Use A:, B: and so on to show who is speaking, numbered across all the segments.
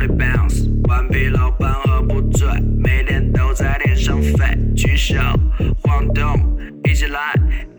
A: 里 bounce，顽皮老板饿不醉，每天都在天上飞，举手晃动，一起来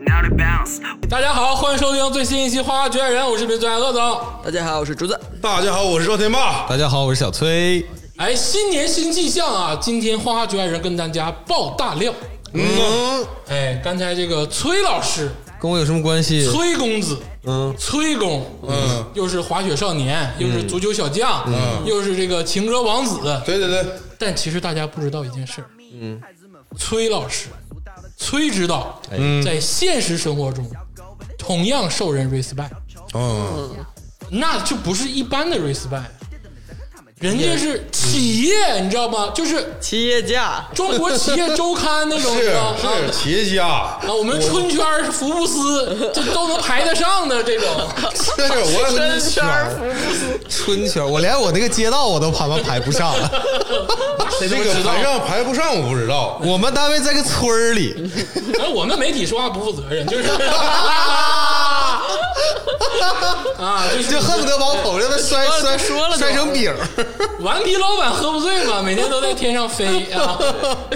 A: now l y bounce。
B: 大家好，欢迎收听最新一期《花花局外人》，我是主持人鄂总。
C: 大家好，我是竹子。
D: 大家好，我是赵天霸。
E: 大家好，我是小崔。
B: 哎，新年新气象啊！今天《花花局外人》跟大家爆大料。
D: 嗯，
B: 哎，刚才这个崔老师，
E: 跟我有什么关系？
B: 崔公子，
E: 嗯，
B: 崔公，嗯，又是滑雪少年，又是足球小将，又是这个情歌王子。
D: 对对对，
B: 但其实大家不知道一件事儿，嗯，崔老师，崔指导，在现实生活中同样受人 respect。
D: 嗯，
B: 那就不是一般的 respect，人家是企业，你知道吗？就是
C: 企业家，
B: 中国企业周刊那种，你
D: 是
B: 知道吗？
D: 是企业 家，
B: 啊，我们春圈儿福布 斯这都能排得上的这种，
D: 这是我
E: 春圈，我连我那个街道我都他妈排不上。
D: 这个排上排不上，我不知道。
E: 我们单位在个村儿里，
B: 哎，我们媒体说话不负责任， 就是啊，就是
E: 就恨不得把我头上的 摔摔
C: 说了都
E: 摔成饼儿。
B: 顽皮老板喝不醉嘛，每天都在天上飞 啊，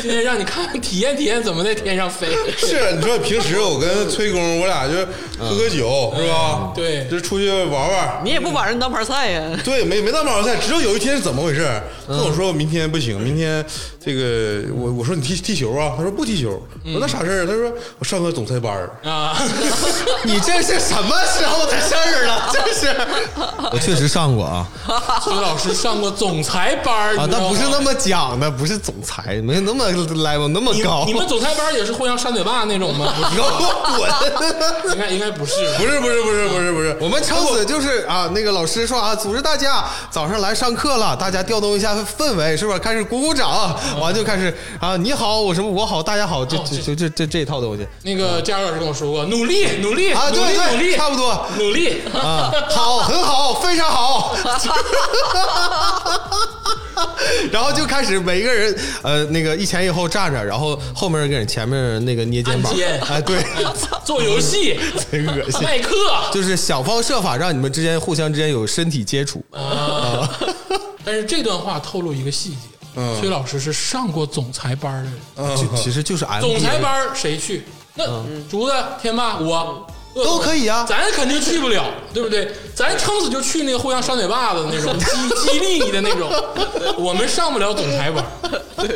B: 今天让你看体验体验怎么在天上飞。
D: 是你说平时我跟崔工，我俩就喝喝酒，是吧？
B: 对
D: 就出去玩玩。
C: 你也不把人当盘菜呀？
D: 对，没没那么好赛，直到有一天是怎么回事？他跟我说明天不行，明天这个我我说你踢踢球啊，他说不踢球，我说那啥事儿？他说我上个总裁班儿
B: 啊，
E: 你这是什么时候的事儿 了？这是，我确实上过 啊
B: 崔老师上过总裁班儿
E: 啊，但不是那
B: 么。
E: 么讲的，不是总裁，没那么 level 那么
B: 你
E: 高。
B: 你 们总裁班儿也是互相扇嘴巴那种吗？不是
E: 给 我滚！
B: 应该应该不是。
D: 不是不是不是不是不是，
E: 我们撑死就是啊，那个老师说啊，组织大家早上来上课了，大家调动一下氛围，是吧？开始鼓鼓掌，完就开始啊，你好，我什么我好，大家好，就
B: 哦
E: 就就这这这一套东西
B: 那个佳茹老师跟我说过，努力努力
E: 啊，
B: 努
E: 对
B: 力努
E: 对，
B: 力，
E: 差不多啊，
B: 努 力。
E: 好，很好，非常好。然后就开始每一个人，呃，那个一前一后站着，然后后面给前面那个捏肩膀
B: 按哎肩，
E: 哎，对，
B: 做游 戏，
E: 贼恶 心，
B: 卖课，
E: 就是想方设法让你们之间互相之间有身体接触。
B: 但是这段话透露一个细节，
E: 嗯
B: 崔老师是上过总裁班儿的人。
E: 就其实就是 M 嗯
B: 总裁班儿谁去？那竹子、天霸、我
E: 都可以啊
B: 咱肯定去不了，对不对？咱撑死就去那个互相扇嘴巴子那种激激励你的那种，我们上不了总裁班儿。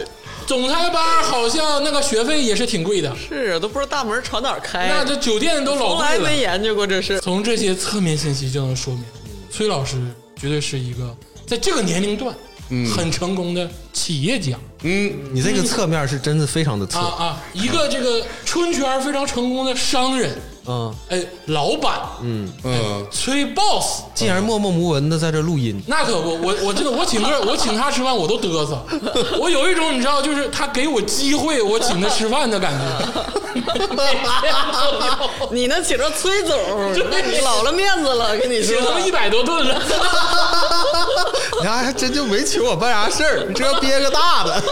B: 总裁班儿好像那个学费也是挺贵的，
C: 是啊，都不知道大门朝哪儿
E: 哎
C: 开，
B: 那这酒店都老
C: 从
B: 贵
C: 来
B: 了
C: 没。研究过这事。
B: 从这些侧面信息就能说明，崔老师绝对是一个在这个年龄段
E: 嗯
B: 很成功的企业家
E: 你这个侧面是真的非常的侧
B: 啊，啊，一个这个春圈非常成功的商人，
E: 嗯，
B: 哎，老板，嗯，
D: 嗯，
B: 崔 boss，
E: 竟然默默无闻的在这录 音，
B: 那可不，我我真的我请客，我请他吃饭我都嘚瑟，我有一种你知道，就是他给我机会，我请他吃饭的感 觉。
C: 你能请着崔总， 老了面子了，跟你
B: 请他们
C: 说。
B: 一百多顿了，
E: 你还哎真就没请我办啥事儿，你这憋个大的，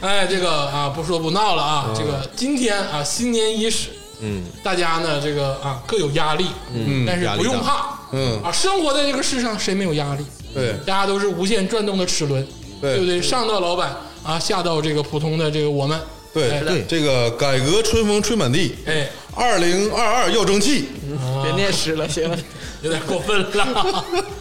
B: 哎，这个啊，不说不闹了啊，这个今天啊，新年伊始，嗯，大家呢这个啊各有压力，嗯，但是不用怕，
D: 嗯
B: 啊，生活在这个世上谁没有压力？
D: 对
B: 大家都是无限转动的齿轮，
D: 对
B: 不对？上到老板啊，下到这个普通的这个我们，
D: 对
E: 对
D: 这个改革春风吹满地，
B: 哎，
D: 二零二二要争气，
C: 别念诗了，行了，
B: 有点过分了。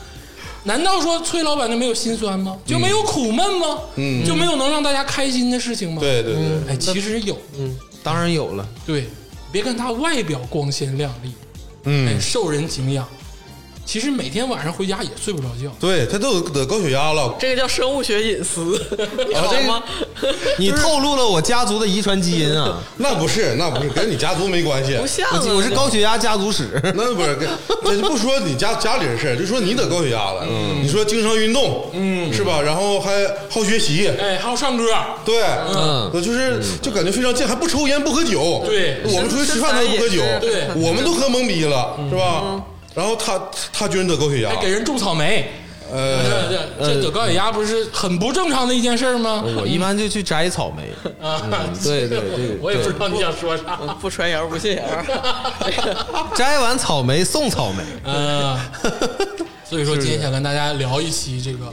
B: 难道说崔老板就没有心酸吗？就没有苦闷吗？嗯，就没有能让大家开心的事情吗？，
D: 对对对，
B: 哎，其实有，
E: 当然有了，
B: 对，别看他外表光鲜亮丽，哎，
D: 嗯，
B: 受人敬仰，其实每天晚上回家也睡不着觉。
D: 对他都有得高血压了，
C: 这个叫生物学隐私，
E: 哦
C: 好吗？
E: 你透露了我家族的遗传基因 啊，
D: 那不是那不是跟你家族没关系，
C: 不像
E: 我
C: 啊，
E: 我是高血压家族 史，
D: 那不是跟这就不说你家家里的事儿，就说你得高血压了，你说经常运动，嗯，是吧？然后还好学习，
B: 哎，还有唱歌，
D: 对，呃
E: 嗯，
D: 就是就感觉非常健，还不抽烟不喝酒，
B: 对
D: 我们出去吃饭他都不喝酒
C: 身材也，
B: 对
C: 是
D: 我们都喝懵逼了，是吧？然后他他居然得高血压
B: 还，给人种草莓，
D: 呃，
B: 这这得高血压不是很不正常的一件事儿吗？
E: 嗯我一般就去摘草莓，
B: 啊，
E: 对对对
B: 我也不知道你想说啥。
C: 嗯不传谣不信谣，
E: 摘完草莓送草 莓。
B: 嗯，所以说今天想跟大家聊一期这个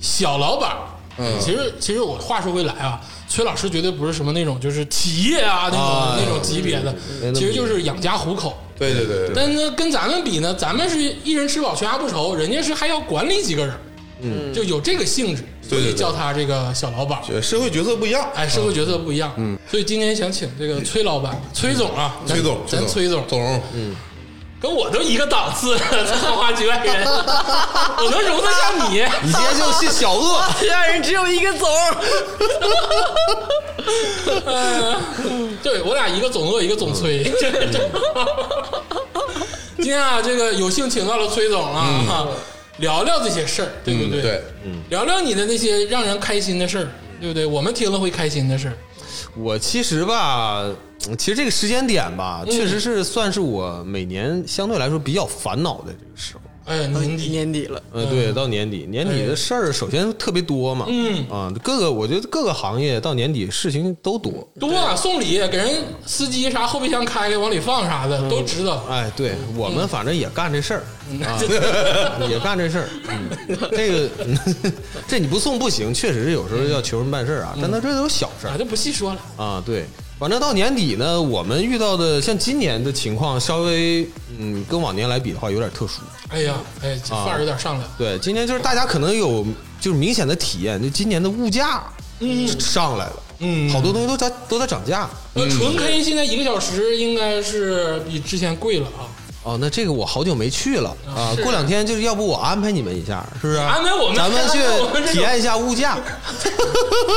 B: 小老板儿。嗯，其实其实我话说回来啊，崔老师绝对不是什么那种就是企业啊那种、
E: 啊
B: 那种级别的，其实就是养家糊口。
D: 对对对对，
B: 但是跟咱们比呢，咱们是一人吃饱全家不愁，人家是还要管理几个人，嗯，就有这个性质，所
D: 对对
B: 以
D: 对
B: 叫他这个小老板儿。
D: 呃社会角色不一样。
B: 哎，社会角色不一样，嗯，所以今天想请这个崔老板、崔总啊，咱
D: 崔总，
B: 咱崔总，
D: 总，
B: 跟我都一个档次， 花花局外人， 我能容得下你？
E: 你今天就是小恶，
C: 家人只有一个总，
B: 对我俩一个总恶，一个总崔。 今天啊，这个有幸请到了崔总啊，哈聊聊这些事儿，对不对？
D: 嗯对，
B: 聊聊你的那些让人开心的事儿，对不对？我们听了会开心的事儿。
E: 我其实吧，其实这个时间点吧，确实是算是我每年相对来说比较烦恼的这个时候。
B: 哎，年底，
C: 年底了，
E: 嗯，对，到年底，年底的事儿首先特别多嘛，
B: 嗯
E: 啊，各个我觉得各个行业到年底事情都多，
B: 多啊，送礼给人司机啥后备箱开开往里放啥的都知道。
E: 哎，对我们反正也干这事儿、啊， 也干这事儿。嗯、这个 这你不送不行，确实是有时候要求人办事儿啊，但他这都是小事
B: 啊，
E: 儿
B: 就不细说了。
E: 啊。对，反正到年底呢，我们遇到的像今年的情况，稍微嗯跟往年来比的话，有点特殊。
B: 哎呀，哎，这范儿有点上来了。
E: 对，今年就是大家可能有就是明显的体验，就今年的物价嗯上来了，
B: 嗯
E: 好多东西都在都在涨价。
B: 呃，纯 K 现在一个小时应该是比之前贵了啊。
E: 哦，那这个我好久没去了啊！过两天就是要不我安排你们一下，是不是？
B: 安排我们
E: 咱们
B: 我们这
E: 去
B: 种
E: 体验一下物价。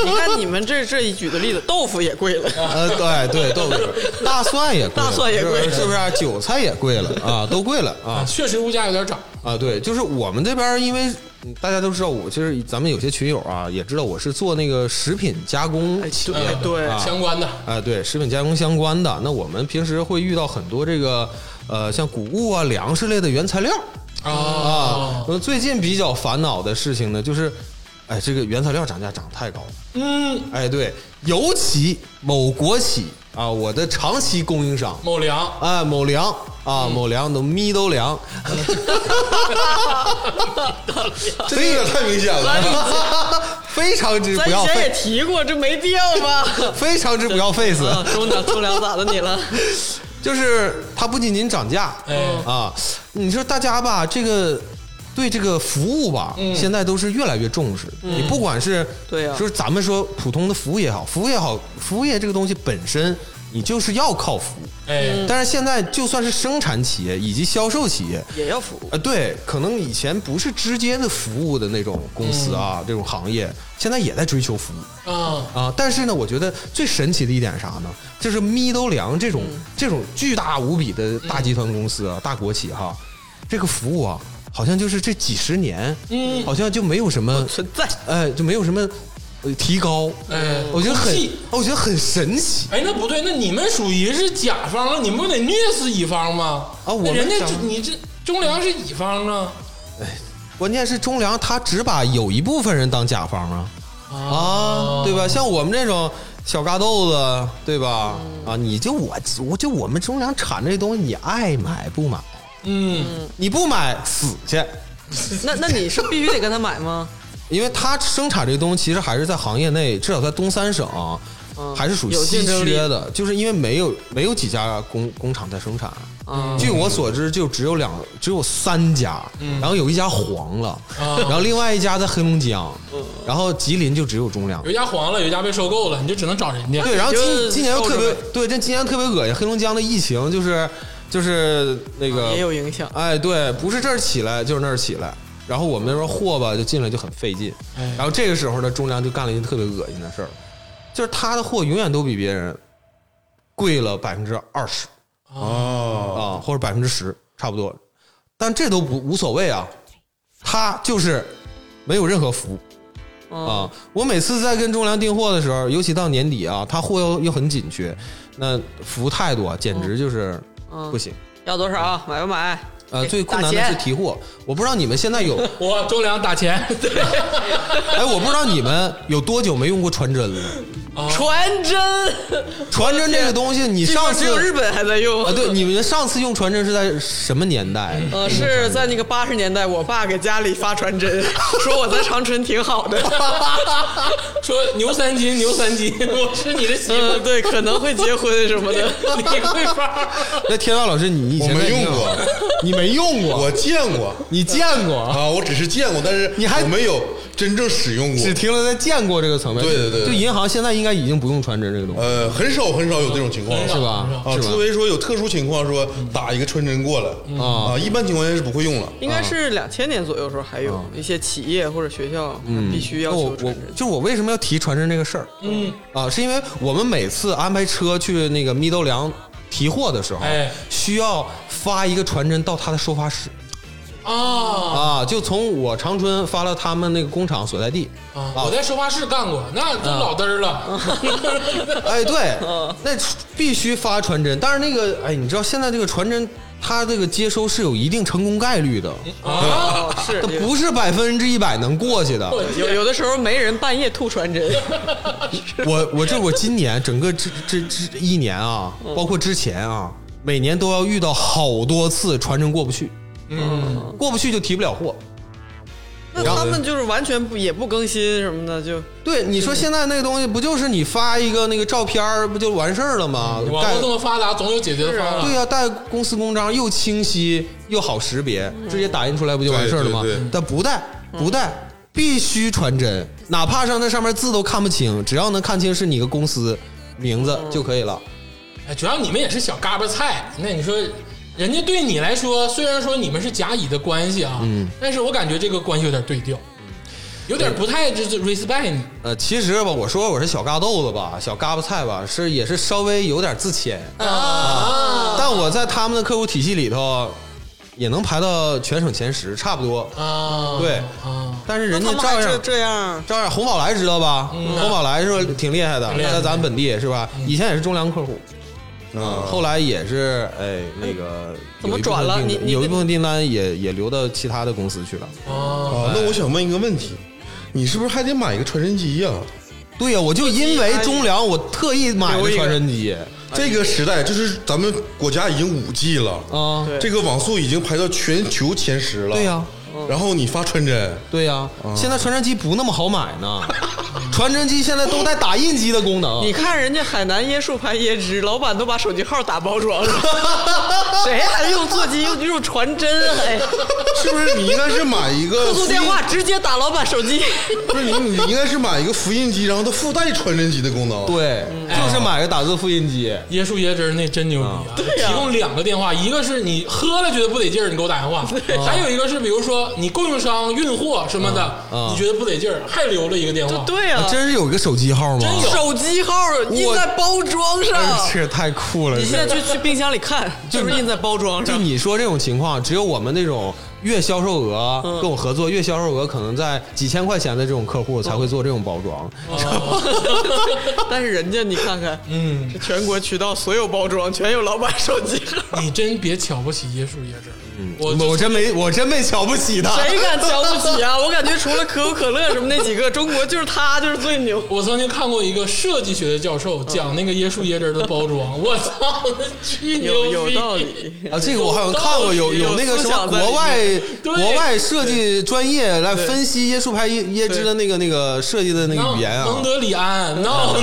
C: 你看你们这这一举的例子，豆腐也贵了，
E: 呃，对对，豆腐、大蒜也贵了，
C: 大蒜也贵
E: 是不是是不是啊？韭菜也贵了啊，都贵了啊
B: 确实物价有点涨。
E: 啊！对，就是我们这边儿，因为嗯大家都知道我，就是咱们有些群友啊，也知道我是做那个食品加工
C: 哎
E: 企
C: 对
E: 业
C: 哎
E: 的
C: 对
E: 啊
B: 嗯相关的，
E: 啊，对，食品加工相关的。那我们平时会遇到很多这个呃，像谷物啊、粮食类的原材料。啊
B: 哦，，
E: 我最近比较烦恼的事情呢，就是，哎，这个原材料涨价涨太高了。
B: 嗯，
E: 哎，对，尤其某国企啊，我的长期供应商，
B: 某嗯粮
E: 哎，某粮啊，某粮都咪 都粮，
D: 这有点太明显了。啊
E: 非常之
C: 咱
E: 不
C: 以
E: 要
C: 前也
E: 费，
C: 提过，这没必要吧？
E: 非常 之不要 face。
B: 嗯
C: 啊，中奖中奖咋的你了？
E: 就是它不仅仅涨价，
B: 哎
E: 啊，你说大家吧，这个对这个服务吧，现在都是越来越重视。你不管是
C: 嗯对呀
E: 就是咱们说普通的服务业好，服务业好，服务业这个东西本身你就是要靠服务。
C: 嗯
B: 哎，
E: 但是现在就算是生产企业以及销售企业，
C: 也要服务，
E: 啊，对，可能以前不是直接的服务的那种公司啊，
C: 嗯
E: 这种行业现在也在追求服务。
B: 啊，
E: 啊，但是呢，我觉得最神奇的一点是啥呢？就是咪兜粮这种、这种巨大无比的大集团公司啊，大国企哈，这个服务啊，好像就是这几十年，嗯，好像就没有什么，
C: 存在。
E: 哎，就没有什么呃提高，
B: 哎
E: 我觉得很
B: 空气，
E: 我觉得很神奇
B: 哎，那不对，那你们属于是甲方了，你们不得虐死乙方吗？
E: 啊我们
B: 那人家
E: 甲
B: 就
E: 方
B: 你这中粮是乙方啊，
E: 关键是中粮他只把有一部分人当甲方啊，啊，对吧？像我们这种小嘎豆子，对吧？啊，你就我我就我们中粮产这东西，你爱买不买？
B: 嗯，
E: 你不买死去，
C: 那那你是必须得跟他买 吗？
E: 因为它生产这东西其实还是在行业内，至少在东三省啊、
C: 嗯
E: 还是属于
C: 有
E: 稀
C: 竞争力
E: 缺的，就是因为没有没有几家工工厂在生产。
C: 啊，
E: 据我所知，就只有两，只有三家，
C: 嗯
E: 然后有一家黄了，
B: 啊
E: 然后另外一家在黑龙江，
C: 嗯
E: 然后吉林就只有中粮
B: 有。一家黄了，有一家被收购了，你就只能找人家。
E: 对，然后
C: 就
E: 今今年又
C: 受
E: 特
C: 着
E: 别
C: 呗
E: 对，这今年特别恶心，黑龙江的疫情就是就是那个
C: 啊也有影响。
E: 哎，对，不是这儿起来就是那儿起来。然后我们那边货吧就进来就很费劲，然后这个时候呢，中粮就干了一件特别恶心的事儿，就是他的货永远都比别人贵了百分之二十
D: 哦，
E: 啊，或者百分之十，差不多。但这都不无所谓啊，他就是没有任何服务。
C: 嗯
E: 啊，我每次在跟中粮订货的时候，尤其到年底啊，他货又又很紧缺，那服务态度啊，简直就是
C: 嗯
E: 不行。
C: 啊要多少？买不买？
E: 呃，最困难的是提货。我不知道你们现在有，
B: 我中粮打钱， 对，
E: 哎，我不知道你们有多久没用过传真了。
C: 传真，
E: 传真这个东西，你上次
C: 只有日本还在用
E: 啊，对，你们上次用传真是在什么年代？
C: 呃，是
E: 嗯
C: 在那个八十年代，我爸给家里发传真， 说我在长春挺好的。
B: 说牛三斤，牛三斤，我是你的媳妇儿，
C: 嗯，对，可能会结婚什么的。
B: 你会发儿？
E: 那天道老师，你以
D: 我
E: 前
D: 没
E: 在
D: 用
E: 干嘛
D: 过，
E: 你没用过，
D: 我见过
E: 你见过，
D: 啊，我只是见过，但是
E: 你还
D: 我没有真正使用过
E: 只，停留在见过这个层面。
D: 对对对对
E: 就银行现在应该已经不用传真这个东西，
D: 呃，很少很少有这种情况了，
E: 嗯是吧？
D: 啊，
E: 是吧
D: 除？非说有特殊情况，说打一个传真过来
E: 啊
D: 啊，一般情况下是不会用了。
C: 应该是两千年左右的时候，还有一些企业或者学校必须要
E: 啊嗯那我
C: 求
E: 我
C: 传真。
E: 就我为什么要提传真这个事儿？嗯啊，是因为我们每次安排车去那个蜜豆梁提货的时候，
B: 哎
E: 需要发一个传真到他的收发室
B: 啊
E: 啊，就从我长春发到他们那个工厂所在地
B: 啊！我在收发室干过，那
E: 啊
B: 都老嘚儿
E: 嗯
B: 了。
E: 哎，对，那必须发传真。但是那个，哎，你知道现在这个传真，它这个接收是有一定成功概率的，
B: 啊，
C: 哦，是
E: 它
C: 有
E: 不是百分之一百能过去的。
C: 有有的时候没人半夜吐传 真，
E: 我我这我今年整个这这这一年啊，包括之前啊，每年都要遇到好多次传真过不去，嗯，过不去就提不了货。
C: 那他们就是完全不也不更新什么的，就
E: 对，你说现在那个东西不就是你发一个那个照片儿不就完事儿了吗？
B: 网
E: 盖
B: 络这么发达，总有解决的方
C: 啊
B: 案。
E: 对呀、带公司公章又清晰又好识别，
C: 嗯
E: 直接打印出来不就完事儿了吗
D: 对对对？
E: 但不带不带，必须传真，哪怕上那上面字都看不清，只要能看清是你个公司名字就可以了。
B: 哎，主要你们也是小嘎巴菜，那你说，人家对你来说，虽然说你们是甲乙的关系啊，但是我感觉这个关系有点对调，有点不太就是 respect 你。
E: 呃，其实吧，我说我是小嘎豆子吧，小嘎巴菜吧，是也是稍微有点自谦，
C: 嗯
B: 啊
E: 但我在他们的客户体系里头也能排到全省前十，差不多。
B: 啊，
E: 对
B: 啊，
E: 但是人家
C: 他们
E: 照
C: 还
E: 样
C: 是这样。
E: 照样，红宝来知道吧？
C: 嗯
E: 红宝来是吧挺厉害的，
B: 厉害的
E: 在咱本地是吧？以前也是中粮客户，
D: 啊
E: 后来也是哎那个
C: 怎么转了
E: 有
C: 你
E: 一部分订
C: 你哦
E: 有一部分订单也也流到其他的公司去了。
D: 啊，那我想问一个问题，你是不是还得买一个传真机呀？
E: 对呀、我就因为中粮，我特意买
C: 留
E: 的
C: 一个
E: 传真机
D: 这个时代就是咱们国家已经五 G 了，
E: 啊，
C: 对
D: 这个网速已经排到全球前十了。
E: 对呀、
D: 然后你发传真，
E: 对呀、现在传真机不那么好买 呢，传真机现在都带打印机的功能
C: 你。看人家海南椰树牌椰汁，老板都把手机号打包装 了，谁还用座机用用传真？哎，
D: 是不是？你应该是买一个
C: 客
D: 复
C: 户
D: 印
C: 电话，直接打老板手机。
D: 不是你，你应该是买一个复印机，然后它附带传真机的功能。，
E: 对，
C: 嗯
E: 就是买个打字复印机。
B: 椰树椰汁儿那真牛逼啊！提供两个电话，一个是你喝了觉得不得劲儿，你给我打电话；还有一个是比如说你供应商运货什么的，
E: 嗯
B: 你觉得不得劲儿，还留了一个电话。
C: 对呀、
E: 啊真是有一个手机号吗？
B: 真有
C: 手机号印在包装上。
E: 这太酷了！
C: 你
E: 这
C: 现在去去冰箱里看，是不是印在包装
E: 就
C: 上？
E: 你说这种情况，只有我们那种月销售额跟我合作，月销售额可能在几千块钱的这种客户才会做这种包装。
C: 但是人家你看看，嗯，这全国渠道所有包装全有老板手机 号，
B: 你真别瞧不起椰树椰汁儿，我
E: 我真没，我真没瞧不起他。
C: 谁敢瞧不起啊？我感觉除了可口可乐什么那几个，中国就是他就是最牛。
B: 我曾经看过一个设计学的教
C: 嗯
B: 授讲那个椰树椰汁儿的包装，我操，巨牛
C: 有
B: 逼！
C: 有道理，
E: 啊，这个我好像看过，有有那个什么国外
B: 对
E: 国外设计专业来分析椰树牌椰椰汁的那个那个设计的那个
B: 蒙
E: 语言啊
B: 蒙。德里
C: 嗯
B: 安，no，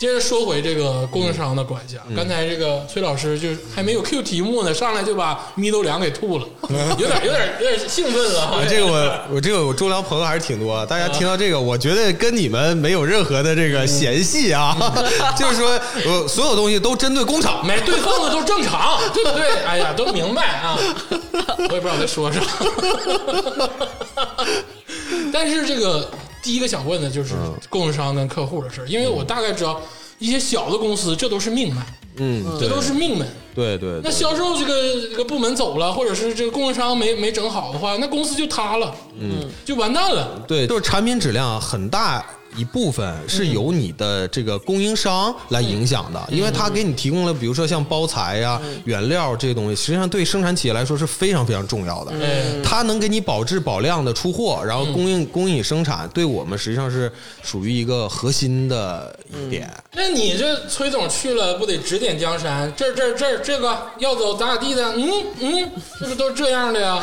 B: 接着说回这个供应商的关系啊，
C: 嗯
B: 刚才这个崔老师就还没有 Q 题目呢，上来就把咪豆凉给吐了， 有点有点有点兴奋了啊
E: 啊，，这个我我这个我周良朋友还是挺多，啊大家听到这个，我觉得跟你们没有任何的这个嫌隙啊， 就是说，呃，所有东西都针对工厂，
B: 没对缝的都正常，对不对？哎呀，都明白啊，我也不知道我在说啥。但是这个第一个想问的就是供应商跟客户的事儿，因为我大概知道一些小的公司这都是命脉，
E: 嗯，
B: 这都是命脉。
E: 对对
B: 那销售这个这个部门走了，或者是这个供应商没没整好的话，那公司就塌了，嗯，就完蛋了。
E: 对，就是产品质量很大一部分是
B: 嗯
E: 由你的这个供应商来影响的，因为他给你提供了，比如说像包材呀、
B: 嗯
E: 原料这些东西，实际上对生产企业来说是非常非常重要的。
B: 嗯
E: 它能给你保质保量的出货，然后供应供应你生产，对我们实际上是属于一个核心的一点。
B: 那你这崔总去了，不得指点江山？这儿这儿这儿这个要走咋咋地的？嗯嗯，是不是都这样的呀？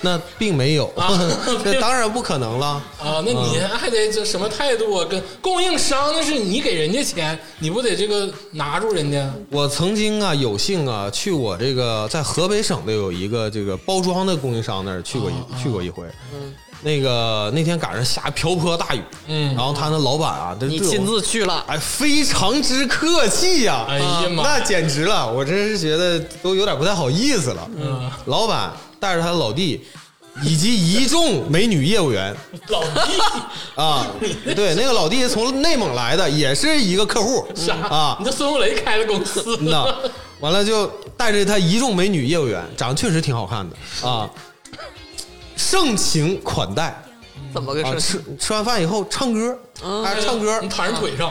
E: 那并没有
B: 啊，
E: 这当然不可能了。
B: 啊，那你还得这什么态度啊？跟供应商那是你给人家钱，你不得这个拿住人家？
E: 我曾经啊，有幸啊，去我这个在河北省的有一个这个包装的供应商那儿去过一、
B: 哦
E: 去过一回。嗯，那个那天赶上下瓢泼大雨，
B: 嗯
E: 然后他那老板啊，这
C: 你
E: 对我
C: 亲自去了，
E: 哎，非常之客气呀、啊
B: 哎呀妈
E: 那简直了，我真是觉得都有点不太好意思了。
B: 嗯，
E: 老板带着他的老弟，以及一众美女业务员
B: 老弟，
E: 啊，对，那个老弟从内蒙来的，也是一个客户
B: 啥
E: 啊
B: 你，这孙红雷开了公司
E: 那完了就带着他一众美女业务员，长得确实挺好看的啊，盛情款待
C: 怎么个
E: 啊，
C: 事？
E: 吃吃完饭以后唱歌， 哎，唱歌，啊
B: 你躺人腿上，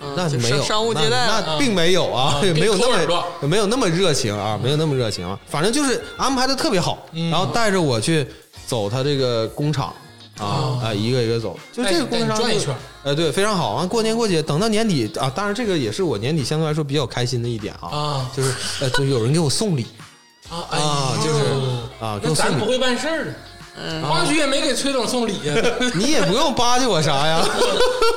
E: 嗯那
C: 嗯就
E: 没有
C: 商商务接待
E: 那
C: 了
E: 那并没有啊，
B: 嗯
E: 也没有
B: 给
E: 那
B: 你扣耳
E: 么
B: 朵
E: 也没有那么热情啊，没有那么热情啊，反正就是安排的特别好，
B: 嗯
E: 然后带着我去走他这个工厂啊，啊，一个一个走，就这个工厂
B: 哦带你转一圈，
E: 呃，对，非常好啊。过年过节，等到年底啊，当然这个也是我年底相对来说比较开心的一点啊，
B: 啊
E: 就是呃，就有人给我送礼
B: 啊
E: 啊，就是啊，给
B: 那
E: 我送
B: 咱不
E: 礼，
B: 会办事儿啊，花局也没给崔总送礼呀，
E: 你也不用巴结我啥呀。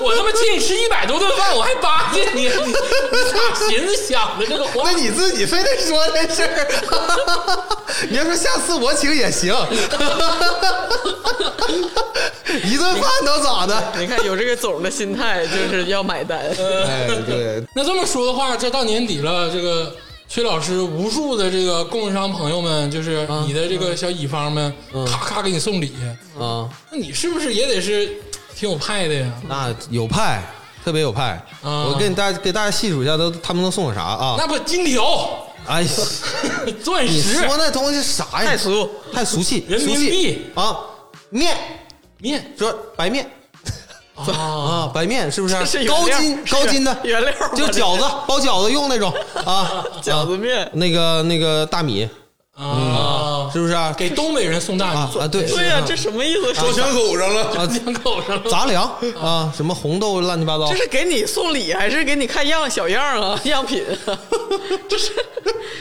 B: 我他妈请你吃一百多顿饭，我还巴结你，你你咋寻思想的这个话
E: 那？你自己非得说这事儿， 你要说下次我请也行， 一顿饭能咋的？
C: 你看有这个总的心态，就是要买单。
E: 哎，对，
B: 那这么说的话，这到年底了，这个崔老师无数的这个供应商朋友们，
E: 嗯
B: 就是你的这个小乙方们，咔咔给你送礼，
E: 啊，
B: 那你是不是也得是挺有派的呀？
E: 那有派，特别有派。
B: 啊
E: 我给你大家给大家细数一下，都他们都送我啥啊？
B: 那不金条、
E: 哎，
B: 钻
E: 你
B: 石、
E: 说那东西啥呀？
C: 太俗，
E: 太俗气，
B: 人民
E: 俗气
B: 币
E: 啊，面
B: 面
E: 说白面
B: 啊，
E: 啊，白面是不是
C: 这 是？原
E: 高
C: 料
E: 斤高斤的
C: 这是原料吧，
E: 就
C: 这是
E: 饺子包饺子用那种啊，
C: 饺子
E: 啊
C: 面。
E: 那个那个大米
B: 啊，
E: 是不是啊？
B: 给东北人送大
E: 啊
B: 米，
E: 啊， 对
C: 对呀、这什么意思？
D: 刀枪口上了，
E: 啊，
B: 两口上了。
E: 杂粮啊，什么红豆乱七八糟
C: 这，是给你送礼还是给你看样小样啊样品啊？这是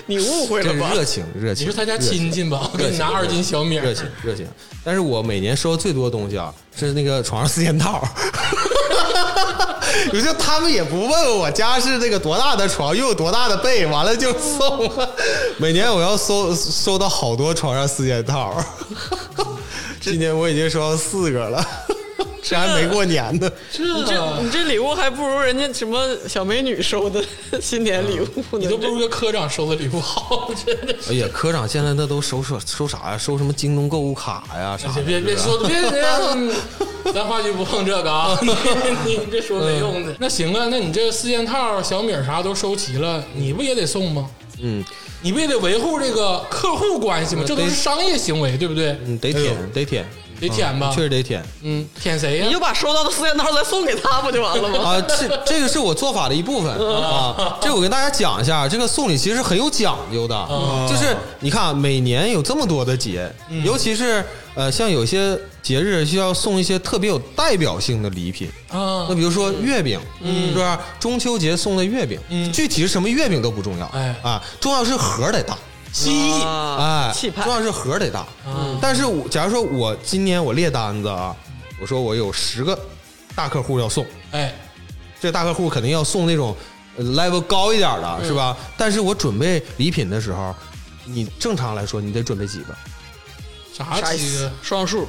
C: 你误会
E: 这
C: 了
E: 是
C: 吧？
E: 热情热情。
B: 你是他家亲戚吧？我给你拿二斤小米儿，
E: 热情热情，但是我每年收最多的东西啊，是那个床上四件套。 有些他们也不问问我家是那个多大的床，又有多大的被，完了就送了。每年我要收收到好多床上四件套， 今年我已经收到四个了，这还没过年呢。
C: 你
E: 啊
C: 这你这礼物还不如人家什么小美女收的 新年礼物
E: 嗯
B: 你
C: 呢
B: 都？不如个科长收的礼物好，真的。
E: 哎呀，科长现在那都收收收啥呀？收什么京东购物卡呀啥的？
B: 哎别别别说，别别，嗯咱话剧不碰这个啊！ 你你这说没用的。那行啊，那你这四件套、小米儿啥都收齐了，你不也得送吗？
E: 嗯
B: 你不也得维护这个客户关系吗？这都是商业行为，对不对？
E: 嗯，得
D: 哎呦
E: 舔得舔，
B: 得舔吧
E: 确实得舔。
B: 嗯，舔谁
C: 你
B: 呀？
C: 就把收到的四件套再送给他不就完了吗？
E: 啊，这这个是我做法的一部 分啊。这我跟大家讲一下，这个送礼其实很有讲究的，
C: 嗯
E: 就是你看啊每年有这么多的节，尤其是呃，像有些节日需要送一些特别有代表性的礼品。
B: 啊
C: 嗯
E: 那，比如说月饼，是不是？中秋节送的月饼，
C: 嗯
E: 具体是什么月饼都不重要，
B: 哎
E: 啊，重要是盒儿得大，
B: 蜥蜴
C: 啊
E: 哎，
C: 气派嗯
E: 重要是盒儿得大。但是我假如说我今年我列单子啊，我说我有十个大客户要送，
B: 哎，
E: 这大客户肯定要送那种呃 level 高一点的，是吧？但是我准备礼品的时候，你正常来说你得准备几个？
B: 啥
C: 啥意
B: 鸡
C: 思
B: 呀？？
C: 双数，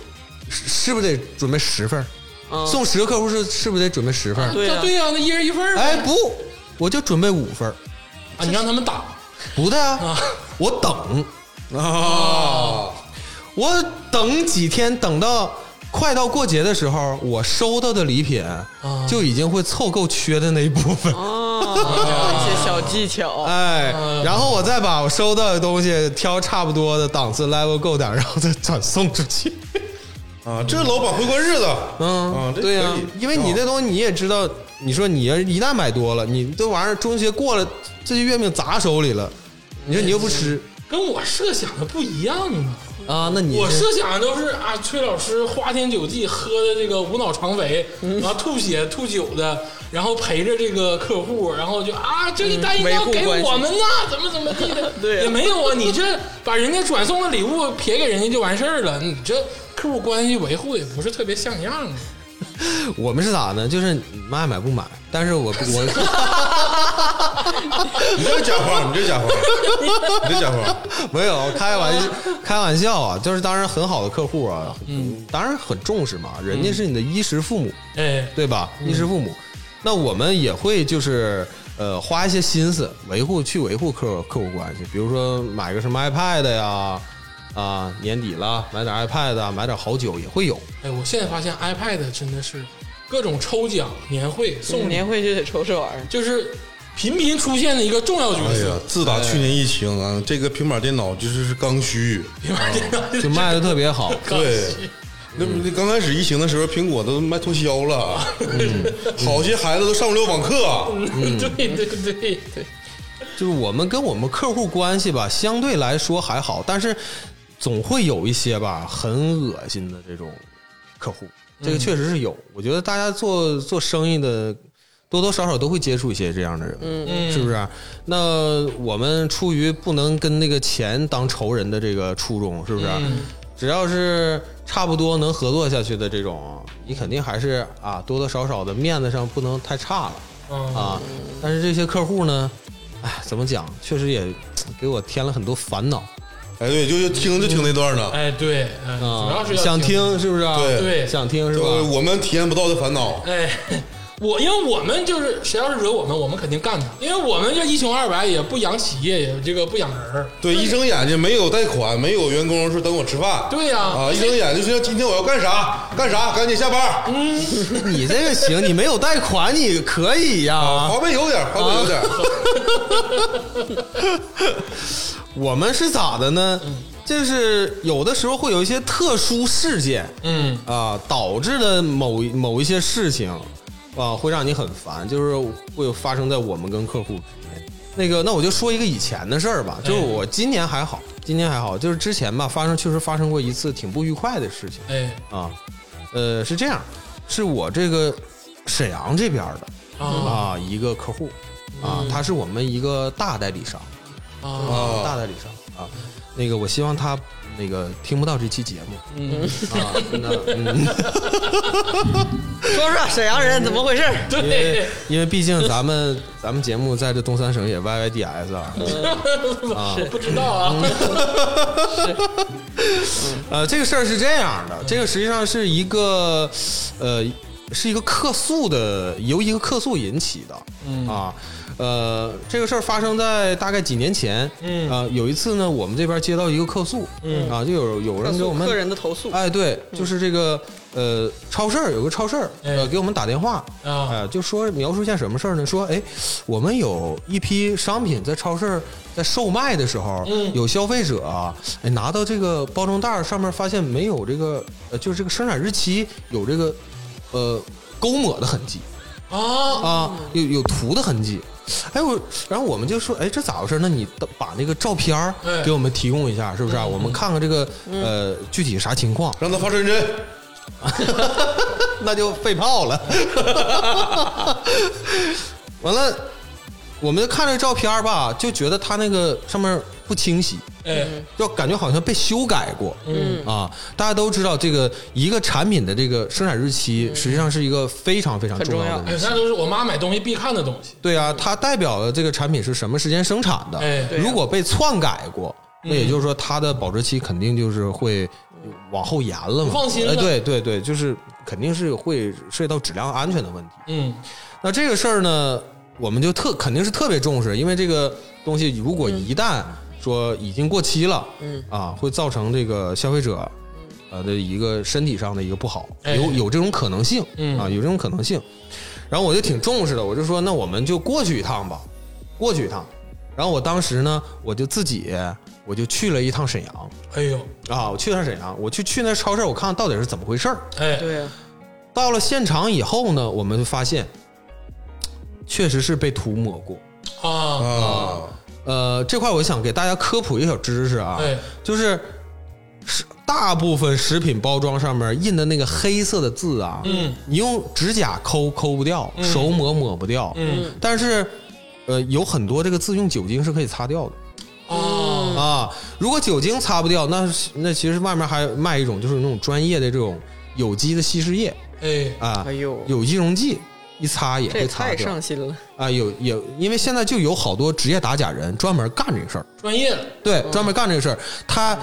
E: 是是不是得准备十份儿？
C: 嗯
E: 送十个客户是是不是得准备十份儿？
C: 对呀、
B: 对啊呀，那一人一份儿呗
E: 哎，不，我就准备五份儿，
B: 啊，你让他们打
E: 不对啊，
B: 啊
E: 我等，哦
B: 啊
E: 我等几天，等到快到过节的时候，我收到的礼品就已经会凑够缺的那一部分。
C: 啊，一些小技巧。
E: 哎，然后我再把我收到的东西挑差不多的档次 level 够点儿，然后再转送出去。
D: 啊，这老板会过日子，
E: 嗯，
D: 啊，这
E: 对呀、
D: 可以
E: 因为你这东西你也知道，你说你要一旦买多了，你这玩意儿中秋节过了，这些月饼砸手里了，你说你又不吃
B: 跟我设想的不一样啊！
E: 啊？那你
B: 我设想的都是啊，崔老师花天酒地喝的这个无脑肠肥，
C: 嗯
B: 然后吐血吐酒的，然后陪着这个客户，然后就啊，这
C: 嗯
B: 一单应该要给我们呐，怎么怎么地的，
C: 对啊
B: 也没有啊，你这把人家转送的礼物撇给人家就完事儿了，你这客户关系维护也不是特别像样啊。
E: 我们是咋的？就是你爱买不买，但是 我我
D: 你这甲方，你这甲方，你这甲方，
E: 没有开玩笑，开玩笑啊，就是当然很好的客户啊，嗯，当然很重视嘛，人家是你的衣食父母，
B: 哎，
E: 对吧？衣食父母，那我们也会就是呃花一些心思维护去维护客客户关系，比如说买个什么 iPad 呀，啊年底了买点 iPad，啊买点好酒也会有，
B: 哎，我现在发现 iPad 真的是各种抽奖、年会、送礼，
C: 年会就得抽这玩意儿。
B: 就是频频出现的一个重要角
D: 哎呀
B: 色。，
D: 自打去年疫情啊，这个平板电脑就是是刚需，
E: 就卖的特别好。
D: 对。那那刚开始疫情的时候，苹果都卖脱销了，好些孩子都上不了网课。
B: 对对对对对，
E: 就是我们跟我们客户关系吧，相对来说还好，但是总会有一些吧很恶心的这种客户，这个确实是有。我觉得大家做做生意的多多少少都会接触一些这样的人，嗯，是不是？那我们出于不能跟那个钱当仇人的这个初衷，是不是？啊只要是差不多能合作下去的这种，你肯定还是啊多多少少的面子上不能太差了。
B: 嗯
E: 啊，但是这些客户呢，哎，怎么讲，确实也给我添了很多烦恼
D: 哎，对，就就听就听那段呢，
B: 哎，对，哎主
E: 啊
B: 要是。要
E: 想听是不是啊？
D: 对
B: 对
E: 想听是
D: 就
E: 吧？
D: 我们体验不到的烦恼。
B: 哎，我因为我们就是谁要是惹我们，我们肯定干他，因为我们这一穷二白，也不养企业，也这个不养人儿。
D: 对，一睁眼睛没有贷款，没有员工说等我吃饭。
B: 对呀
D: 啊，一睁眼就说今天我要干啥干啥，赶紧下班。啊
E: 你这个行，你没有贷款，你可以呀、
B: 啊
D: 花呗有点，花呗有点。
E: 我们是咋的呢？就是有的时候会有一些特殊事件，
B: 嗯
E: 啊，导致的某某一些事情啊，会让你很烦，就是会发生在我们跟客户之间。那个，那我就说一个以前的事儿吧，就是我今年还好，今年还好，就是之前吧，发生确实发生过一次挺不愉快的事情
B: 哎
E: 啊。呃，是这样，是我这个沈阳这边的
B: 啊
E: 啊一个客户啊，他是我们一个大代理商。
B: 啊，
E: 啊，大代理商啊。那个，我希望他那个听不到这期节目。
B: 嗯
E: 啊，那嗯，
C: 说说沈阳人怎么回事？
E: 因为
B: 对，
E: 因为毕竟咱们咱们节目在这东三省也 YYDS 啊。
B: 不知道啊，
E: 呃，这个事儿是这样的，这个实际上是一个呃是一个客诉的，由一个客诉引起的。啊，呃，这个事儿发生在大概几年前。
B: 嗯
E: 啊，有一次呢，我们这边接到一个客诉，
B: 嗯
E: 啊，就有有人给我们
C: 客人的投诉，
E: 哎，对，就是这个呃，超市儿有个超市儿
B: 哎
E: 呃给我们打电话，
B: 啊
E: 哎就说描述一件什么事儿呢？说哎，我们有一批商品在超市儿在售卖的时候，
B: 嗯
E: 有消费者啊，哎拿到这个包装袋儿上面发现没有这个呃，就是这个生产日期有这个呃勾抹的痕迹
B: 啊
E: 啊，有有涂的痕迹。哎，我然后我们就说，哎，这咋回事？那你把那个照片儿
B: 哎嗯
E: 给我们提供一下，是不是啊？我们看看这个呃具体啥情况。
D: 让他发传真，
E: 那就废炮了。 完了，我们看这照片儿吧，就觉得它那个上面不清晰，
B: 哎
E: 就感觉好像被修改过。
B: 嗯
E: 啊，大家都知道，这个一个产品的这个生产日
B: 嗯
E: 期，实际上是一个非常非常
C: 很
E: 重
C: 重
E: 要的
C: 要
E: 东
B: 哎，
E: 西。
B: 那都是我妈买东西必看的东西。
E: 对啊，它代表了这个产品是什么时间生产的。
B: 哎对嗯
C: 啊
E: 如果被篡改过，那也就是说它的保质期肯定就是会往后延了嘛。
B: 放心了
E: 哎，对对对，就是肯定是会涉及到质量安全的问题。
B: 嗯
E: 那这个事儿呢，我们就特肯定是特别重视，因为这个东西如果一旦说已经过期了，
C: 嗯
E: 啊，会造成这个消费者呃的一个身体上的一个不好，
B: 哎
E: 有有这种可能性，
B: 嗯
E: 啊，有这种可能性。然后我就挺重视的，我就说那我们就过去一趟吧，过去一趟。然后我当时呢，我就自己我就去了一趟沈阳
B: 哎呦，
E: 啊，我去了趟沈阳，我去去那超市，我看看到底是怎么回事儿。
B: 哎，
C: 对啊呀，
E: 啊到了现场以后呢，我们就发现，确实是被涂抹过。
B: 啊，
D: 啊，
E: 呃，这块我想给大家科普一个小知识啊，
B: 哎，
E: 就是是大部分食品包装上面印的那个黑色的字啊，
B: 嗯，
E: 你用指甲抠抠不掉，手抹抹不掉，
B: 嗯，
E: 但是呃，有很多这个字用酒精是可以擦掉的。
B: 啊，
E: 啊，如果酒精擦不掉，那是那其实外面还卖一种就是那种专业的这种有机的稀释液
B: 哎，
E: 啊，
C: 哎呦
E: 有机溶剂一擦也
C: 这也
E: 会擦
C: 太
E: 掉
C: 上心了。
E: 啊。有有，因为现在就有好多职业打假人专门干这个事儿，
B: 专业了，
E: 对，
C: 嗯
E: 专门干这个事儿。他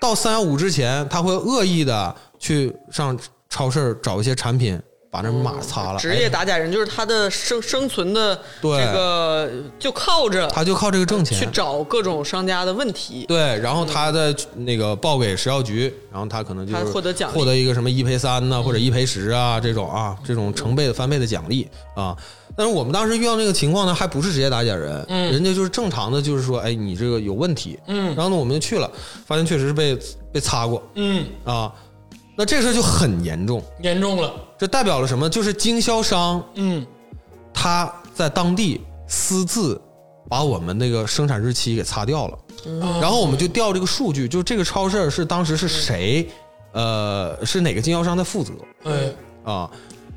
E: 到三幺五之前，他会恶意的去上超市找一些产品，把那码擦了。
C: 嗯
E: 哎
C: 职业打假人就是他的生生存的
E: 对
C: 这个，就靠着
E: 他就靠这个挣钱
C: 去找各种商家的问题。
E: 对，然后他再那个报给食药局，然后他可能就
C: 他
E: 是
C: 获得奖励嗯
E: 获得一个什么一赔三呐、或者一赔十啊这种啊，这种成倍的翻倍的奖励啊。但是我们当时遇到那个情况呢，还不是直接打假人，
C: 嗯
E: 人家就是正常的，就是说，哎，你这个有问题，嗯，然后呢，我们就去了，发现确实是被被擦过
B: 嗯，
E: 啊，那这事儿就很严重，
B: 严重了，
E: 这代表了什么？就是经销商
B: 嗯，
E: 他在当地私自把我们那个生产日期给擦掉了，然后我们就调这个数据，就这个超市是当时是谁，呃，是哪个经销商在负责
B: 哎，
E: 啊？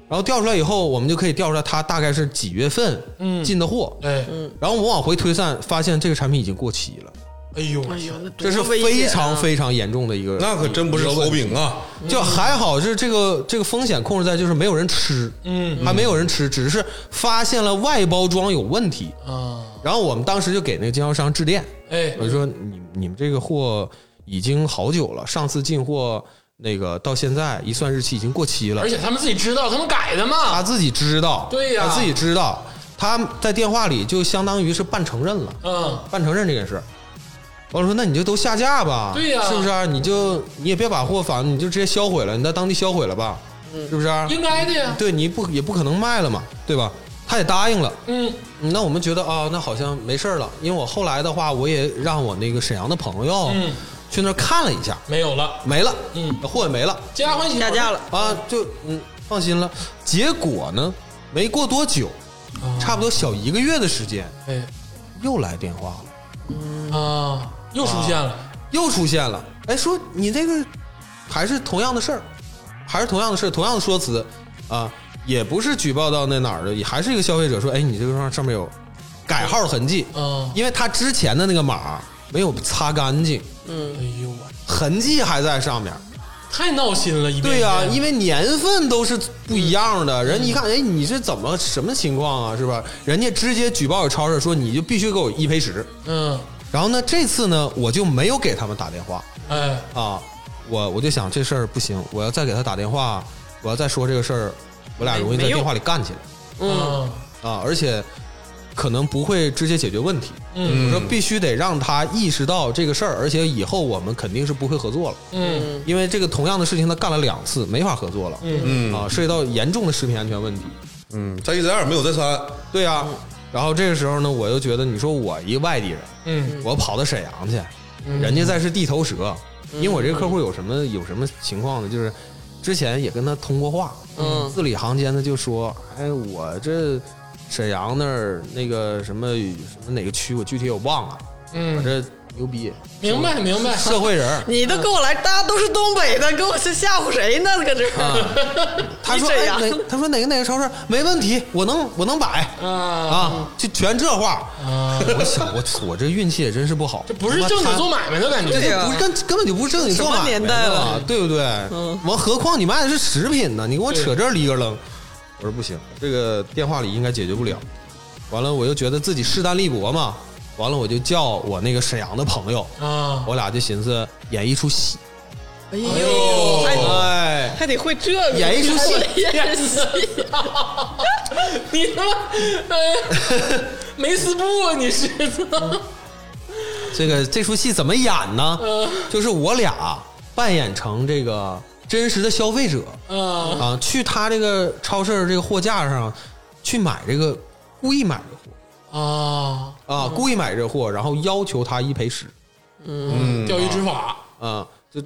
E: 然后调出来以后，我们就可以调出来他大概是几月份
C: 嗯
E: 进的货，
B: 哎，
E: 然后我们往回推算，发现这个产品已经过期了，
B: 哎呦，
C: 哎呦，那多
E: 这是
C: 危险啊嗯
E: 非常非常严重的一个。
D: 那可真不是手柄啊，
E: 就还好是这个这个风险控制在就是没有人吃，
B: 嗯，
E: 还没有人吃，只是发现了外包装有问题，
C: 哦
B: 啊，
E: 然后我们当时就给那个经销商致电，
B: 哎，
E: 我就说你你们这个货已经好久了，上次进货那个到现在一算日期已经过期了
B: 而，且他们自己知道，他们改的嘛，
E: 他自己知道，
B: 对呀
E: 他自己知道，他在电话里就相当于是半承认了，
B: 嗯，
E: 半承认这件事。我说那你就都下架吧，
B: 对呀
E: 是不是、啊？你就你也别把货反，你就直接销毁了，你在当地销毁了吧，
B: 嗯
E: 是不是、啊？
B: 应该的呀，
E: 对你不也不可能卖了嘛，对吧？他也答应了，
B: 嗯，
E: 嗯那我们觉得啊、那好像没事儿了，因为我后来的话，我也让我那个沈阳的朋友
B: 嗯
E: 去那儿看了一下，
B: 没有了，
E: 没了，
B: 嗯
E: 货也没了
B: 皆大欢喜，
C: 下架了，
E: 啊，就嗯放心了。结果呢，没过多久，差不多小一个月的时间，
B: 啊哎，
E: 又来电话了，
B: 啊，又出现了，
E: 又出现了，哎，说你这个还是同样的事儿，还是同样的事儿，同样的说辞啊，也不是举报到那哪儿的，也还是一个消费者说，哎，你这个上上面有改号痕迹，
B: 嗯，
E: 因为他之前的那个码没有擦干净，
B: 哎呦我，
E: 痕迹还在上面。
B: 太闹心了，一遍
E: 对呀、
B: 一遍
E: 因为年份都是不一样的，人一看，哎，你这怎么什么情况啊？是吧？人家直接举报超市说，你就必须给我一赔十。
B: 嗯，
E: 然后呢，这次呢，我就没有给他们打电话
B: 哎，
E: 啊，我我就想这事儿不行，我要再给他打电话，我要再说这个事儿，我俩容易在
C: 没用
E: 电话里干起来
C: 嗯，
B: 嗯，
E: 啊，而且可能不会直接解决问题。
B: 嗯
E: 我说必须得让他意识到这个事儿，而且以后我们肯定是不会合作了，
B: 嗯，
E: 因为这个同样的事情他干了两次，没法合作了。嗯
D: 嗯
E: 啊，涉及到严重的食品安全问题。
D: 嗯，再一再二没有再三，
E: 对呀、然后这个时候呢，我又觉得你说我一外地人，
B: 嗯，
E: 我跑到沈阳去，人家再是地头蛇，因
B: 嗯
E: 为我这个客户有什么有什么情况呢？就是之前也跟他通过话，
C: 嗯
E: 字里行间的就说，哎，我这沈阳那儿那个什么什么哪个区，我具体我忘了，
B: 嗯
E: 我这牛逼，
B: 明白明白，
E: 社会人儿。
C: 你都跟我来，
E: 嗯
C: 大家都是东北的，跟我是吓唬谁呢？搁这
E: 啊
C: 儿，
E: 他说、
C: 你
E: 哎、
C: 这样
E: 哪？他说哪个哪个超市没问题，我能我能摆
B: 啊
E: 啊，就全这话。
B: 啊，
E: 我想我我这运气也真是不好，
B: 这不是正经做
E: 买，
B: 买卖的感觉，
E: 这
C: 对啊
E: 不是根根本就不是正经做
C: 什
E: 买卖
C: 么年代了
E: 对不对？
C: 嗯
E: 完，何况你卖的是食品呢，你给我
B: 对
E: 扯这里个楞，我说不行，这个电话里应该解决不了。完了，我又觉得自己势单力薄嘛，完了我就叫我那个沈阳的朋友，
B: 啊，
E: 我俩就寻思演一出戏，
C: 哎
B: 哎呦
C: 呦，还
E: 哎，
C: 还得会这个
E: 演一出戏
C: 演戏，
B: 你他妈，哎，没撕布啊，你是？
E: 这个这出戏怎么演呢？就是我俩扮演成这个真实的消费者
B: 啊
E: 啊，去他这个超市这个货架上去买这个，故意买这货
B: 啊
C: 嗯
E: 啊，故意买这货，然后要求他一赔十
B: 嗯，钓鱼执法，
E: 啊，就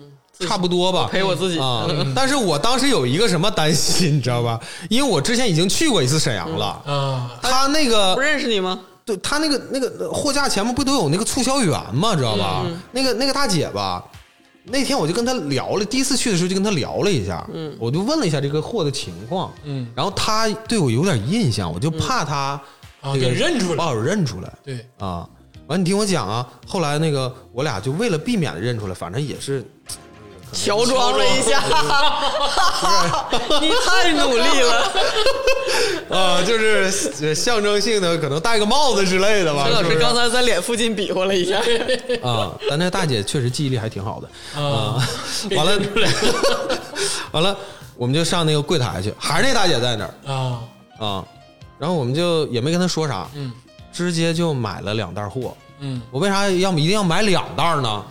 E: 差不多吧。
C: 陪嗯我自己嗯
E: 啊、但是我当时有一个什么担心，你知道吧？因为我之前已经去过一次沈阳了，
C: 嗯
B: 啊，
E: 他那
C: 不
E: 个
C: 认识你吗？
E: 对他那个那个货架前面不都有那个促销员嘛，知道吧？
C: 嗯
E: 那个那个大姐吧。那天我就跟她聊了，第一次去的时候就跟她聊了一下，嗯，我就问了一下这个货的情况，
B: 嗯
E: 然后她对我有点印象，我就
C: 嗯
E: 怕她
B: 啊
E: 这个
B: 给认出来
E: 把我认出来，
B: 对，
E: 啊。完，你听我讲啊，后来那个我俩就为了避免认出来，反正也 是
C: 乔装了一 下， 你太努力了。
E: 啊，就是呃象征性的，可能戴个帽子之类的吧。
C: 陈老
E: 是
C: 师
E: 不是
C: 刚才在脸附近比划了一下，
E: 啊，但那大姐确实记忆力还挺好的啊。 完 了
B: 给认出来，
E: 完了，我们就上那个柜台去，还是那大姐在那儿
B: 啊，
E: 啊。然后我们就也没跟她说啥，
B: 嗯
E: 直接就买了两袋货。
B: 嗯
E: 我为啥要一定要买两袋呢？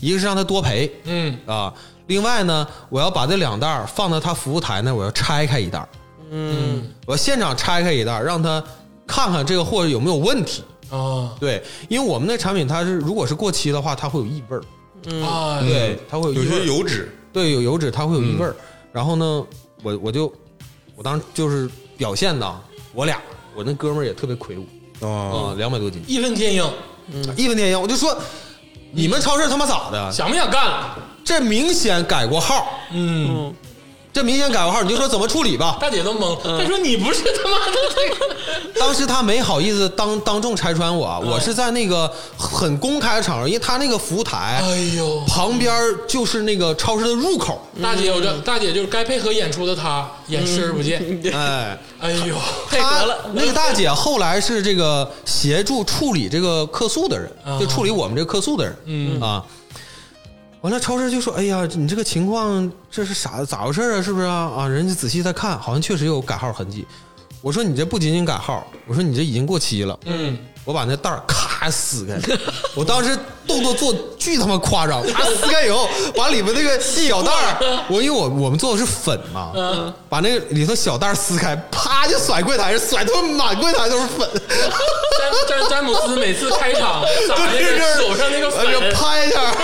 E: 一个是让她多赔
B: 嗯
E: 啊，另外呢，我要把这两袋儿放到她服务台那儿，我要拆开一袋儿，
B: 嗯
E: 我现场拆开一袋儿，让她看看这个货有没有问题。
B: 啊
E: 对，因为我们那产品它是如果是过期的话，它会有异味儿，
B: 啊，
E: 对，它会
D: 有
E: 有异味
D: 些
E: 儿，
D: 油脂，
E: 对，有油脂，它会有异味儿。然后呢，我我就我当时就是表现的，我俩我那哥们儿也特别魁梧
D: 啊，
E: 啊，两百多斤，
B: 义愤填膺，
E: 义愤填膺，我就说你们超市他妈咋的？
B: 想不想干了？
E: 这明显改过号，
B: 嗯，
E: 这明显改过号，你就说怎么处理 吧。
B: 大姐都懵，她说你不是他妈的那个，
E: 当时他没好意思当当众拆穿我，我是在那个很公开的场合，因为他那个服务台
B: 哎呦，
E: 旁边儿就是那个超市的入口。
B: 大姐有这，大姐就是该配合演出的她，演视而不见，
E: 哎，
B: 哎呦，
C: 配合了
E: 她那个大姐后来是这个协助处理这个客诉的人，
B: 啊
E: 就处理我们这个客诉的人。
B: 嗯
E: 啊，完了，超市就说：“哎呀，你这个情况这是啥咋回事啊？是不是啊？啊，人家仔细再看，好像确实有改号痕迹。”我说：“你这不仅仅改号，我说你这已经过期了。”
B: 嗯，
E: 我把那袋儿咔撕开，我当时动作做巨他妈夸张，咔撕开以后，把里面那个小袋儿，我因为我我们做的是粉嘛，
B: 嗯
E: 把那个里头小袋儿撕开，啪就甩柜台上，甩他妈满柜台都是粉，
B: 詹詹詹姆斯每次开场撒那个
E: 对这
B: 手上那个
E: 哎
B: 粉
E: 呀，拍一下。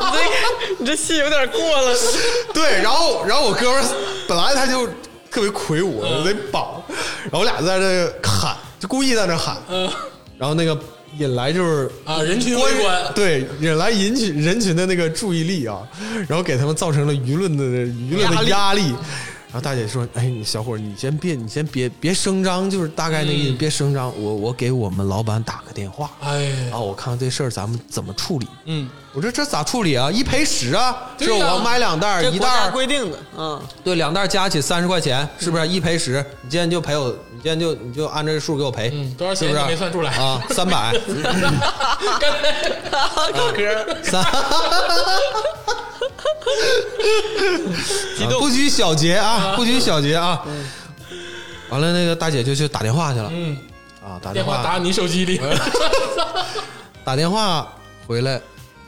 C: 你这你这戏有点过了。
E: 对，然后然后我哥们儿本来他就特别魁梧，
B: 嗯
E: 我得绑，然后我俩在这喊，就故意在那喊，
B: 嗯
E: 然后那个引来就是
B: 啊，人群围观，
E: 对引来引起人群的那个注意力啊，然后给他们造成了舆论的舆论的压力。然后大姐说：“哎，你小伙儿，你先别，你先别，别声张，就是大概那个
B: 嗯
E: 意思，别声张。我我给我们老板打个电话，
B: 哎呀
E: 然，哦后我看看这事儿咱们怎么处理。
B: 嗯，
E: 我说这咋处理啊？一赔十啊，
B: 对
E: 是
B: 呀
E: 我买两袋儿，
C: 这
E: 一
C: 国
E: 袋
C: 家
E: 儿
C: 规定的，嗯，
E: 对，两袋加起三十块钱，是不
B: 嗯
E: 是一赔十？你今天就赔我，你今天就你就按这数给我赔，
B: 嗯多少钱
E: 是不是
B: 你没算出来
E: 啊？三百
B: 刚才
C: 高哥
E: 三，啊不拘小节啊，不拘小节啊。完了，那个大姐就去打电话去了
B: 嗯，
E: 啊，打
B: 电
E: 电
B: 话
E: 话
B: 打你手机里，
E: 打电话回来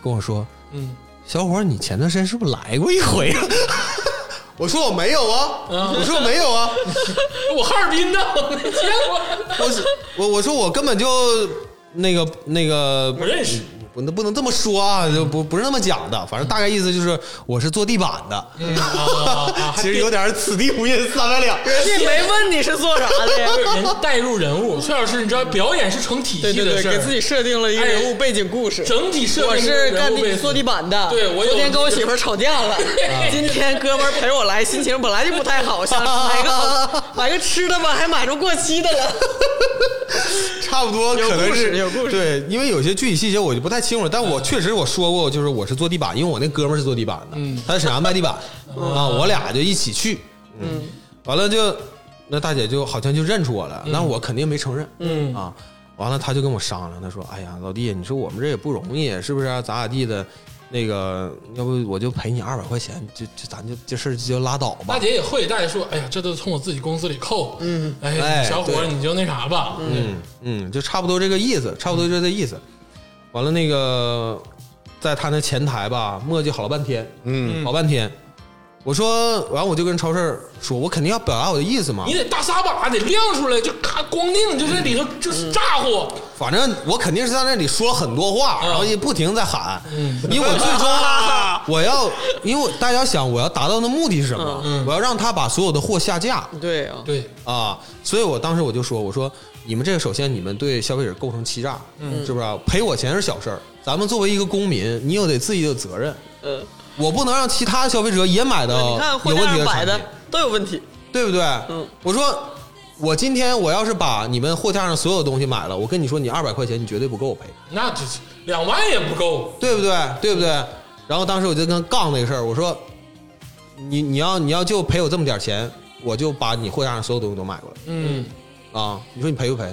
E: 跟我说，
B: 嗯，
E: 小伙儿，你前段时间是不是来过一回啊？ 我说我没有啊，
B: 嗯
E: 我说我没有啊。
B: 我哈尔滨的，我没见过，
E: 我是我我说我根本就那个那个
B: 不认识，
E: 不能不能这么说啊，就不不是那么讲的，反正大概意思就是我是坐地板的，
B: 嗯啊啊，啊
E: 其实有点此地无银三百两。
C: 也没问你是做啥的 呀。
B: 人带入人物，崔老师，你知道表演是成体
C: 对
B: 系
C: 对
B: 的
C: 对，
B: 事
C: 给自
B: 儿，
C: 己设定了一个人物背景故事。
B: 整体设
C: 我
B: 定
C: 是
B: 人
C: 干
B: 物
C: 地
B: 背
C: 坐地
B: 景
C: 板的，
B: 对我有
C: 昨天跟我媳妇儿吵架了，今天哥们儿陪我来，心情本来就不太好，想买个好买个吃的吧，还买着过期的了。
E: 差不多可能是
C: 有故事有故事嗯
E: 对，因为有些具体细节我就不太清楚，但我确实我说过，就是我是坐地板，因为我那哥们儿是坐地板的，
C: 嗯
E: 他在沈阳卖地板啊，我俩就一起去，嗯，完了就那大姐就好像就认出我
C: 嗯
E: 了，那我肯定没承认，嗯啊，完了他就跟我商量，他说：“哎呀，老弟，你说我们这也不容易，是不是啊、咋咋地的？那个，要不我就赔你二百块钱，就就咱就这事儿就拉倒吧
B: 大。”姐也会，大姐说：“哎呀，这都从我自己公司里扣。”嗯，哎，
E: 哎
B: 小伙儿
E: 对
B: 你就那啥吧。嗯，
E: 嗯嗯，就差不多这个意思，差不多就这意思。完了，那个在他那前台吧，磨叽好了半天，
D: 嗯，
E: 好半天，我说完我就跟超市说，我肯定要表达我的意思嘛
B: 你，得大撒把，得亮出来，就咔光腚就在里头就是咋呼，
E: 反正我肯定是在那里说了很多话，然后也不停在喊，因为我最终我要，因为我大家想我要达到的目的是什么？我要让他把所有的货下架
C: 对啊，
B: 对，
E: 啊！所以我当时我就说，我说你们这个首先你们对消费者构成欺诈，嗯，是不是啊？赔我钱是小事儿，咱们作为一个公民，你有得自己有责任，
C: 嗯，
E: 我不能让其他消费者也买到
C: 你看货
E: 哦
C: 架
E: 有问题
C: 上
E: 的
C: 摆
E: 产品
C: 的，都有问题，
E: 对不对？
C: 嗯
E: 我说我今天我要是把你们货架上所有东西买了，我跟你说，你二百块钱你绝对不够我赔，
B: 那这两万也不够，
E: 对不对？对不对？然后当时我就跟他杠那个事儿，我说你你要你要就赔我这么点钱，我就把你货架上所有东西都买过
B: 嗯，
E: 来啊！你说你赔不赔？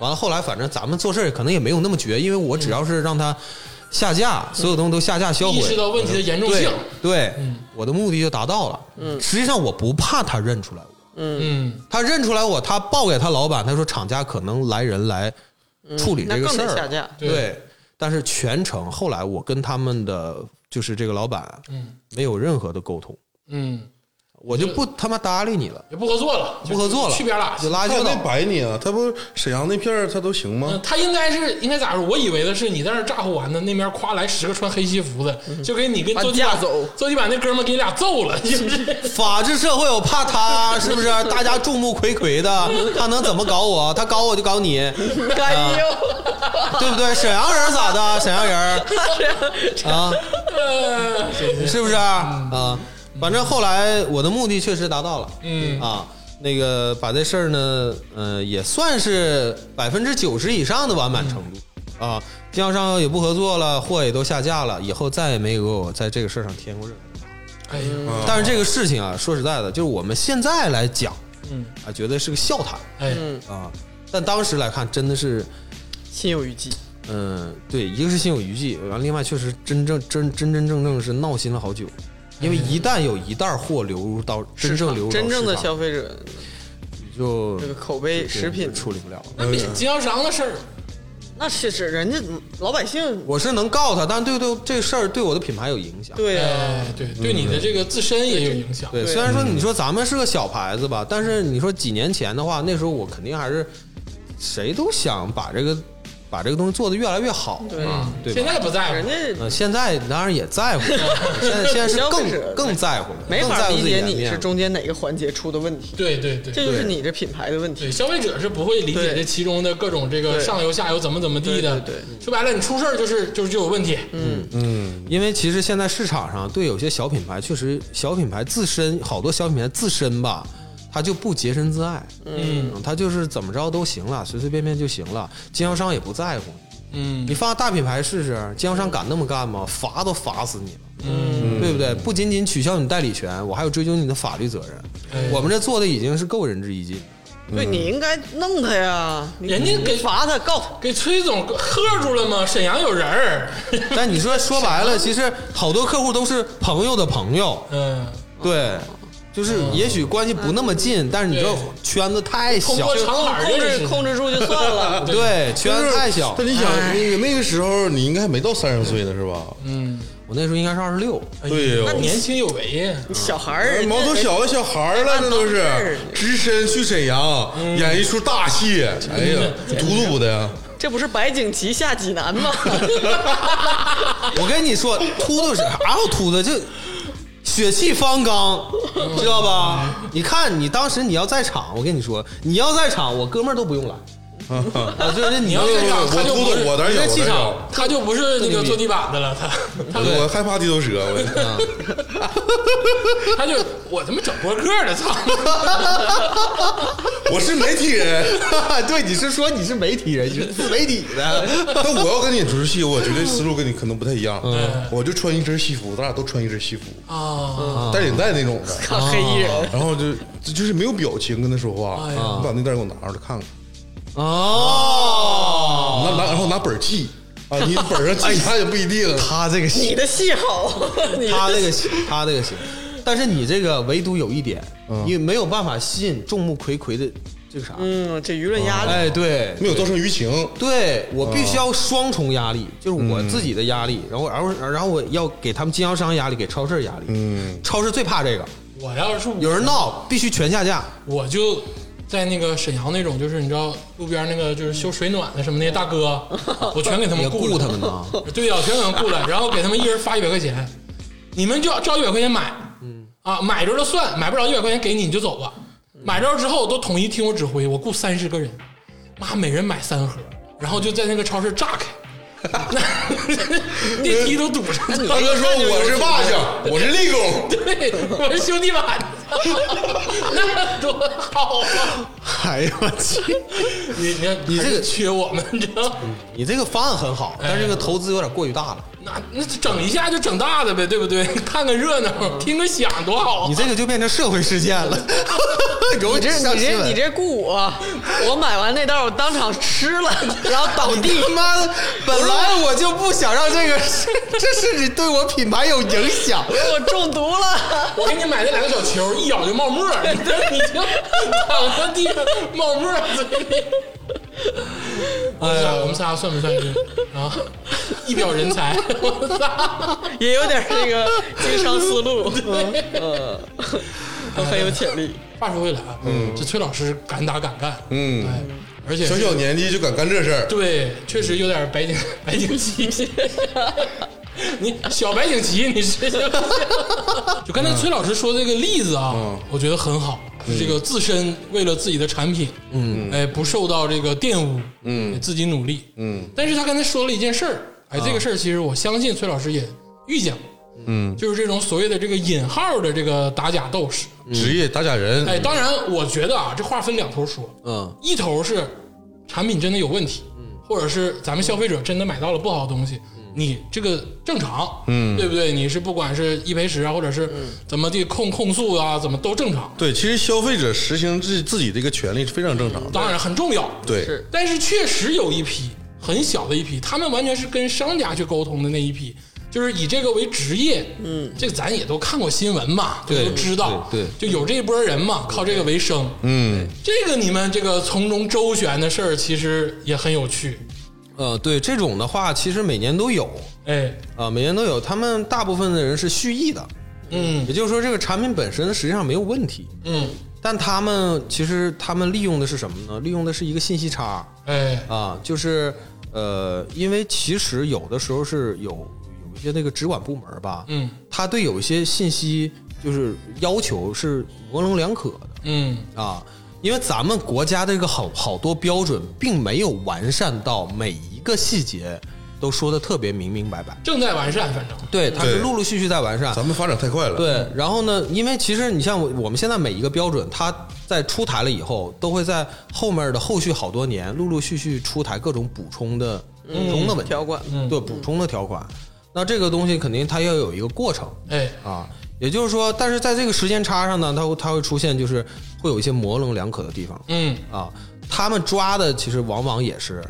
E: 完了，后来反正咱们做事儿可能也没有那么绝，因为我只要是让他下架，所有东西都下架销
B: 嗯
E: 毁，
B: 意识到问题的严重
E: 对
B: 性，
E: 对，
B: 嗯
E: 我的目的就达到了。
C: 嗯
E: 实际上我不怕他认出来我，
B: 嗯，
E: 他认出来我，他报给他老板，他说厂家可能来人来
C: 嗯
E: 处理这
C: 那
E: 个
C: 更
E: 事
C: 得
E: 儿，
C: 下架，
B: 对
E: 对，但是全程后来我跟他们的就是这个老板，
B: 嗯，
E: 没有任何的沟通，
B: 嗯，
E: 我就不他妈搭理你了，
B: 也不合作了，
E: 不合作了，
B: 去边拉
E: 就拉
D: 他
E: 去
D: 没
E: 了。
D: 白你啊，他不沈阳那片儿他都行吗？
B: 嗯，他应该是应该咋说？我以为的是你在那儿咋呼完呢，那边夸来十个穿黑西服的，就给你跟
C: 把你
B: 坐地板
C: 架走
B: 坐地板那哥们儿给你俩揍了，是不 是？
E: 法治社会，我怕他是不是？大家众目睽睽的，他能怎么搞我？他搞我就搞你，
C: 哎呦，
E: 对不对？沈阳人咋的？沈阳人啊，
B: 呃
E: 是不是啊？反正后来我的目的确实达到了，
B: 嗯
E: 啊，那个把这事儿呢，呃，也算是百分之九十以上的完满程度、啊。经销商也不合作了，货也都下架了，以后再也没给我在这个事儿上添过任何。
B: 哎呀，
D: 啊
E: 但是这个事情啊，说实在的，就是我们现在来讲
B: 嗯，
E: 啊，觉得是个笑谈
B: 哎，
E: 啊，但当时来看，真的是，
C: 心有余悸，
E: 嗯、对，一个是心有余悸，完了另外确实真正真真真正正是闹心了好久，因为一旦有一袋货流入到真正流入到
C: 真正的
E: 市场
C: 消费者
E: 你就
C: 这个口碑食品
E: 就处理不了了。
B: 那别经销商的事儿，
C: 那是是人家老百姓，
E: 我是能告他，但对对这事儿对我的品牌有影响。
C: 对啊，
B: 哎，对，对你的这个自身也有影响，
E: 对，
C: 对嗯
E: 虽然说你说咱们是个小牌子吧，但是你说几年前的话，那时候我肯定还是谁都想把这个把这个东西做得越来越好
C: 对
E: 啊，对
B: 嗯现
E: 吧？
B: 在不在
C: 人
B: 乎，
C: 家
E: 呃，现在当然也在 乎，现在现在是
C: 消费者
E: 更更在乎了，
C: 没
E: 更
C: 法
E: 在乎
C: 理
E: 自己
C: 解
E: 的
C: 你
E: 面
C: 是
E: 子
C: 中间哪个环节出的问题，
B: 对对对
C: 这就是你这品牌的问
B: 对，
C: 题，
B: 消费者是不会理解
C: 对
B: 这其中的各种这个
C: 对
B: 上游下游怎么怎么地的。
C: 对对
B: 说白了，你出事儿就是就是就有问题。
C: 嗯，
D: 嗯，
E: 因为其实现在市场上对有些小品牌，确实小品牌自身好多小品牌自身吧，它就不洁身自爱，
B: 嗯
E: 嗯，它就是怎么着都行了，随随便便就行了，经销商也不在乎。
B: 嗯
E: 你放大品牌试试，经销商敢那么干吗？罚都罚死你了，
B: 嗯，
E: 对不对？不仅仅取消你代理权，我还有追究你的法律责任。
B: 哎
E: 我们这做的已经是够仁至义尽了。
C: 对你应该弄他呀，你
B: 人家给
C: 你罚他告他，
B: 给崔总喝住了吗？沈阳有人儿。
E: 但你说说白了，其实好多客户都是朋友的朋友，
B: 嗯，
E: 对，就是也许关系不那么近，但是你这
B: 对
E: 圈子太
B: 通
E: 小
B: 过，
C: 就
B: 长
C: 控
B: 哪儿
C: 控
B: 认识
C: 制
B: 的，
C: 控制住就算了
E: 对，圈
D: 但
E: 子
D: 是
E: 太小。
D: 但你想，那个那个时候你应该还没到三十岁呢，是吧？
B: 嗯，
E: 我那时候应该是二十六，
D: 对哦
B: 那
D: 哟，
B: 年轻有为呀。
C: 你小孩儿，
D: 嗯哎毛头小个小孩儿了，这都是只身去沈阳演一出大戏，哎呀，读读的呀，
C: 这不是白景琦下济南 吗？
E: 我跟你说，秃的是啥叫秃的？就血气方刚，
B: 嗯
E: 知道吧？你看，你当时你要在场，我跟你说，你要在场，我哥们儿都不 用来啊，就是你
B: 你要
E: 在
B: 在场，他就不是
D: 我秃子我当然有
B: 你在气
D: 我当然有
B: 场，他就不是那个坐地板的了，他他
D: 我害怕地头蛇，我
B: 他就我他妈整播客的，操！
D: 我是媒体人，
E: 对，你是说你是媒体人，你是自媒体的，
D: 但我要跟你演出戏，我绝对思路跟你可能不太一样，嗯我就穿一身西服，咱俩都穿一身西服，
B: 啊，
D: 带领带那种的，
C: 看黑衣
E: 哦
C: 人，
D: 然后就就就是没有表情跟他说话，
B: 哎
D: 你把那袋给我拿出来看看，
E: 哦。
D: 拿拿然后拿本儿记啊，你本儿上记啥也不一定，
E: 他这个
C: 你
E: 行，
C: 的戏好，你的
E: 他这个行，他这个行，但是你这个唯独有一点，你没有办法吸引众目睽睽的这个啥？
C: 嗯，这舆论压力，
E: 哎，对，
D: 没有造成舆情，
E: 对我必须要双重压力，就是我自己的压力，然后然后然后我要给他们经销商压力，给超市压力。
D: 嗯，
E: 超市最怕这个，
B: 我要是
E: 有人闹必须全下架。
B: 我就在那个沈阳那种，就是你知道路边那个就是修水暖的什么那些大哥，我全给他
E: 也
B: 们雇
E: 雇
B: 了
E: 他们呢，
B: 对呀、全给他们雇了，然后给他们一人发一百块钱，你们就照一百块钱买，嗯啊，买着了算，买不着一百块钱给你你就走吧。买着之后都统一听我指挥，我雇三十个人，妈每人买三盒，然后就在那个超市炸开。 那电梯都堵上了。
D: 大哥说我是霸将，我是立功，
B: 对，我是兄弟吧，那多好啊！
E: 哎呀我去！
B: 你你
E: 你这个
B: 还是缺我们，你知道？
E: 你这个方案很好，但是这个投资有点过于大了。
B: 那那整一下就整大的呗，对不对？看个热闹，听个响，多好啊！
E: 你这个就变成社会事件了， 给我
C: 你这
E: 哎上
C: 你
E: 新
C: 这
E: 闻
C: 你这雇我，我买完那袋儿我当场吃了，然后倒地
E: 你。他妈的！本来我就不想让这个， 这是你对我品牌有影响。
C: 我中毒了，
B: 我给你买那两个小球，一咬就冒沫儿，你这你就躺在地上冒沫儿嘴里。哎呀，我们仨算不算是啊？一表人才，我们仨
C: 也有点这个经商思 路，嗯，很有潜力。
B: 话说回来啊，嗯，这崔老师敢打敢干，
D: 嗯
B: 哎，而且
D: 小小年纪就敢干这事儿，
B: 对，确实有点白景白景 琦，你小白景琦，你是就刚才崔老师说这个例子啊，我觉得很好。这个自身为了自己的产品，嗯，哎，不受到这个玷污，嗯，自己努力，嗯。但是他刚才说了一件事儿，哎，这个事儿其实我相信崔老师也遇见过，嗯，就是这种所谓的这个引号的这个打假斗士，
D: 职业打假人，
B: 哎，当然，我觉得啊，这话分两头说，
E: 嗯，
B: 一头是产品真的有问题，或者是咱们消费者真的买到了不好的东西，你这个正常，嗯，对不对？你是不管是一赔十啊，或者是怎么地控控诉啊，怎么都正常，
D: 对，其实消费者实行自自己这个权利是非常正常的，
B: 当然很重要，
D: 对，
C: 是
B: 但是确实有一批很小的一批，他们完全是跟商家去沟通的那一批，就是以这个为职业。嗯，这个咱也都看过新闻嘛，
E: 对
B: 都知道，
E: 对
B: 就有这一波人嘛，靠这个为生。嗯，这个你们这个从中周旋的事儿，其实也很有趣。
E: 呃，对这种的话，其实每年都有
B: 哎，
E: 啊、每年都有。他们大部分的人是蓄意的，
B: 嗯
E: 也就是说，这个产品本身实际上没有问题，
B: 嗯，
E: 但他们其实他们利用的是什么呢？利用的是一个信息差啊、
B: 哎，
E: 就是呃，因为其实有的时候是有有一些那个直管部门吧，
B: 嗯
E: 他对有一些信息就是要求是模棱两可的，
B: 嗯，
E: 啊，因为咱们国家的这个好好多标准并没有完善到每一个细节都说的特别明明白白，
B: 正在完善，反正
E: 对，它是
D: 对
E: 陆陆续续在完善。
D: 咱们发展太快了，，
E: 对，然后呢？因为其实你像我，我们现在每一个标准，它在出台了以后，都会在后面的后续好多年，陆陆续续出台各种补充的、补充的问
C: 嗯
E: 题
C: 条款嗯
E: 对补充的条款。那这个东西肯定它要有一个过程，
B: 哎，
E: 啊，也就是说，但是在这个时间差上呢，它会它会出现就是会有一些模棱两可的地方
B: 嗯
E: 啊。他们抓的其实往往也是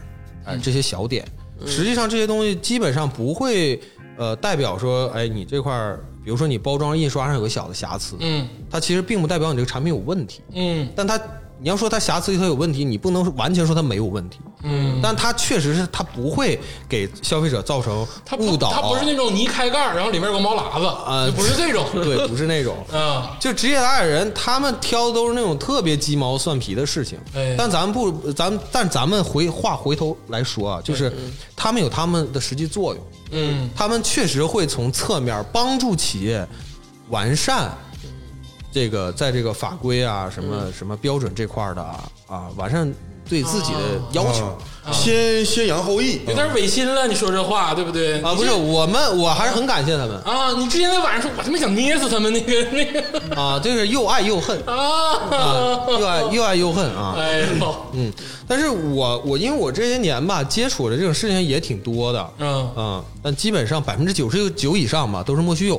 E: 哎
B: 嗯
E: 这些小点，实际上这些东西基本上不会呃代表说哎你这块儿，比如说你包装印刷上有个小的瑕疵，
B: 嗯
E: 它其实并不代表你这个产品有问题，
B: 嗯
E: 但它你要说它瑕疵它有问题，你不能完全说它没有问题。
B: 嗯，
E: 但它确实是它不会给消费者造成
B: 他不
E: 误导，
B: 他不是那种你一开盖儿，然后里面有个毛喇子，
E: 啊
B: 就不是这种，
E: 对，不是 那种，
B: 啊，
E: 就职业打野人，他们挑的都是那种特别鸡毛蒜皮的事情。
B: 哎
E: 但咱们不，咱们但咱们回话回头来说啊，就是他们有他们的实际作用，
B: 嗯。
E: 他们确实会从侧面帮助企业完善这个在这个法规啊、什么什么标准这块儿的啊啊，完善对自己的要求。
D: 啊，先先扬后抑，
B: 有点违心了，你说这话对不对？
E: 啊，不是，我们我还是很感谢他们
B: 啊，你之前在晚上说，我他妈想捏死他们那个那个
E: 啊，就是又爱又恨啊，
B: 啊，
E: 又爱又爱又恨啊。
B: 哎呦，
E: 嗯，但是我我因为我这些年吧，接触的这种事情也挺多的，
B: 嗯
E: 嗯，但基本上百分之九十九以上吧，都是莫须有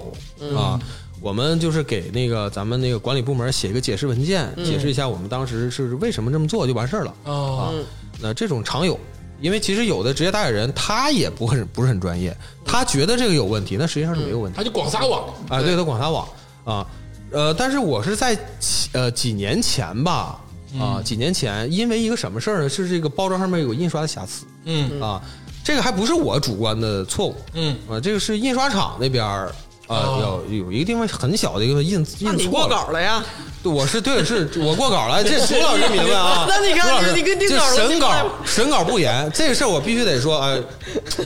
E: 啊。我们就是给那个咱们那个管理部门写一个解释文件，解释一下我们当时是为什么这么做就完事儿了啊
B: 哦，。
E: 那这种常有，因为其实有的职业代理人他也不很不是很专业，他觉得这个有问题，那实际上是没有问题的。
B: 他就广撒网，
E: 啊，对，他广撒网啊，呃，但是我是在几呃几年前吧，
C: 嗯
E: 啊，几年前因为一个什么事儿呢？是这个包装上面有印刷的瑕疵
B: 嗯
E: 啊，这个还不是我主观的错误，
B: 嗯
E: 啊，这个是印刷厂那边儿啊，
B: 哦
E: 有有一个地方很小的一个印
C: 那
E: 印
C: 你
E: 错
C: 过
E: 了，
C: 稿了呀？？
E: 对我是对是我过稿了，这朱老师明白啊
C: 那你看
E: 朱老师
C: 你跟定
E: 这
C: 稿了
E: 审
C: 你
E: 稿
C: 看
E: 审稿不严，这个事儿我必须得说，哎，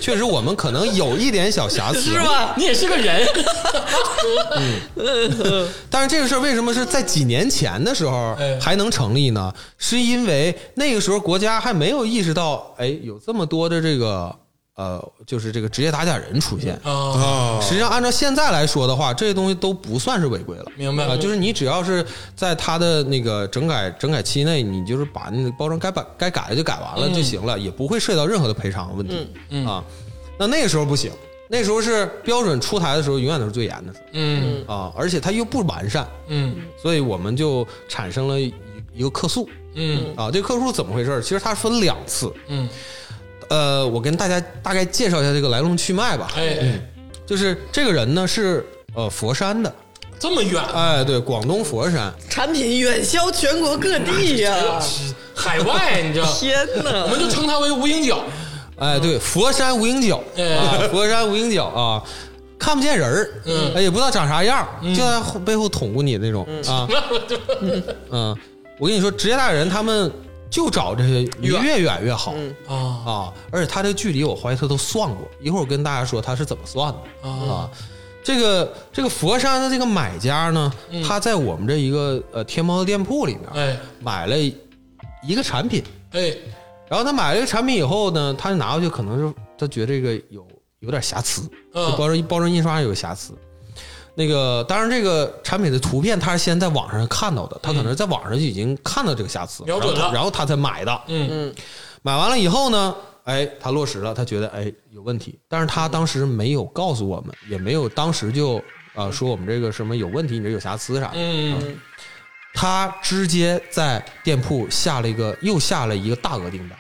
E: 确实我们可能有一点小瑕疵，
C: 是吧？
B: 你也是个人，
E: 但是这个事儿为什么是在几年前的时候
B: 哎
E: 还能成立呢？是因为那个时候国家还没有意识到，哎，有这么多的这个呃，就是这个职业打假人出现。
B: 啊，
D: 啊，
E: 实际上，按照现在来说的话，这些东西都不算是违规了。
B: 明白
E: 啊、就是你只要是在它的那个整改整改期内，你就是把那个包装该把该改的就改
B: 嗯
E: 完了就行了，也不会涉及到任何的赔偿问题、啊。那那个时候不行，那时候是标准出台的时候，永远都是最严的时候
B: 嗯
E: 啊，而且它又不完善，
B: 嗯
E: 所以我们就产生了一一个客诉
B: 嗯
E: 啊。这个客诉怎么回事？其实它分两次。
B: 嗯，
E: 呃，我跟大家大概介绍一下这个来龙去脉吧。
B: 哎哎，
E: 嗯就是这个人呢是呃佛山的，
B: 这么远，啊
E: 哎，对，广东佛山。
C: 产品远销全国各地呀！
B: 海外，你知 道，
C: 天
B: 我
C: 哪！
B: 们就称它为无影脚，
E: 哎，对，佛山无影脚，
B: 哎
E: 啊，佛山无影脚啊，看不见人儿，
B: 嗯
E: 哎，也不知道长啥样儿，就在后背后捅咕你那种啊，嗯，我跟你说，职业大人他们就找这些离越远越好
B: 啊
E: 啊，而且他这个距离，我怀疑他都算过，一会儿我跟大家说他是怎么算的啊。这个这个佛山的这个买家呢，他在我们这一个呃天猫的店铺里面
B: 嗯哎
E: 买了一个产品，
B: 哎，
E: 然后他买了这个产品以后呢，他就拿回去，可能是他觉得这个有有点瑕疵，
B: 嗯
E: 就包装包装印刷上有瑕疵。那个当然，这个产品的图片他是先在网上看到的，他可能在网上就已经看到这个瑕疵，
B: 嗯瞄准了
E: 然后他然后他才买的。
B: 嗯
E: 买完了以后呢，哎，他落实了，他觉得哎有问题，但是他当时没有告诉我们，也没有当时就呃说我们这个什么有问题，你这有瑕疵啥的，
B: 嗯，
E: 他直接在店铺下了一个又下了一个大额订单。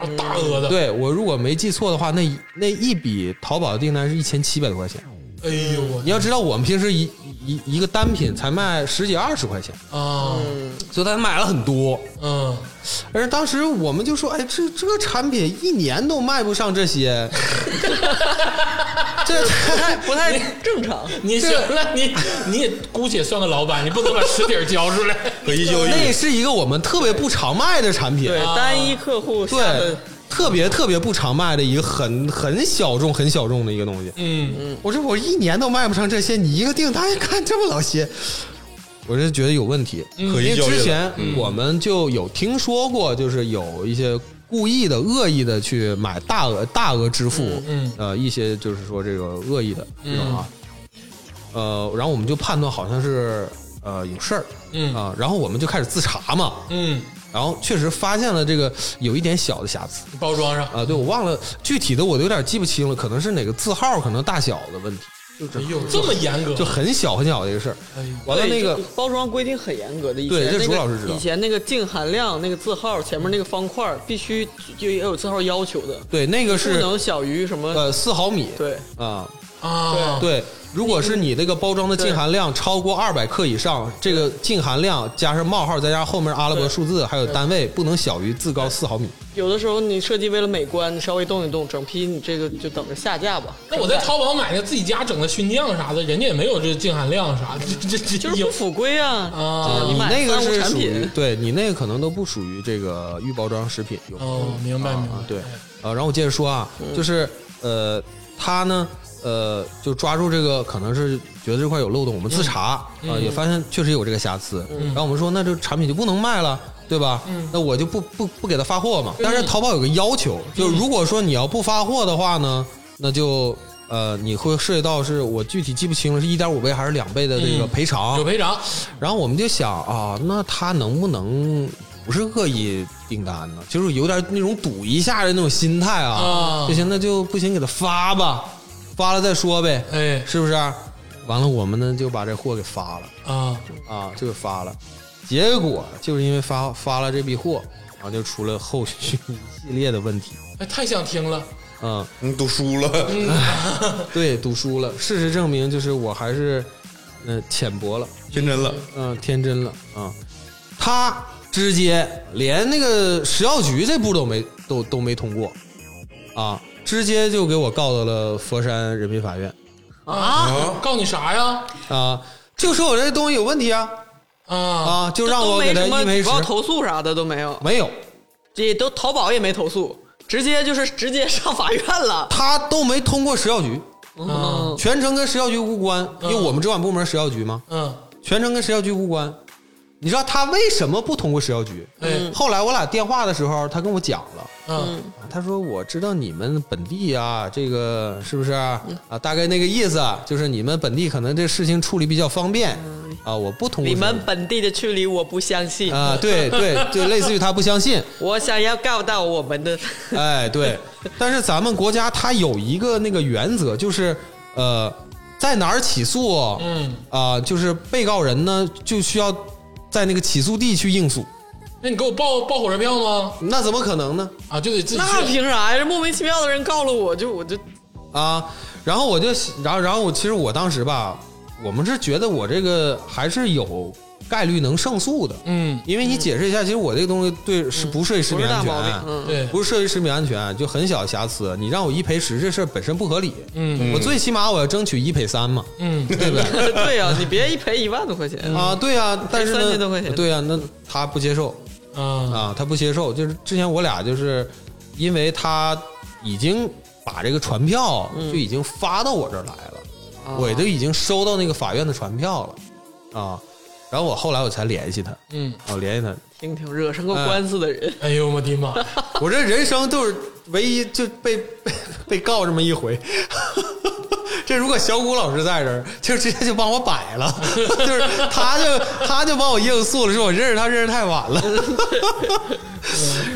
B: 啊大鹅的，
E: 对我如果没记错的话，那一那一笔淘宝的订单是一千七百多块钱。
B: 哎呦我
E: 你要知道，我们平时一一一个单品才卖十几二十块钱，
B: 啊
E: 所以他买了很多。
B: 嗯，
E: 而当时我们就说：“哎，这这个产品一年都卖不上 这些，这
C: 不太不太正常，
B: 你行了， 你你也姑且算个老板，你不能把实底儿交出来，
D: 可一交易
E: 那是一个我们特别不常卖的产品。”
C: 对单一客户下
E: 啊对
C: 的，
E: 特别特别不常卖的一个很很小众、很小众的一个东西。
B: 嗯
E: 我说我一年都卖不上这些，你一个订单看这么老些，我是觉得有问题。
B: 嗯
D: 可
E: 因
D: 一
E: 为
D: 交易
E: 之
D: 了
E: 前我们就有听说过，就是有一些故意的、恶意的去买大额大额支付，
B: 嗯
E: 呃，一些就是说这个恶意的这种啊，呃，然后我们就判断好像是呃有事儿，
B: 嗯
E: 啊，然后我们就开始自查嘛，
B: 嗯，
E: 然后确实发现了这个有一点小的瑕疵。
B: 包装上，
E: 啊，对，我忘了具体的，我都有点记不清了，可能是哪个字号，可能大小的问题，
B: 哎呦这么严格，
E: 就很小很小的一个事儿。
B: 哎呦
E: 完了那个
C: 对就包装规定很严格的，以前
E: 对这
C: 那
E: 朱
C: 个
E: 老师知道
C: 以前那个净含量、那个字号前面那个方块必须就也有字号要求的，
E: 对，那个
C: 不
E: 是
C: 能小于什么？
E: 呃四毫米，
C: 对，
E: 啊，
B: 啊，
E: 对。如果是你这个包装的净含量超过二百克以上，这个净含量加上冒号，再加上后面阿拉伯数字，还有单位，不能小于字高四毫米。
C: 有的时候你设计为了美观，你稍微动一动，整批你这个就等着下架吧。
B: 那我在淘宝买的自己家整的熏酱啥的，人家也没有这净含量啥的，这这这
C: 就是不符规啊，
B: 啊
C: 就是
E: 你
C: 买
E: 那个
C: 三无
E: 是
C: 产
E: 属于
C: 品，
E: 对你那个可能都不属于这个预包装食品有
B: 哦，明白明
E: 啊
B: 白，，
E: 对，呃，然后我接着说啊，
B: 嗯
E: 就是呃，他呢，呃，就抓住这个，可能是觉得这块有漏洞，我们自查，
B: 嗯
E: 啊，也发现确实有这个瑕疵，然后我们说，那这产品就不能卖了。对吧？
B: 嗯
E: 那我就不不不给他发货嘛。但是淘宝有个要求，就
B: 嗯
E: 如果说你要不发货的话呢，那就呃你会涉及到是我具体记不清了，是一点五倍还是两倍的这个
B: 嗯
E: 赔偿。
B: 有赔偿，
E: 然后我们就想啊，那他能不能不是恶意订单呢？就是有点那种赌一下的那种心态啊，
B: 啊
E: 就行，那就不行，给他发吧，发了再说呗，
B: 哎
E: 是不是？完了，我们呢就把这货给发了
B: 啊，
E: 啊，就给发了。结果就是因为发发了这批货，然后就出了后续一系列的问题。
B: 哎，太想听了，
E: 嗯，
D: 嗯都输了，
B: 嗯
E: 对，赌输了。事实证明，就是我还是嗯、呃浅薄了。
D: 天真了，
E: 嗯，天真了啊、他直接连那个食药局这步都没都都没通过啊，直接就给我告到了佛山人民法院
B: 啊！告你啥呀？
E: 啊，就说我这东西有问题啊
B: 啊，
E: 啊，就
C: 这
E: 让
C: 都
E: 我
C: 没
E: 给他
C: 什么
E: 一赔
C: 举
E: 十，
C: 报投诉啥的都没有，
E: 没有，
C: 这都淘宝也没投诉，直接就是直接上法院了。
E: 他都没通过食药局，
C: 嗯，
E: 全程跟食药局无关，因为
B: 嗯
E: 我们主管部门食药局嘛，
B: 嗯，
E: 全程跟食药局无关。你知道他为什么不通过食药局？
B: 哎，
C: 嗯
E: 后来我俩电话的时候，他跟我讲了。
B: 嗯，
E: 他说：“我知道你们本地啊，这个是不是啊？大概那个意思啊，就是你们本地可能这事情处理比较方便啊。我不通过
C: 你们
E: 这
C: 本地的区里我不相信
E: 个，啊，对对，就类似于他不相信，
C: 我想要告到我们的，
E: 哎，对。但是咱们国家它有一个那个原则，就是呃，在哪儿起诉，
B: 嗯
E: 啊，就是被告人呢就需要在那个起诉地去应诉，
B: 那你给我报报火车票吗？
E: 那怎么可能呢？
B: 啊，就得自己
C: 那
B: 去。
C: 凭啥呀？莫名其妙的人告了我就我就
E: 啊，然后我就，然后然后我其实我当时吧，我们是觉得我这个还是有概率能胜诉的，
B: 嗯，
E: 因为你解释一下，其实我这个东西对是不涉及食
C: 不
E: 品
C: 是
E: 安
C: 大
E: 全啊
C: 毛病，，嗯，
B: 对，
E: 不是涉及食品安全，就很小瑕疵，你让我一赔十这事儿本身不合理，
B: 嗯
E: 我最起码我要争取一赔三嘛，
B: 嗯
E: 对不对？
C: 对呀、你别一赔一万多块钱，
E: 啊，对呀、但
C: 嗯
E: 是
C: 三千多块
E: 呢，
C: 钱
E: 对呀、那他不接受，
B: 啊
E: 啊，他不接受。就是之前我俩就是因为他已经把这个传票就已经发到我这儿来了，我都已经收到那个法院的传票了啊。然后我后来我才联系他，
B: 嗯，
E: 我联系他，
C: 听听惹上过官司的人，
B: 哎呦我的 妈！
E: 我这人生就是唯一就被被被告这么一回。 这如果小谷老师在这儿，就直接就帮我摆了， 就是他就他就帮我应诉了，说我认识他认识太晚了。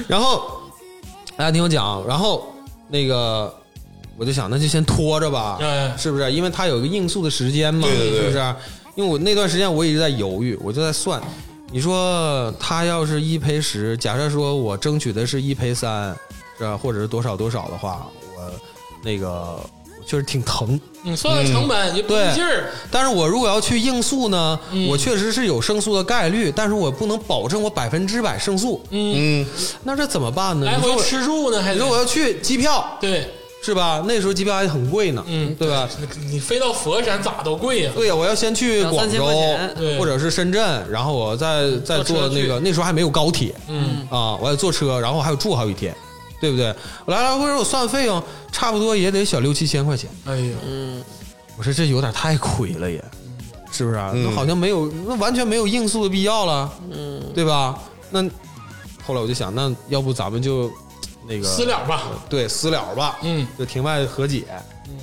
E: 然后大家听我讲，然后那个我就想，那就先拖着吧，
B: 哎
E: 是不是？因为他有一个应诉的时间嘛，
D: 对对对
E: 是不是？因为我那段时间我一直在犹豫，我就在算，你说他要是一赔十，假设说我争取的是一赔三，是吧？或者是多少多少的话，我那个确实挺疼。
B: 你嗯算算成本也不对劲儿，
E: 但是我如果要去应诉呢，
B: 嗯
E: 我确实是有胜诉的概率，但是我不能保证我百分之百胜诉，
B: 嗯，
D: 嗯，
E: 那这怎么办呢？
B: 来
E: 你说
B: 回
E: 我，
B: 吃住呢还
E: 你
B: 得
E: 说我要去机票，
B: 对，
E: 是吧？那时候机票还很贵呢，
B: 嗯
E: 对吧？
B: 你飞到佛山咋都贵呀，
E: 对呀，我要先去
C: 两
E: 广
C: 三千
E: 州
C: 块钱
B: 对
E: 或者是深圳，然后我再再坐
C: 坐车
E: 那个，
C: 去
E: 那时候还没有高铁
B: 嗯
E: 啊，我还坐车，然后还有住好几天，对不对？我来来回回我算费用，差不多也得小六七千块钱。
B: 哎呦，
E: 我说这有点太亏了也，是不是啊？那
D: 嗯
E: 好像没有，那完全没有应诉的必要了，嗯，对吧？那后来我就想，那要不咱们就那个
B: 私了吧，
E: 对，私了吧，
B: 嗯，
E: 就庭外和解，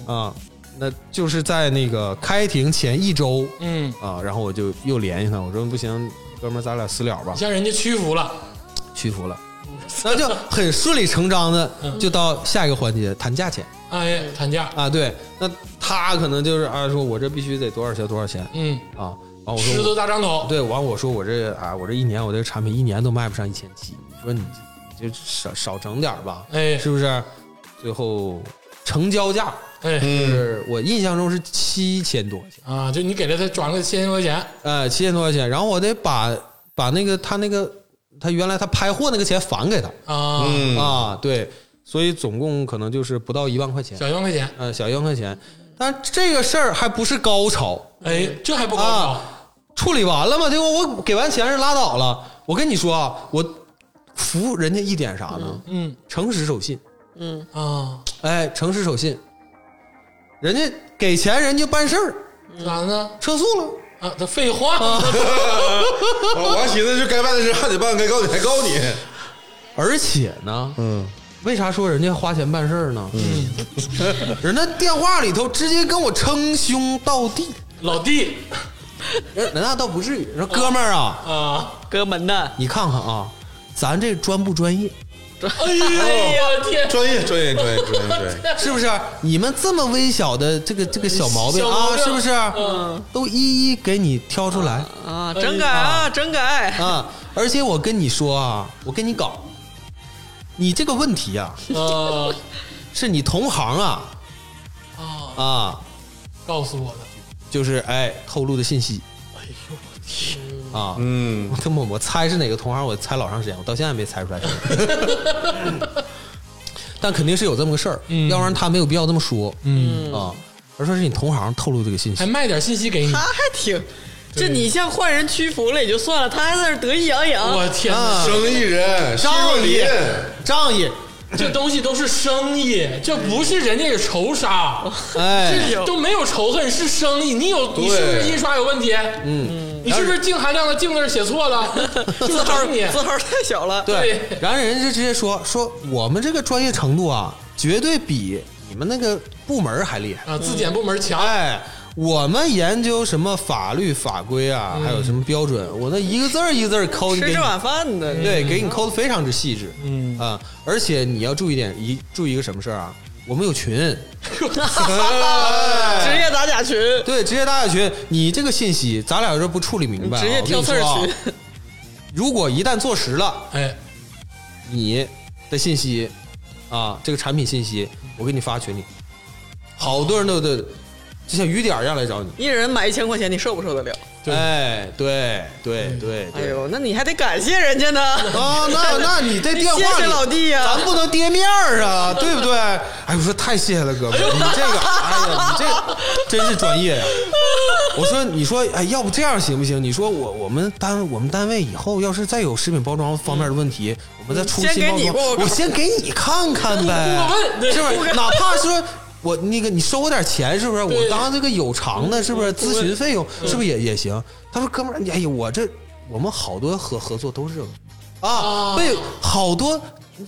E: 啊，那就是在那个开庭前一周
B: 嗯，
E: 啊，然后我就又联系他，我说不行，哥们儿，咱俩私了吧，
B: 让人家屈服了，
E: 屈服了， 那就很顺理成章
B: 嗯
E: 的就到下一个环节谈价钱
B: 哎，谈价，
E: 啊，对，那他可能就是啊，说我这必须得多少钱多少钱
B: 嗯，
E: 啊，完我
B: 狮
E: 说
B: 子大张口，
E: 对，完我说我这啊，我这一年我这个产品一年都卖不上一千七，你说你你就少少整点儿吧，
B: 哎
E: 是不是？最后成交价
B: 哎
E: 嗯
D: 嗯
E: 是我印象中是七千多块钱，
B: 啊，就你给了他转了千块钱，
E: 呃，七千多块钱，然后我得把把那个他那个他原来他拍货那个钱返给他、
B: 啊，
D: 嗯
E: 啊，对，所以总共可能就是不到一万块钱，
B: 小一万块钱，
E: 呃，小一万块钱，但这个事儿还不是高潮，
B: 哎，
E: 嗯
B: 这还不高招，
E: 处理完了吗？结果我给完钱是拉倒了，我跟你说啊，我服人家一点啥呢？
B: 嗯
E: 诚实守信，
B: 啊，
E: 哎，诚实守信，人家给钱人家办事儿，
B: 咋的呢？
E: 撤诉了。
B: 啊，他废话，
D: 我我还寻思是该办的事还得办，该告你还 告你，
E: 而且呢，
D: 嗯，
E: 为啥说人家花钱办事儿呢？ 人家电话里头直接跟我称兄道弟，
B: 老弟
E: 人人那倒不至于。
B: 哦
E: 说哥们儿啊，
B: 啊，
C: 哥们呐，
E: 你看看啊，咱这专不专业？
B: 哎呀天，
E: 哎
D: 专业专业专业专业专业，
E: 是不是？你们这么微小的这个这个小毛病
B: 小毛
E: 啊，
B: 病嗯
E: 是不是？都一一给你挑出来
C: 啊，整改啊，整改，
E: 啊！而且我跟你说啊，我跟你搞，你这个问题啊，
B: 啊，
E: 是你同行啊
B: 啊，
E: 啊，
B: 告诉我的，
E: 就是哎透露的信息。
B: 哎呦我天，
E: 啊，
D: 嗯，
E: 我他妈我猜是哪个同行，我猜老长时间，我到现在没猜出来是谁。 但肯定是有这么个事儿，
B: 嗯
E: 要不然他没有必要这么说。嗯啊，而说是你同行透露这个信
B: 还
E: 息，
B: 卖点信息给你
E: 啊
C: 他，还挺，这你向坏人屈服了也就算了，他还在那儿得意洋洋。
B: 我天哪！
E: 啊
D: 生意人，施
E: 仗
D: 若
E: 义
D: 林，
E: 仗义，
B: 这东西都是生意，这不是人家有仇杀，
E: 哎，
B: 这都没有仇恨，是生意。你有你是不是印刷有问题？嗯，你是不是净含量的“净”字写错 了？是不
C: 字
B: 是
C: 号
B: 整你？
C: 字号太小了，
E: 对
B: 对。
E: 然后人家就直接说说我们这个专业程度啊，绝对比你们那个部门儿还厉害。
C: 嗯
B: 啊，质检部门强，
E: 哎，我们研究什么法律法规啊，还有什么标准，我那一个字儿一个字儿抠，你
C: 嗯吃
E: 给
C: 这
E: 你嗯
C: 碗饭呢。
E: 对，给你抠的非常之细致。嗯啊，而且你要注意点一注意一个什么事儿啊？我们有群，
C: 哎
E: 哎
C: 职业打假群，
E: 对，职业大家群，你这个信息咱俩要是不处理明白、啊，
C: 职业挑刺
E: 我
C: 儿
E: 跟你说啊
C: 群，
E: 如果一旦坐实了
B: 哎，
E: 你的信息啊，这个产品信息，我给你发群里，好多人都都就像雨点儿一样来找你。
C: 一人买一千块钱，你受不受得了？
E: 哎，对对对
C: 哎
E: 对。
C: 呦，那你还得感谢人家 呢。
E: 啊，那那你这电话里，
C: 谢谢老弟呀
E: 咱不能跌面儿啊，对不 对？哎，我说太谢谢了，哥们儿，你这个，哎呀，你这真是专业呀、我说，你说，哎，要不这样行不行？你说我我们单我们单位以后要是再有食品包装方面的问题，我们再出
C: 先
E: 新
C: 给
E: 包
C: 你过
E: 装，
C: 过
E: 我先给你看看呗
B: 过问，对
E: 是不
B: 过
E: 是？
B: 问
E: 哪怕说。我那个，你收我点钱是不是？我
B: 对
E: 当这个有偿的，是不是？咨询费用是不是也
C: 嗯
E: 也行？他说：“哥们儿，哎呀，我这我们好多合合作都是这个，啊，
B: 啊
E: 被好多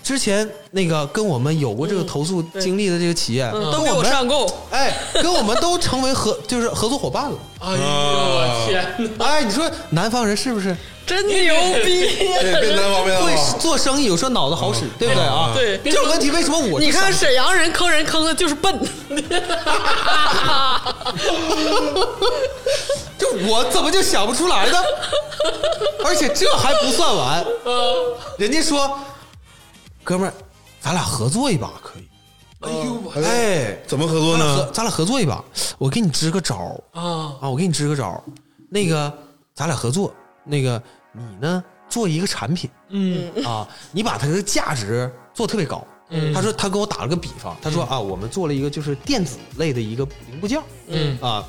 E: 之前那个跟我们有过这个投诉经历的这个企业，
C: 嗯
E: 跟
C: 都给
E: 我
C: 我
E: 们
C: 上供，
E: 哎，跟我们都成为合 就是合作伙伴了。
B: 哎呦
D: 啊
B: 我天哪！
E: 哎，你说南方人是不是
C: 真牛逼！
D: 对，哎 啊别南方，别南
E: 会
D: 方，
E: 做生意？有说脑子好使，对不对啊？
C: 对
E: 这种问题为什么我就
C: 你看
E: 想
C: 沈阳人坑人坑的就是笨，
E: 这我怎么就想不出来 呢？而且这还不算完，
C: 嗯
E: 人家说，哥们儿，咱俩合作一把可以。
B: 哎呦我
E: 哎，
D: 怎么合作
E: 咱俩
D: 呢
E: 合？咱俩合作一把，我给你支个招儿
B: 啊，
E: 啊，我给你支个招儿，那个咱俩合作，那个你呢做一个产品，
B: 嗯
E: 啊，你把它的价值做特别高。他说他跟我打了个比方，他说啊，我们做了一个就是电子类的一个零部件儿，
B: 嗯
E: 啊，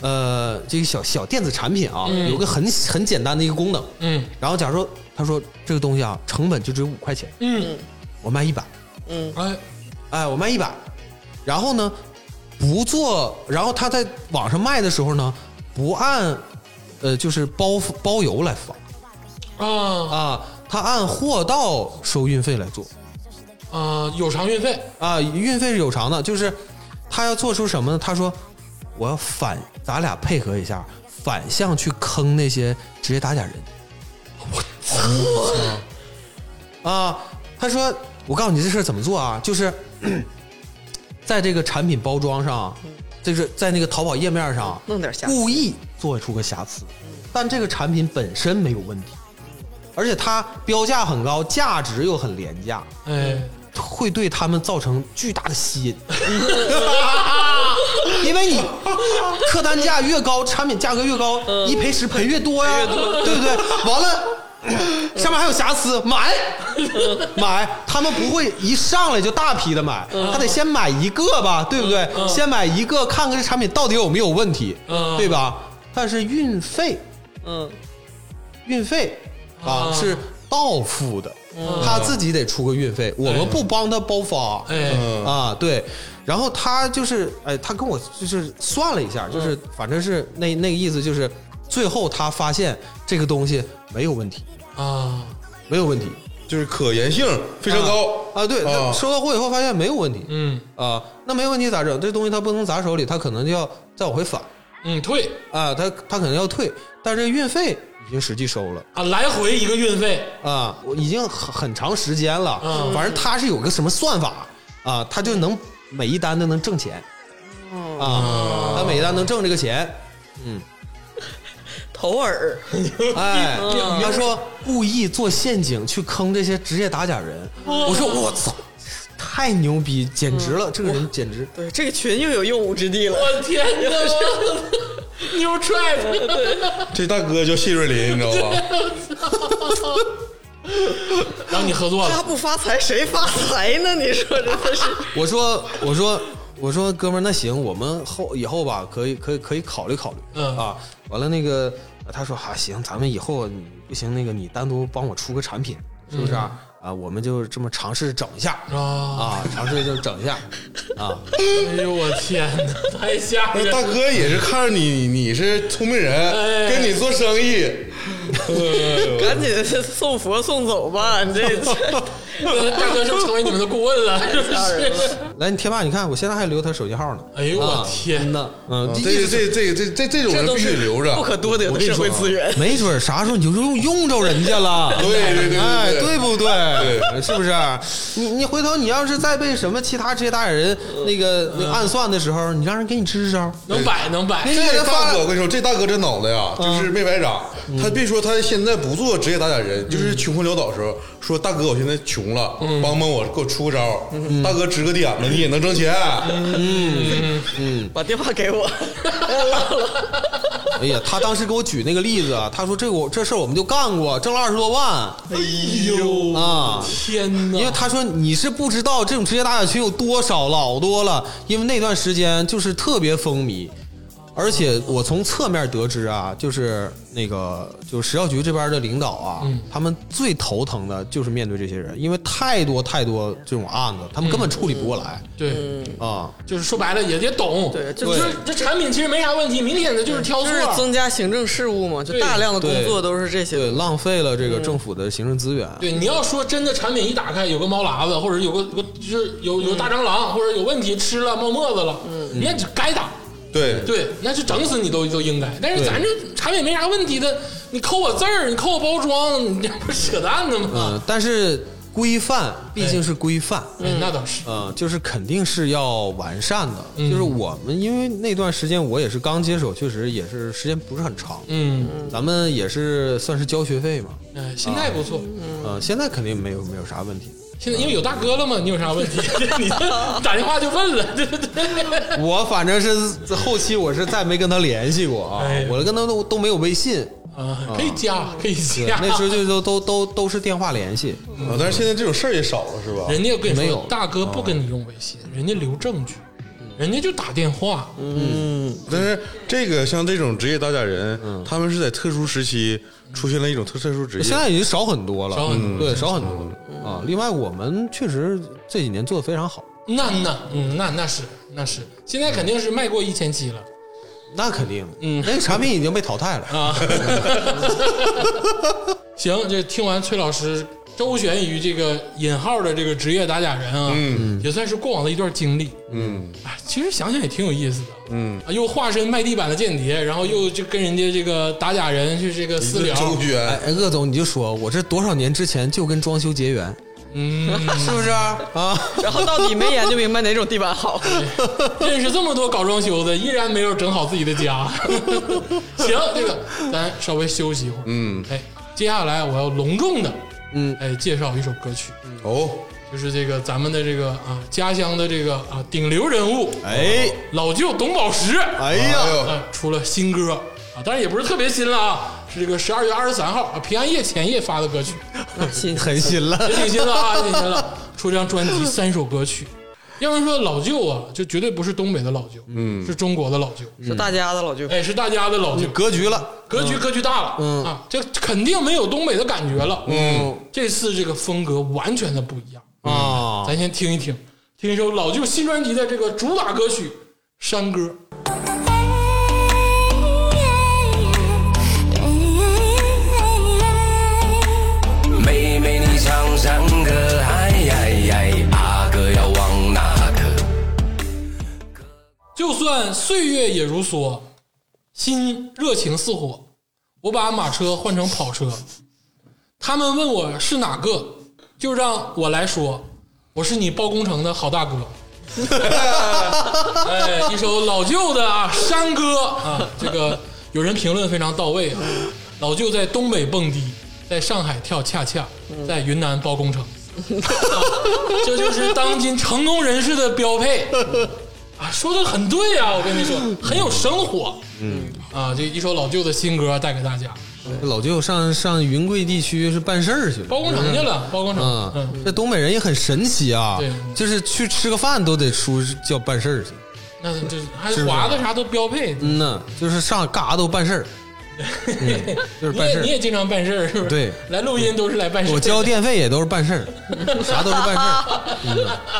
E: 呃，这个小小电子产品啊，有个很很简单的一个功能。
B: 嗯
E: 然后假如说他说这个东西啊，成本就只有五块钱，
B: 嗯，
E: 我卖一百，
B: 哎
E: 哎，我卖一百，然后呢，不做，然后他在网上卖的时候呢，不按呃就是包包邮来发
B: 啊
E: 啊，他按货到收运费来做
B: 啊，有偿运费
E: 啊，运费是有偿的，就是他要做出什么呢？他说我要反，咱俩配合一下，反向去坑那些职业打假人。
C: 哦
E: 我操！啊，他说我告诉你这事儿怎么做啊，就是在这个产品包装上，就是在那个淘宝页面上
C: 弄点瑕疵
E: 故意做出个瑕疵，但这个产品本身没有问题，而且它标价很高，价值又很廉价，
B: 哎，
E: 会对他们造成巨大的吸引， 因为你客单价越高，产品价格越高，一赔十赔越多呀，对不对？完了。上面还有瑕疵，买买，他们不会一上来就大批的买，他得先买一个吧，对不对？先买一个，看看这产品到底有没有问题，
B: 嗯
E: 对吧？但是运费
C: 嗯，
E: 运费啊
B: 啊
E: 是到付的，他自己得出个运费，我们不帮他包发。
B: 哎
D: 嗯
E: 啊，对，然后他就是，哎，他跟我就是算了一下，就是
B: 嗯
E: 反正是那那个意思，就是最后他发现这个东西没有问题，
B: 啊
E: 没有问题，
D: 就是可沿性非常高
E: 啊，对，他收到货以后发现没有问题，
B: 哦嗯
E: 啊，那没有问题咋整？这东西他不能砸手里，他可能就要再往回返，
B: 嗯退
E: 啊，他他可能要退，但是运费已经实际收了。
B: 啊，来回一个运费
E: 啊，我已经很很长时间了，
B: 嗯
E: 反正他是有个什么算法啊，他就能每一单都能挣钱，啊，他每一单能挣这个钱，
C: 头耳，
E: 哎，他说故意做陷阱去坑这些职业打假人，
B: 哦
E: 我说我操，太牛逼，简直了，这个人简直
B: 哎
C: 对，这个群又有用武之地了。
B: 我天哪！ 牛踹
D: 这大哥叫谢瑞麟，你知道吧？
B: 然后你喝多
C: 他
B: 了，
C: 不发财谁发财呢？你说真的 是，
E: 我说，我说，我说，哥们儿，那行，我们后以后吧，可以，可以，可以考虑考虑。
B: 嗯
E: 啊，完了那个，呃他说啊，行，咱们以后你不行，那个你单独帮我出个产品，是不是啊？啊，我们就这么尝试整一下
B: 嗯啊
E: 啊，尝试就整一下啊。
B: 哎呦我天哪，太吓人
D: 那哎大
B: 了！
D: 哥也是看着你，你是聪明人，
B: 哎
D: 跟你做生意，
C: 赶紧送佛送走吧， 你这
B: 大哥是不是成为你们的顾问了？是不是？
E: 来，你贴吧，你看，我现在还留他手机号呢。
B: 哎呦我天
E: 呐，
B: 哦
E: 嗯，
D: 这这这这这这这种人
C: 都
D: 必须
C: 是
D: 留着，
C: 不可多得
D: 我
C: 的
D: 跟你
C: 社
E: 啊
D: 说
C: 会资源。
E: 没准儿啥时候你就用用着人家了，
D: 对对对对对
E: 哎， 对不对？是不是？你你回头你要是再被什么其他这些大人那个那个暗算的时候，你让人给你支招，
B: 能摆能摆，
E: 那
D: 这
E: 个
D: 大
E: 发
D: 哥，我跟你说，这大哥这脑袋呀，就是没白长。他别说他现在不做职业打假人，就是穷困潦倒的时候，说大哥，我现在穷了，帮帮我，给我出个招。大哥支个点子，你也能挣钱。
C: 把电话给 我，
E: 哎呀，他当时给我举那个例子啊，他说这个我这事儿我们就干过，挣了二十多万
B: 哎呦
E: 啊。
B: 天哪！
E: 因为他说你是不知道这种职业打假群有多少，老多了。因为那段时间就是特别风靡，而且我从侧面得知啊，就是那个就是食药局这边的领导啊，他们最头疼的就是面对这些人，因为太多太多这种案子，他们根本处理不过来
B: 对，
E: 啊。
B: 就是说白了也也懂，
C: 对就
B: 就是是这产品其实没啥问题，明显的就是挑
C: 就
B: 错
C: 是
B: 儿，
C: 增加行政事务嘛，就
B: 对
C: 大量的工
E: 对
C: 作都是这
E: 对，
C: 些。
E: 浪费了这个政府的行政资源。
B: 对，你要说真的，产品一打开有个猫喇子，或者有个有个就是有有大蟑螂，或者有问题吃了冒沫子了，嗯，那就该打，
D: 对，
B: 对，那就整死你都都应该。但是咱这产品没啥问题的，你扣我字儿，你扣我包装，你这不是扯淡呢吗？
E: 嗯，但是规范毕竟是规范，
B: 哎那倒是，
E: 呃，就是肯定是要完善的。
B: 嗯
E: 就是我们因为那段时间我也是刚接手，确实也是时间不是很长，
B: 嗯，
E: 咱们也是算是交学费嘛。
B: 哎，心态不错。
E: 呃，现在肯定没有没有啥问题。
B: 现在因为有大哥了嘛，你有啥问题？ 你这打电话就问了，对不对？ 啊
E: 我反正是后期我是再没跟他联系过啊
B: 哎，
E: 我跟他都都没有微信，
B: 啊，可以加，可以
E: 对
B: 加。
E: 那时候就都都都都是电话联系。
B: 嗯
D: 啊但是现在这种事儿也少了，是吧？
B: 人家跟你
E: 没
B: 说
E: 有，
B: 大哥不跟你用微信，人家留证据，人家就打电话。
D: 但是这个像这种职业打假人，他们是在特殊时期出现了一种特特殊职
E: 现
D: 业。
E: 在已经少很多了，
B: 少很多
E: 嗯对，少很多了啊。另外，我们确实这几年做的非常好，
B: 那那嗯，那那是那是，现在肯定是卖过一千七了
E: 那肯定，
B: 嗯
E: 那个产品已经被淘汰了。
B: 啊。行，这听完崔老师周旋于这个引号的这个职业打假人啊，嗯，也算是过往的一段经历。
D: 嗯
B: 哎，其实想想也挺有意思的。
D: 嗯，
B: 啊，又化身卖地板的间谍，然后又就跟人家这个打假人去这个私聊，
D: 周
E: 哎
D: 娟，
E: 哎，鄂总，你就说我这多少年之前就跟装修结缘，
B: 嗯，
E: 是不是啊？啊
C: 然后到底没研究明白哪种地板 好，
B: 认识这么多搞装修的，依然没有整好自己的家。 行，这个咱稍微休息一会儿。
D: 嗯
B: 哎，接下来我要隆重的，
E: 嗯，
B: 哎，介绍一首歌曲，
D: 哦，
B: 就是这个咱们的这个啊家乡的这个啊顶流人物
E: 哎
B: 老舅董宝石，
E: 哎
D: 哎
E: 呀，
D: 呦，
B: 呃，出了新歌啊，当然也不是特别新了啊，是这个十二月二十三号啊平安夜前夜发的歌曲，
C: 心
E: 狠心了，
B: 也挺新了啊，也挺新了，出这张专辑三首歌曲。要是说老舅啊，就绝对不是东北的老舅，嗯，是中国的老舅，
C: 是大家的老舅。
B: 哎，是大家的老舅，
E: 格局了，
B: 格局格局大了，
E: 嗯
B: 啊，这肯定没有东北的感觉了，嗯，这次这个风格完全的不一样，
E: 啊，
B: 咱先听一听，听一首老舅新专辑的这个主打歌曲《山歌》。
F: 妹妹你唱山歌，哎呀呀，阿哥要往哪个？
B: 就算岁月也如梭，心热情似火。我把马车换成跑车，他们问我是哪个，就让我来说，我是你包工程的好大哥。哎，一首老舅的啊山歌啊，这个有人评论非常到位啊。老舅在东北蹦迪，在上海跳恰恰，在云南包工程，啊这就是当今成功人士的标配。啊，说的很对啊，我跟你说，
E: 嗯
B: 很有生活。嗯啊，这一首老舅的新歌带给大家，
E: 老舅上上云贵地区是办事儿去了。
B: 嗯包工程去了，包工程。嗯，
E: 嗯，这东北人也很神奇啊
B: 对，
E: 就是去吃个饭都得出叫办事儿去。
B: 那这还华子啥都标配，
E: 嗯呐，就是上干啥都 办事儿，嗯，就是
B: 你
E: 办
B: 也
E: 事
B: 你
E: 儿。
B: 也经常办事儿是不是？
E: 对
B: 来录音都是来办事儿。
E: 我交电费也都是办事儿，啥都是办事儿。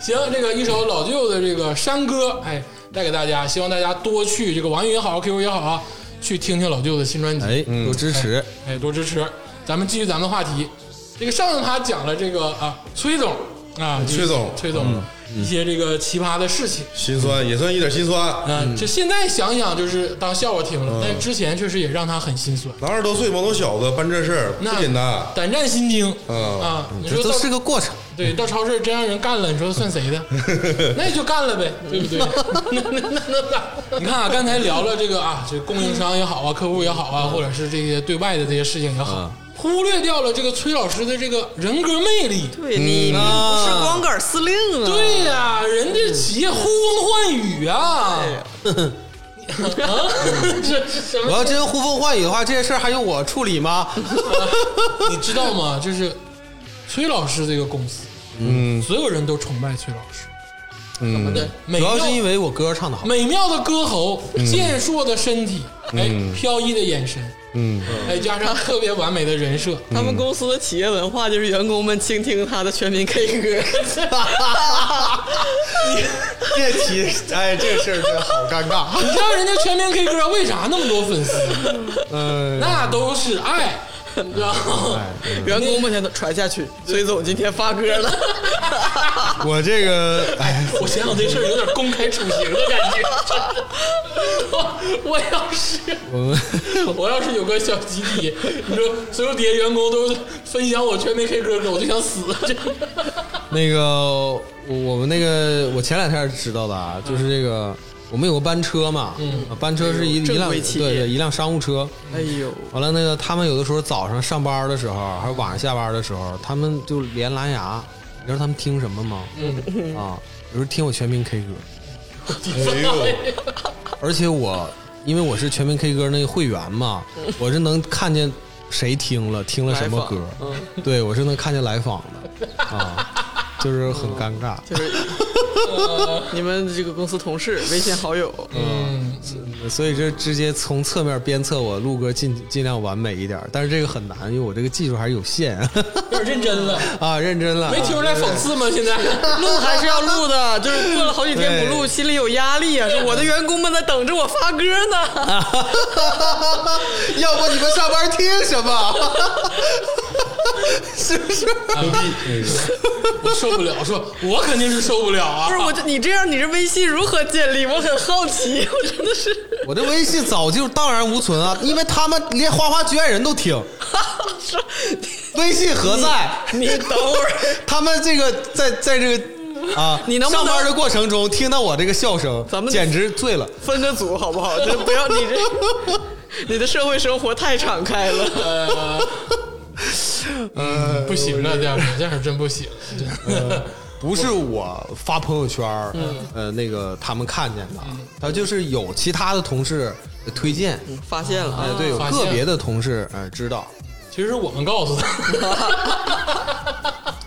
B: 行，这个一首老舅的这个山歌，哎，带给大家，希望大家多去这个网易也好，QQ 也好啊，去听听老舅的新专辑，
E: 哎，多支持。
B: 哎，多支持。咱们继续咱们话题，这个上次他讲了这个啊，崔总啊，就是
D: 崔总嗯
B: 崔总、一些这个奇葩的事情。
D: 心酸也算一点心酸。
B: 嗯，这现在想想就是当笑话听
D: 嗯
B: 了，但之前确实也让他很心酸，
D: 那二十多岁毛头小子办这事儿
B: 那
D: 不简单，啊
B: 胆战心惊。
D: 嗯
B: 啊，你
E: 这
B: 说
E: 都
B: 到
E: 是个过程，
B: 对，到超市真让人干了，你说算谁的？ 那也就干了呗，对不 对？那那那那咋？你看啊，刚才聊了这个啊，这供应商也好啊，客户也好啊，或者是这些对外的这些事情也好，忽略掉了这个崔老师的这个人格魅力。
C: 对你并不是光杆司令啊，
B: 对呀、人家企业呼风唤雨啊！啊，这是什
E: 我
B: 么？
E: 要真呼风唤雨的话，这些事儿还用我处理吗？
B: 你知道吗？就是崔老师这个公司，嗯，所有人都崇拜崔老师，怎么的？主
E: 主要是因
B: 为。
E: 为我歌唱的好。
B: 美妙的歌喉，健硕的身体，哎，飘逸的眼神，嗯，哎，加上特别完美的人设，
C: 他们公司的企业文化就是员工们倾听他的全民 K 歌，
E: 别提，哎，这个事儿真的好尴 尬。
B: 你知道人家全民 K 歌为啥那么多粉丝？
E: 嗯，
B: 那都是爱，你知道吗？
C: 员工们全都传下去。崔总今天发歌了，
E: 我这个，哎，
B: 我想想这事儿有点公开处刑的感觉， 我我要是
E: 我们
B: 我要是有个小集体，你说所有底下员工都分享我全民 K 歌歌，我就想死， 真的
E: 那个我我们那个我前两天知道的啊，就是这个我们有个班车嘛，啊班车是一一
C: 嗯正
E: 辆
C: 规
E: 对
C: 企业
E: 对一辆商务车。
C: 哎呦，
E: 完了，那个他们有的时候早上上班的时候，还有晚上下班的时候，他们就连蓝牙，你知道他们听什么吗？
C: 嗯
E: 啊，有时候听我全民 K 歌，
D: 哎呦，
E: 而且我因为我是全民 K 歌那个会员嘛，我是能看见谁听了听了什么歌，对我是能看见来访的啊，就是很尴尬。
C: 就是你们这个公司同事、微信好友，
E: 所以这直接从侧面鞭策我录歌尽尽量完美一点，但是这个很难，因为我这个技术还是有限
B: 有点认真了。
E: 啊，认真了。
B: 没听出来讽刺吗？现在
C: 录还是要录的，就是过了好几天不录，心里有压力啊。说我的员工们在等着我发歌 呢，
E: 要不你们上班听什么？
B: 我受不了，说我肯定是受不了啊！
C: 不是我这你这样，你这微信如何建立？我很好奇，我真的是
E: 我这微信早就荡然无存啊，因为他们连花花绝爱人都听，微信何在？
C: 你等会儿，
E: 他们这个在在这个啊，
C: 你能不能
E: 上班的过程中听到我这个笑声，
C: 咱们
E: 简直醉了。
C: 分个组好不好？这不要你这， 你的社会生活太敞开了。
B: 嗯不行了，这样这样真不行。
E: 不是我发朋友圈儿，
C: 嗯
E: 呃，那个他们看见的，他就是有其他的同事推荐，
C: 发现了
E: 哎，
C: 啊，
E: 对，有
B: 发现
E: 个别的同事呃知道，
B: 其实是我们告诉他，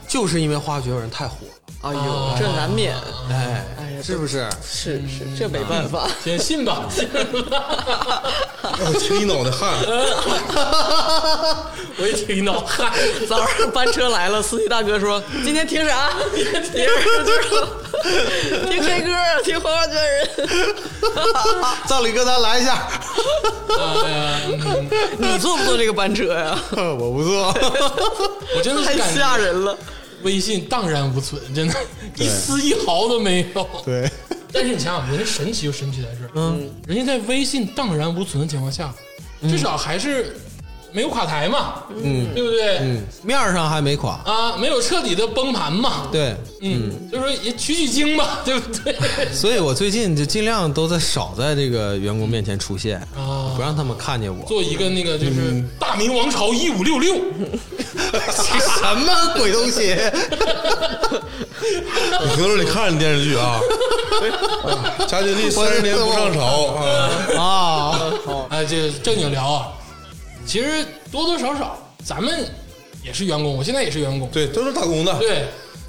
E: 就是因为花学人太火了，
C: 哎呦，这难免，
E: 哎
C: 哎呀，
E: 是不是？
C: 是是，这没办法。
B: 先信吧。
D: 让我起一脑袋汗。
B: 我一听 到，嗨，
C: 早上班车来了，司机大哥说：“今天听 啥？别人就说 听 K 歌，听花花绝人。
E: 赵磊哥，咱来一下，
C: 你坐不坐这个班车呀？
E: 我不做，
B: 我真的
C: 太
B: 是感
C: 吓
B: 觉
C: 人了。
B: 微信荡然无存，真的，一丝一毫都没有。
E: 对，
B: 但是你想想，人家神奇就神奇在这儿，嗯，人家在微信荡然无存的情况下，至少还是没有垮台嘛，嗯，对不对？
E: 嗯，面儿上还没垮，
B: 啊，没有彻底的崩盘嘛，
E: 对，
B: 嗯，就说也取取经吧，对不对？
E: 所以我最近就尽量都在少在这个员工面前出现，
B: 啊
E: 不让他们看见我。
B: 嗯做一个那个就是《大明王朝一五六六》
E: 什么鬼 东西？
D: 你哥们，你看着电视剧 啊，啊家庭力三十年不上朝啊，
E: 啊，
B: 哎，这个正经聊啊，其实多多少少咱们也是员工，我现在也是员工，
D: 对，都是打工的，
B: 对，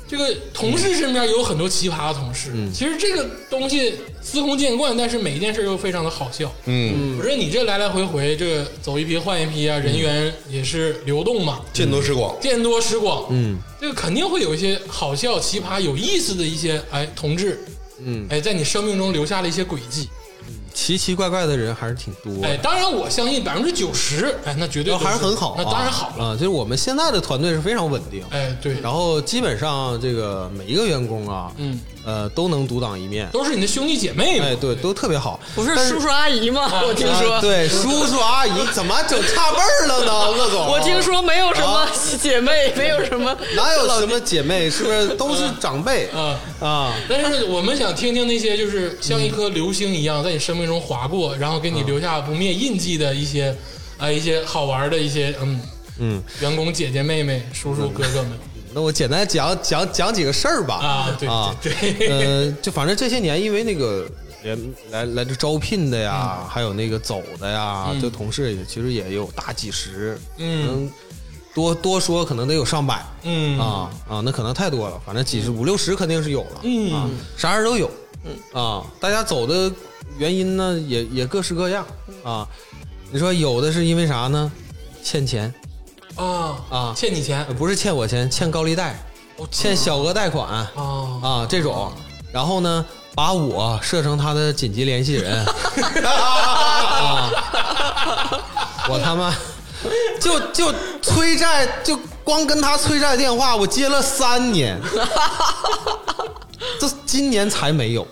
B: 这个同事身边也有很多奇葩的同事。其实这个东西司空见惯，但是每一件事又非常的好笑。
D: 嗯，
B: 我说你这来来回回，这个走一批换一批啊，人员也是流动嘛，
D: 见多识广，
B: 见多识广。嗯，这个肯定会有一些好笑、奇葩、有意思的一些哎同志，嗯，哎，在你生命中留下了一些轨迹。
E: 奇奇怪怪的人还是挺多的
B: 哎，，当然我相信百分之九十，哎，那绝对
E: 然
B: 都
E: 后还是很好啊，
B: 那当然好了。
E: 啊。就是我们现在的团队是非常稳定，
B: 哎，对，
E: 然后基本上这个每一个员工啊，
B: 嗯，
E: 呃，都能独当一面，
B: 都是你的兄弟姐妹嘛。
E: 哎，对，都特别好。
C: 不是
E: 但
C: 叔叔阿姨吗？我听说，
E: 啊对叔叔阿姨怎么整差辈儿了 呢？乐总，
C: 我听说没有什么
E: 啊
C: 姐妹，没有什么
E: 哪有什么姐妹，是不是都是长辈
B: 啊
E: 啊？
B: 但是我们想听听那些就是像一颗流星一样在你生命中划过，然后给你留下不灭印记的一些啊、一些好玩的一些嗯
E: 嗯，
B: 员工姐姐妹妹叔叔哥哥们
E: 那我简单讲讲讲几个事儿吧。
B: 啊，对
E: 啊，
B: 对对，
E: 呃，就反正这些年，因为那个人来来这招聘的呀，
B: 嗯
E: 还有那个走的呀，这同事也其实也有大几十，
B: 嗯
E: 可能多多说可能得有上百，
B: 嗯
E: 啊啊，那可能太多了，反正几十五六十肯定是有了，
B: 嗯
E: 啊，啥人都有，啊，大家走的原因呢也也各式各样啊，你说有的是因为啥呢？欠钱，
B: 啊
E: 啊
B: 欠你钱
E: 呃不是欠我钱，欠高利贷，
B: 哦
E: 欠小额贷款，
B: 啊，
E: 啊这种，然后呢，把我设成他的紧急联系人， 啊，我他妈就就催债，就光跟他催债电话，我接了三年，这今年才没有，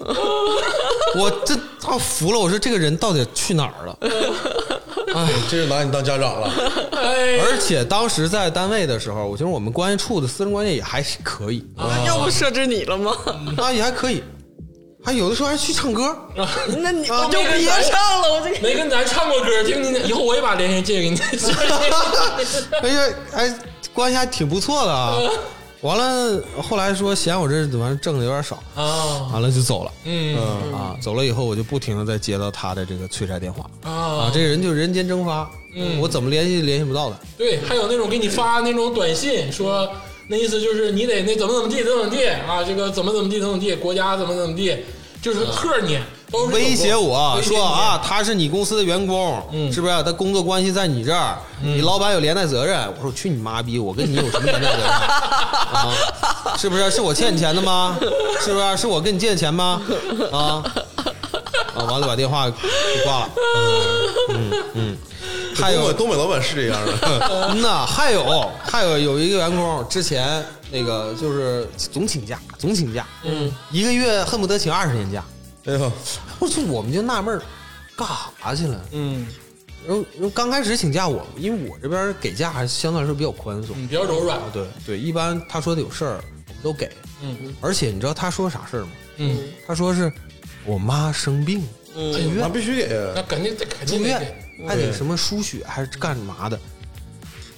E: 我这他服了，我说这个人到底去哪儿了？哎
D: 这是拿你当家长了，
B: 哎，
E: 而且当时在单位的时候，我觉得我们关系处的私人关系也还是可以，
C: 那要不设置你了吗？
E: 啊也还可以，还有的时候还去唱歌。
C: 那你
E: 啊
C: 就别上了，我这
B: 没跟咱唱过歌，听听，以后我也把连线借给你，
E: 哎呀，哎，关系还挺不错的啊。
B: 嗯
E: 完了，后来说嫌我这完了挣的有点少，
B: 啊，
E: 完了就走了。
B: 嗯
E: 啊，走了以后我就不停的在接到他的这个催债电话啊
B: 啊，，嗯
E: 这个人就人间蒸发，我怎么联系联系不到的？
B: 对，还有那种给你发那种短信，说那意思就是你得那怎么怎么地，怎么怎么地啊，这个怎么怎么地，怎么怎么地，国家怎么怎么地，就是吓你，都是
E: 嗯威胁我
B: 威胁你
E: 说啊，，他是你公司的员工，
B: 嗯
E: 是不是？他工作关系在你这儿，你老板有连带责任。我说去你妈逼，我跟你有什么连带责任啊？是不是？是我欠你钱的吗？是不是？是我跟你借的钱吗？啊啊！完了把电话给挂了。嗯嗯嗯，还
D: 东
E: 有
D: 北东北老板是这样 的，
E: 嗯呐，还有还有有一个员工之前那个就是总请假，总请假，嗯，一个月恨不得请二十天假。
D: 哎呦，
E: 我就我们就纳闷儿，干啥去了？
B: 嗯
E: 然后然后刚开始请假我，因为我这边给假还相对来说比较宽松。
B: 嗯，比较柔软，
E: 对对，一般他说的有事儿我们都给。
B: 嗯
E: 而且你知道他说啥事儿吗？
B: 嗯，
E: 他说是我妈生病住
D: 那
E: 院，
D: 必须给
B: 那肯定得肯
E: 住
B: 定得
E: 院，还得什么输血还是干嘛的。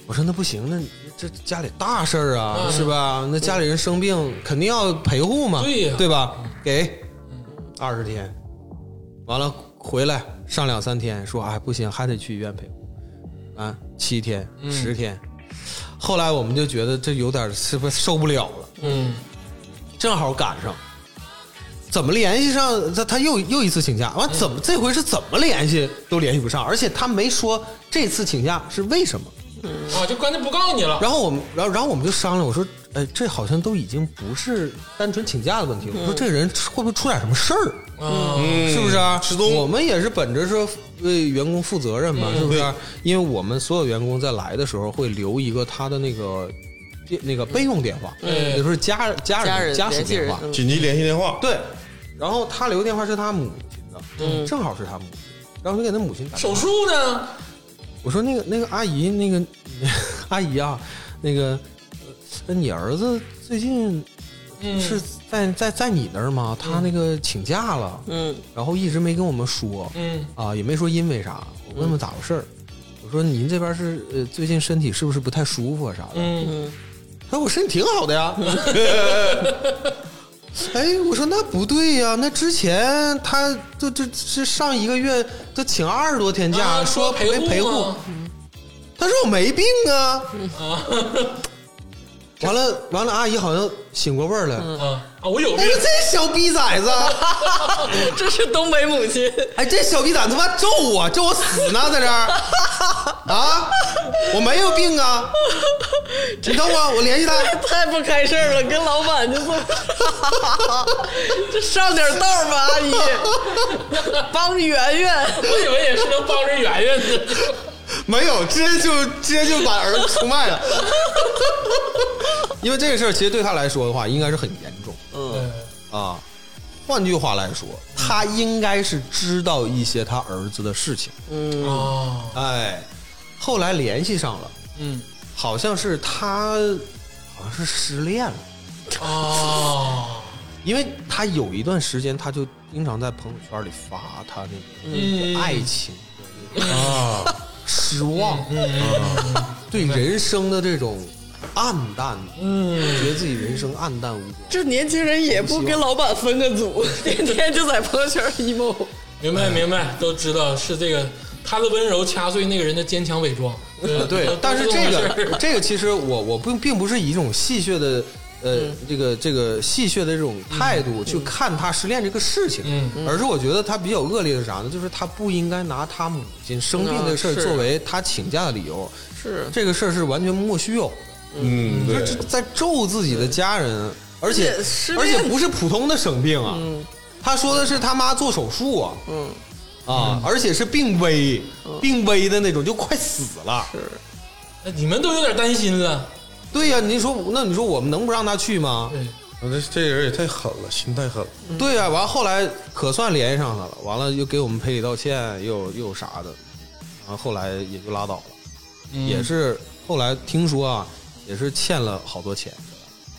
E: 我说那不行，那这家里大事儿啊，
B: 嗯
E: 是吧？那家里人生病肯定要陪护嘛，
B: 对呀嗯
E: 吧？给二十天，完了回来上两三天，说哎不行，还得去医院陪护，啊，七天
B: 嗯
E: 十天。后来我们就觉得这有点是不是受不了了，
B: 嗯
E: 正好赶上，怎么联系上他？他又又一次请假，完怎么这回是怎么联系都联系不上，而且他没说这次请假是为什么。
B: 啊，就干脆不告诉你了，
E: 然后我们，然后然后我们就商量，我说，哎，这好像都已经不是单纯请假的问题了，我说这人会不会出点什么事儿？
B: 嗯
E: 是不是啊？
D: 失踪
E: 我们也是本着说为员工负责任嘛，是不是啊？因为我们所有员工在来的时候会留一个他的那个电那个备用电话，
B: 嗯
E: 也就是家家
C: 家
E: 人
C: 人
E: 家属
C: 联系
E: 电
C: 人
E: 话。，
D: 紧急联系电话，
E: 对，然后他留电话是他母亲的，正好是他母亲，然后就给他母亲打电
B: 手
E: 话。
B: 术呢，
E: 我说那个那个阿姨，那个阿姨啊，那个，呃你儿子最近
B: 嗯
E: 是在在在你那儿吗？他那个请假了，
C: 嗯
E: 然后一直没跟我们说，
B: 嗯
E: 啊，也没说因为啥。我问问咋回事儿，我说您这边是呃最近身体是不是不太舒服啊啥的？
B: 嗯，
E: 他说我身体挺好的 呀。哎，我说那不对呀，那之前他就这是上一个月他请二十多天假，
B: 啊
E: 说
B: 陪
E: 陪陪护
B: 吗，？
E: 他说我没病啊。完了完了，阿姨好像醒过味儿来，
B: 啊啊，我有
E: 哎
B: 病
E: 呦，这小逼崽子，
C: 这是东北母亲，
E: 哎，这小逼崽子他妈咒我，咒我死呢，在这儿啊，我没有病啊，你等我，我联系他。
C: 太不开事儿了，跟老板就这么，这上点道儿吧，阿姨，帮圆圆。
B: 我以为也是能帮着圆圆的，
E: 没有，直接就直接就把儿子出卖了。因为这个事儿，其实对他来说的话，应该是很严重啊。换句话来说，他应该是知道一些他儿子的事情。
B: 嗯啊，
E: 哎，后来联系上了，
B: 嗯
E: 好像是他，好像是失恋了，
B: 啊，
E: 因为他有一段时间，他就经常在朋友圈里发他那
B: 嗯
E: 个爱情的那种
D: 啊，
E: 失望，啊对人生的这种暗淡，嗯，觉得自己人生暗淡无光。
C: 这年轻人也不跟老板分个组，天天就在朋友圈 emo。
B: 明白明白，都知道是这个他的温柔掐碎那个人的坚强伪装，
E: 呃对
B: 都，
E: 但是这
B: 都么回事
E: 个
B: 儿
E: 这个其实我我并并不是以一种戏谑的。呃，这个这个戏谑的这种态度去看他失恋这个事情，
B: 嗯
E: 而是我觉得他比较恶劣的是啥呢？就是他不应该拿他母亲生病的事儿
C: 嗯是
E: 作为他请假的理由，
C: 是
E: 这个事儿是完全莫须有的。
D: 嗯，对，
E: 就是在咒自己的家人，而且
C: 而且失
E: 而
C: 恋
E: 且不是普通的生病啊，他说的是他妈做手术啊，嗯啊，而且是病危，病危的那种，就快死了。
B: 哎你们都有点担心了，
E: 对呀、你说那你说我们能不让他去吗？
B: 对，
D: 啊这这人也太狠了，心太狠了。
B: 嗯
E: 对呀、完后来可算联系上他了，完了又给我们赔礼道歉，又又啥的，然后后来也就拉倒了，
B: 嗯
E: 也是后来听说啊，也是欠了好多钱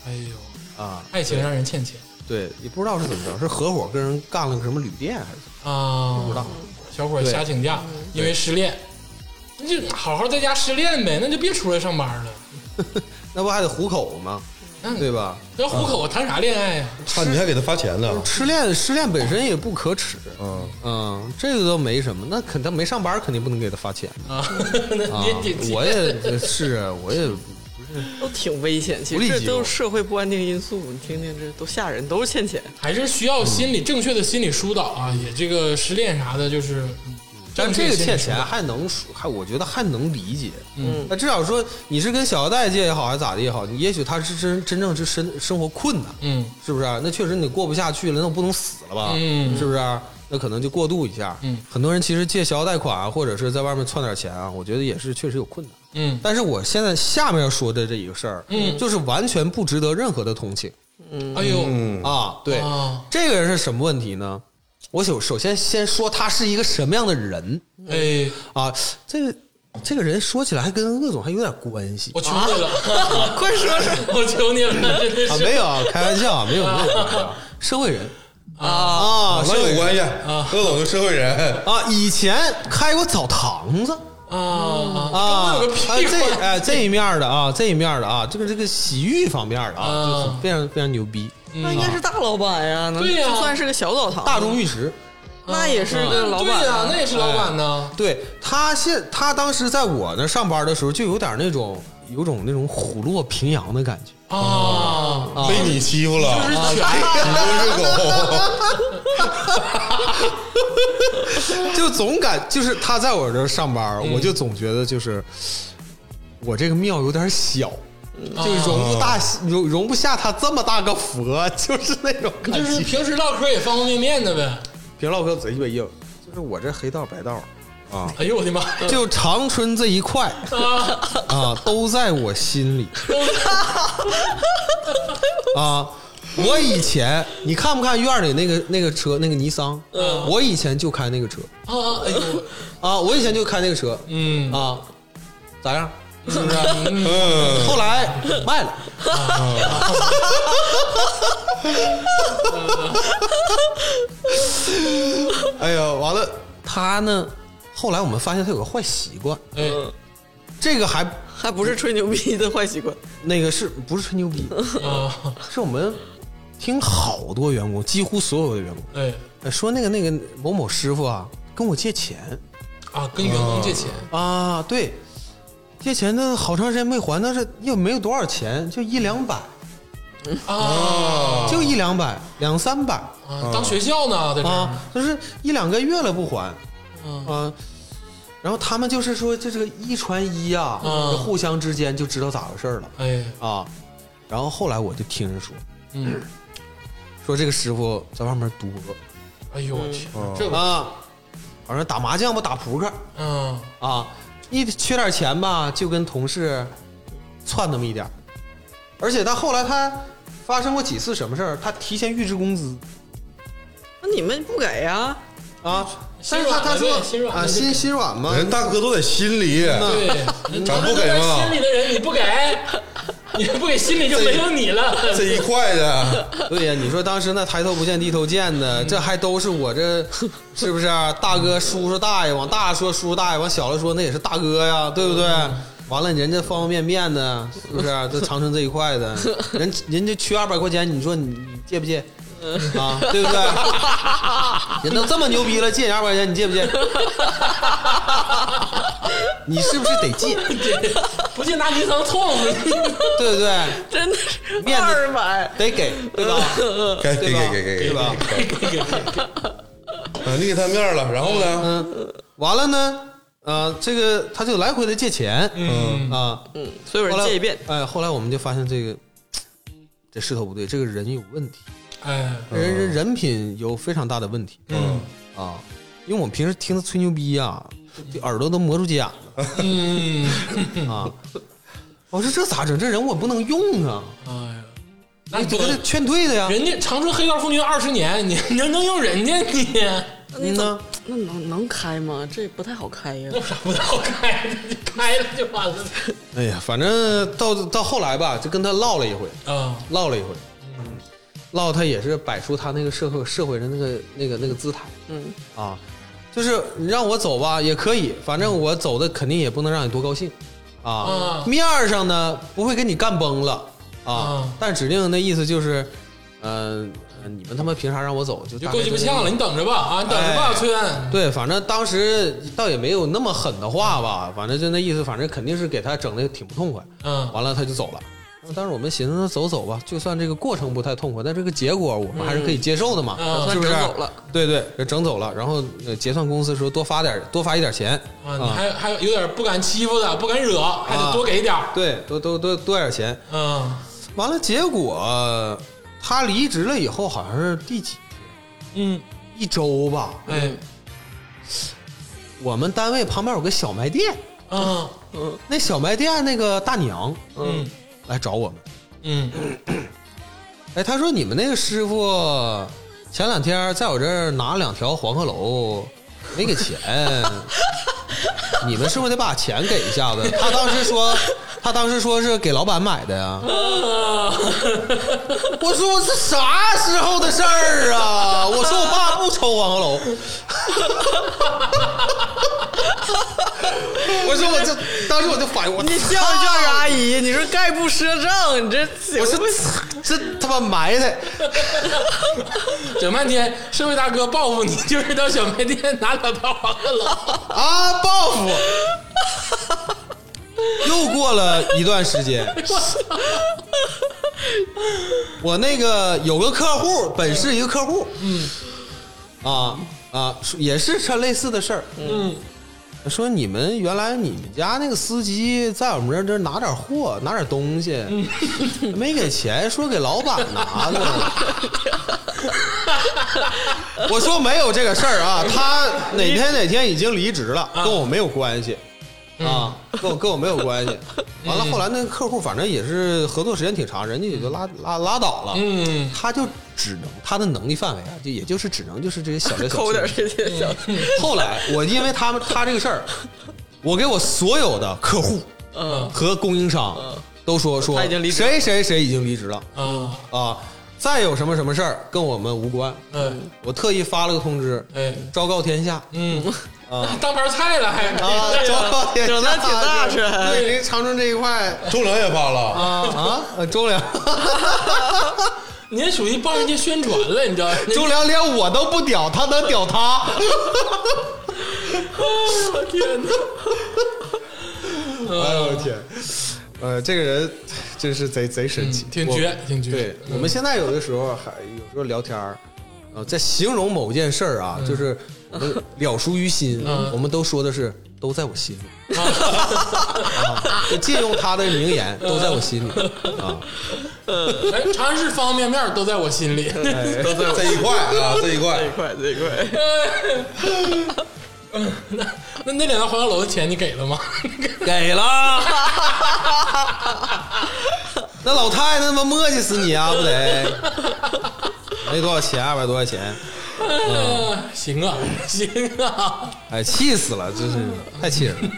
B: 哎呦，
E: 啊，
B: 爱情让人欠钱
E: 对，也不知道是怎么着，是合伙跟人干了个什么旅店还是怎么
B: 啊，不
E: 知道。
B: 小伙儿瞎请假，因为失恋，那就好好在家失恋呗，那就别出来上班了。
E: 那不还得糊口吗？
B: 嗯
E: 对吧？
B: 那糊口谈啥恋爱呀、
D: 他你还给他发钱呢？
E: 失恋，失恋本身也不可耻，
D: 嗯，
E: 嗯，这个倒没什么。那肯他没上班，肯定不能给他发钱
B: 啊？ 那
E: 啊
B: 你也得。
E: 我也 是，啊我也
C: 都挺危险，其
E: 不
C: 实
E: 利
C: 这
E: 己
C: 都
E: 我
C: 是社会不安定因素。你听听，这都吓人，都是欠钱。
B: 还是需要心理正确的心理疏导啊，也这个失恋啥的，就是。嗯
E: 嗯但这个
B: 正确的
E: 欠钱啊
B: 心理疏导
E: 还能说，还我觉得还能理解。嗯，那至少说你是跟小额贷借也好，还是咋的也好，你也许他是真真正是生生活困难，
B: 嗯
E: 是不是？啊那确实你过不下去了，那我不能死了吧？
B: 嗯
E: 是不是？啊那可能就过渡一下。
B: 嗯，
E: 很多人其实借小额贷款啊，或者是在外面窜点钱啊，我觉得也是确实有困难。
B: 嗯
E: 但是我现在下面要说的这一个事儿，
B: 嗯
E: 就是完全不值得任何的同情、
B: 哎呦，
E: 啊！对，
B: 啊
E: 这个人是什么问题呢？我首首先先说他是一个什么样的人
B: 哎，
E: 啊？这个这个人说起来还跟鄂总还有点关系
B: 我求你了，
C: 快说说
B: 我求你了，真的
E: 啊？
B: 是
E: 没有，啊，开玩笑，没有没有，没有 社会人
C: 啊！
E: 啊，社
D: 那
E: 会
D: 有
E: 人
D: 关系啊，鄂总就社会人，
E: 啊，以前开过澡堂子。
B: 啊啊
E: 啊
B: 跟我有个，
E: 哎
B: 屁
E: 这
B: 关
E: 哎这一面儿的啊，这一面儿的啊，这个这个洗浴方面儿的
B: 啊
E: 啊，就是非常非常牛逼，
C: 那
B: 嗯
C: 应该是大老板呀，能
B: 对呀
C: 就算是个小澡堂，
E: 嗯大嗯众浴池，
C: 那也是
D: 啊
C: 个老板啊
B: 对呀、那也是老板呢。
E: 对他现他当时在我那上班的时候，就有点那种有种那种虎落平阳的感觉。
B: 啊，
D: 被你欺负了，啊
B: 就是
D: 你
B: 全
D: 不是狗。
E: 就总感就是他在我这儿上班，
B: 嗯
E: 我就总觉得就是我这个庙有点小，
B: 嗯
E: 就容不
B: 哦
E: 大容容不下他这么大个佛，就是那种感
D: 哎
B: 就是
E: 觉。
B: 平时唠嗑也方方面面的呗。
E: 别唠嗑贼鸡巴硬，就是我这黑道白道啊，
D: 哦
B: 哎呦我的妈！
E: 就长春这一块
B: 哦
E: 啊，都在我 心里啊。我以前你看不看院里那个那个车那个尼桑？
B: 嗯
E: 我以前就开那个车
B: 啊，哎呦，
E: 啊，我以前就开那个车
B: 嗯，
E: 啊，咋样？
B: 是不是？嗯
D: 嗯，
E: 后来卖 了，哎呀，完了，他呢后来我们发现他有个坏习惯，
B: 哎，
E: 这个还
C: 还不是吹牛逼的坏习惯。
E: 那个是不是吹牛逼？
B: 啊，
E: 是我们听好多员工，几乎所有的员工
B: 哎，
E: 呃说那个那个某某师傅啊，跟我借钱
B: 啊，跟员工借钱，
E: 啊，对，借钱的好长时间没还，但是又没有多少钱，就一两百，
D: 哦
B: 啊，
E: 就一两百，两三百
B: 啊，当学校呢，在
D: 哦
B: 这儿
E: 啊，就是一两个月了不还
B: 嗯
E: 啊。然后他们就是说，就这个一传一啊，
B: 嗯
E: 就互相之间就知道咋回事儿了
B: 哎，
E: 啊。然后后来我就听人说，
B: 嗯，
E: 说这个师傅在外面赌博，
B: 哎呦我去，
D: 哦
B: 这个，
E: 啊，反正打麻将吧，打扑克
B: 嗯，
E: 啊，一缺点钱吧，就跟同事窜那么一点儿而且他后来他发生过几次什么事儿？他提前预支工资
C: 那你们不给呀？
E: 啊，
B: 心
E: 但是
B: 软
E: 他
B: 了
E: 他说
B: 对心软了
E: 啊，
B: 就
E: 心
B: 给
E: 心软 嘛，
D: 人大哥都在心里，
B: 对，你
D: 咱
B: 都
D: 不给
B: 在
D: 吗
B: 心里的人你不给，你不给心里就没有你了，
D: 这一块的，
E: 对呀，你说当时那抬头不见低头见的，这还都是我 这是不是啊、大哥叔叔大爷往大了说叔叔大爷，往小了说那也是大哥呀，对不对？
B: 嗯
E: 完了，人家方方面面的，是不是啊、这长春这一 块的，人人家缺二百块钱，你说你你借不借？
B: 嗯
E: 啊，对不对？ 人都这么牛逼了，借你二百块钱，你借不借？你是不是得 借？
B: 不信拿银行冲，
E: 对不对？
C: 真的是
E: 面子
C: 二百，
E: 得给，对吧？
D: 给
E: 对
D: 给
E: 吧
D: 给给
E: 对
D: 给，
E: 吧？
D: 嗯，你给他面了，然后
E: 嗯
D: 呢？
E: 完了呢，呃，这个他就来回的借钱，嗯啊，
C: 嗯，所有
E: 后
C: 人
E: 来
C: 借一遍。
E: 哎，后来我们就发现这个这势头不对，这个人有问题，
B: 哎，
E: 人人人品有非常大的问题，嗯啊，因为我们平时听他吹牛逼呀、这耳朵都磨出猝眼了
B: 嗯，
E: 啊。我说这咋整？这人我不能用啊！
B: 哎呀，那
E: 你
B: 你
E: 得
B: 就
E: 给他劝退他呀。
B: 人家长春黑道风云二十年，你能能用人家你？
C: 那
E: 嗯
C: 你怎
E: 呢
C: 么？那能能开吗？这不太好开呀
B: 那。有啥不太好开的？你开了就完了。
E: 哎呀，反正到到后来吧，就跟他唠了一回，
B: 啊，
E: 唠了一回，唠他也是摆出他那个社会社会人那个那个那个姿态，
C: 嗯
E: 啊，就是你让我走吧也可以，反正我走的肯定也不能让你多高兴啊
B: 啊。
E: 面儿上呢不会跟你干崩了啊，
B: 啊
E: 但指定那意思就是，嗯、呃你们他妈凭啥让我走？就
B: 你就
E: 大概
B: 够鸡巴
E: 这个意
B: 呛
E: 思
B: 了，你等着吧啊，你等着吧，
E: 哎
B: 崔恩。
E: 对，反正当时倒也没有那么狠的话吧，反正就那意思，反正肯定是给他整的挺不痛快。
B: 嗯
E: 完了他就走了。当时我们寻思走走吧，就算这个过程不太痛快，但这个结果我们还是可以接受的嘛，
B: 嗯
E: 是不是？
C: 整走了
E: 对对，给整走了。然后呃结算公司说多发点，多发一点钱
B: 啊，你还还有点不敢欺负的，不敢惹，还得多给点儿。
E: 对，多多多多点钱。
B: 嗯
E: 完了，结果呃他离职了以后，好像是第几
B: 嗯，
E: 一周吧，
B: 哎，
E: 我们单位旁边有个小卖店，
B: 嗯
E: 那小卖店那个大娘
B: 嗯
E: 来找我们，
B: 嗯，
E: 哎，他说你们那个师傅前两天在我这儿拿两条黄鹤楼，没给钱，你们是不是得把钱给一下子？他当时说，他当时说是给老板买的呀。我说我是啥时候的事儿啊？我说我爸不抽黄鹤楼，我说我这当时我就反应，我
C: 你叫一叫人阿姨，你说概不赊账，你这
E: 我说这他妈埋汰。
B: 整半天，社会大哥报复你就是到小卖店拿两套黄鹤楼。
E: 啊，报复！又过了一段时间，我那个有个客户，本是一个客户，嗯，啊啊，也是这类似的事儿，嗯，说你们原来你们家那个司机在我们这儿这儿拿点货，拿点东西，
C: 嗯
E: 没给钱，说给老板拿 的。我说没有这个事儿啊，他哪天哪天已经离职了，
C: 啊
E: 跟我没有关系
C: 嗯
E: 啊，跟我跟我没有关系。完了，后来那个客户反正也是合作时间挺长，人家也就拉拉拉倒了。
B: 嗯，
E: 他就只能他的能力范围啊，就也就是只能就是这些小 小
C: 抠点
E: 小
C: 儿这些小，
E: 后来我因为他们他这个事儿，我给我所有的客户
C: 嗯
E: 和供应商都说说
C: 他已经离职嗯
E: 谁谁谁已经离职了
B: 啊，
E: 啊，再有什么什么事儿跟我们无关。
B: 嗯，
E: 我特意发了个通知，
B: 哎，
E: 昭告天下，
B: 嗯，那当盘菜了还
E: 啊，周
C: 整的挺大是
E: 对，人家长春这一块
D: 周良也发
E: 啊
D: 了，
E: 啊，呃周 良，
B: 您属于帮人家宣传了，你知道吗？
E: 周良连我都不屌，他能屌他？
B: 我天哪！
E: 哎呦我天，呃，这个人真是贼贼神奇，
B: 嗯挺
E: 我
B: 绝，挺绝。
E: 对，我们现在有的时候还有时候聊天儿，呃，在形容某件事儿啊，就是我们了熟于心，
B: 嗯
E: 我们都说的是都在我心里，啊， 就借用他的名言，都在我 心里啊，
B: 哎，长安市方方面面都在我心里。
E: 哎
D: 在一块啊，在一块
C: 这一。块这一块，
B: 那 那两套黄鹤楼的钱你给了吗？
E: 给了。 那老太太他妈磨叽死你啊，不得？没多少钱，二百多块钱，
B: 呃 行啊，行啊，
E: 哎，气死了，真是太 气人了。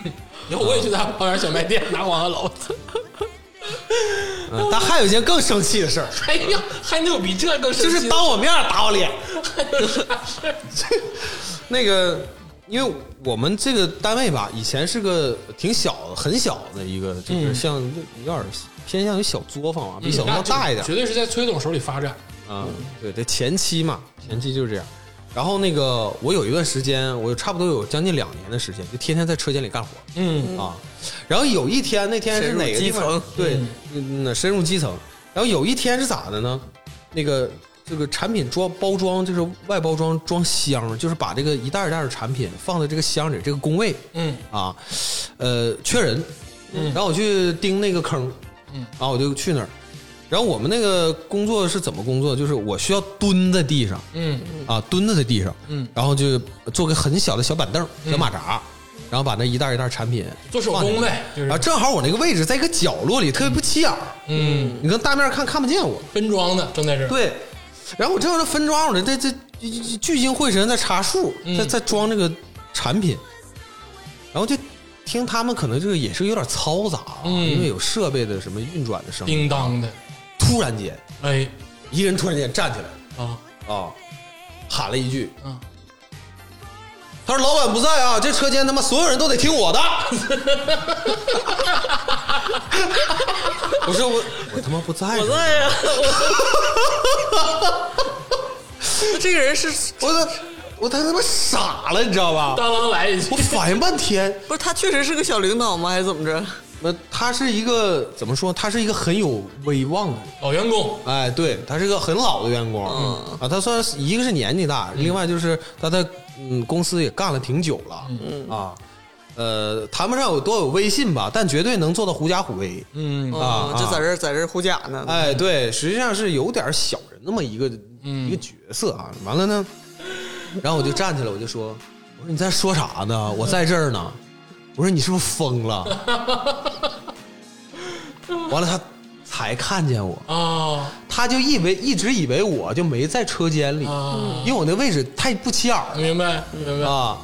B: 以后我也去他旁边小卖店拿黄鹤楼。
E: 嗯但还有一件更生气的事儿，
B: 哎呀，还能有比这更神
E: 就
B: 奇的
E: 是当我面打我 脸。
B: 事儿
E: 那个，因为我们这个单位吧，以前是个挺小的、很小的一个，
B: 嗯
E: 就是像有点偏向于小作坊啊，比小作
B: 那
E: 坊大一点
B: 绝对是在崔总手里发展。
E: 啊。对，这前期嘛，前期就是这样。然后那个，我有一段时间，我差不多有将近两年的时间，就天天在车间里干活。
B: 嗯
E: 啊。然后有一天，那天是哪个地方
C: 深入基层？
E: 对，嗯，那深入基层。然后有一天是咋的呢？那个这个产品装包装，就是外包装装箱，就是把这个一袋一袋的产品放在这个箱里，这个工位
B: 嗯
E: 啊，呃，缺人。然后我去盯那个坑，嗯，然后我就去那儿。然后我们那个工作是怎么工作？就是我需要蹲在地上，
B: 嗯
E: 啊，蹲在在地上，
B: 嗯，
E: 然后就做个很小的小板凳、小马扎，然后把那一袋一袋产品
B: 嗯做手
E: 放进
B: 工
E: 去
B: 呗就是
E: 啊，正好我那个位置在一个角落里，特别不起眼儿，
B: 嗯，
E: 你跟大面看看不见我。
B: 分装的正在这儿。
E: 对，然后我正在那分装呢，这这聚精会神在查数，在在装这个产品，然后就听他们可能这个也是有点嘈杂啊，
B: 嗯
E: 因为有设备的什么运转的声音。
B: 叮当的，
E: 突然间，
B: 哎
E: 一个人突然间站起来
B: 啊
E: 啊，喊了一句
B: 啊！
E: 他说：“老板不在啊，这车间他妈所有人都得听我的。” 我说我我他妈不在，
C: 我在呀。我 这个人是
E: 我都我他妈傻了，你知道吧？
B: 当啷来一
E: 我
B: 句，
E: 反应半天，
C: 不是他确实是个小领导吗？还是怎么着？
E: 那他是一个怎么说？他是一个很有威望的，
B: 老员工，
E: 哎，对，他是一个很老的员工、啊。他算是一个是年纪大，另外就是他在嗯公司也干了挺久了，啊，呃，谈不上有多有威信吧，但绝对能做到狐假虎威。
B: 嗯
E: 啊
C: 哦就在这儿在这儿护甲呢。
E: 哎，对，实际上是有点小人那么一个、
B: 嗯
E: 一个角色啊。完了呢，然后我就站起来，我就说：“我说你在说啥呢？我在这儿呢。”我说：“你是不是疯了？” 完了，他才看见我，
B: 啊
E: 他就以为一直以为我就没在车间里，
B: 啊，
E: 因为我那位置太不起眼儿了
B: 明白明白，
E: 啊。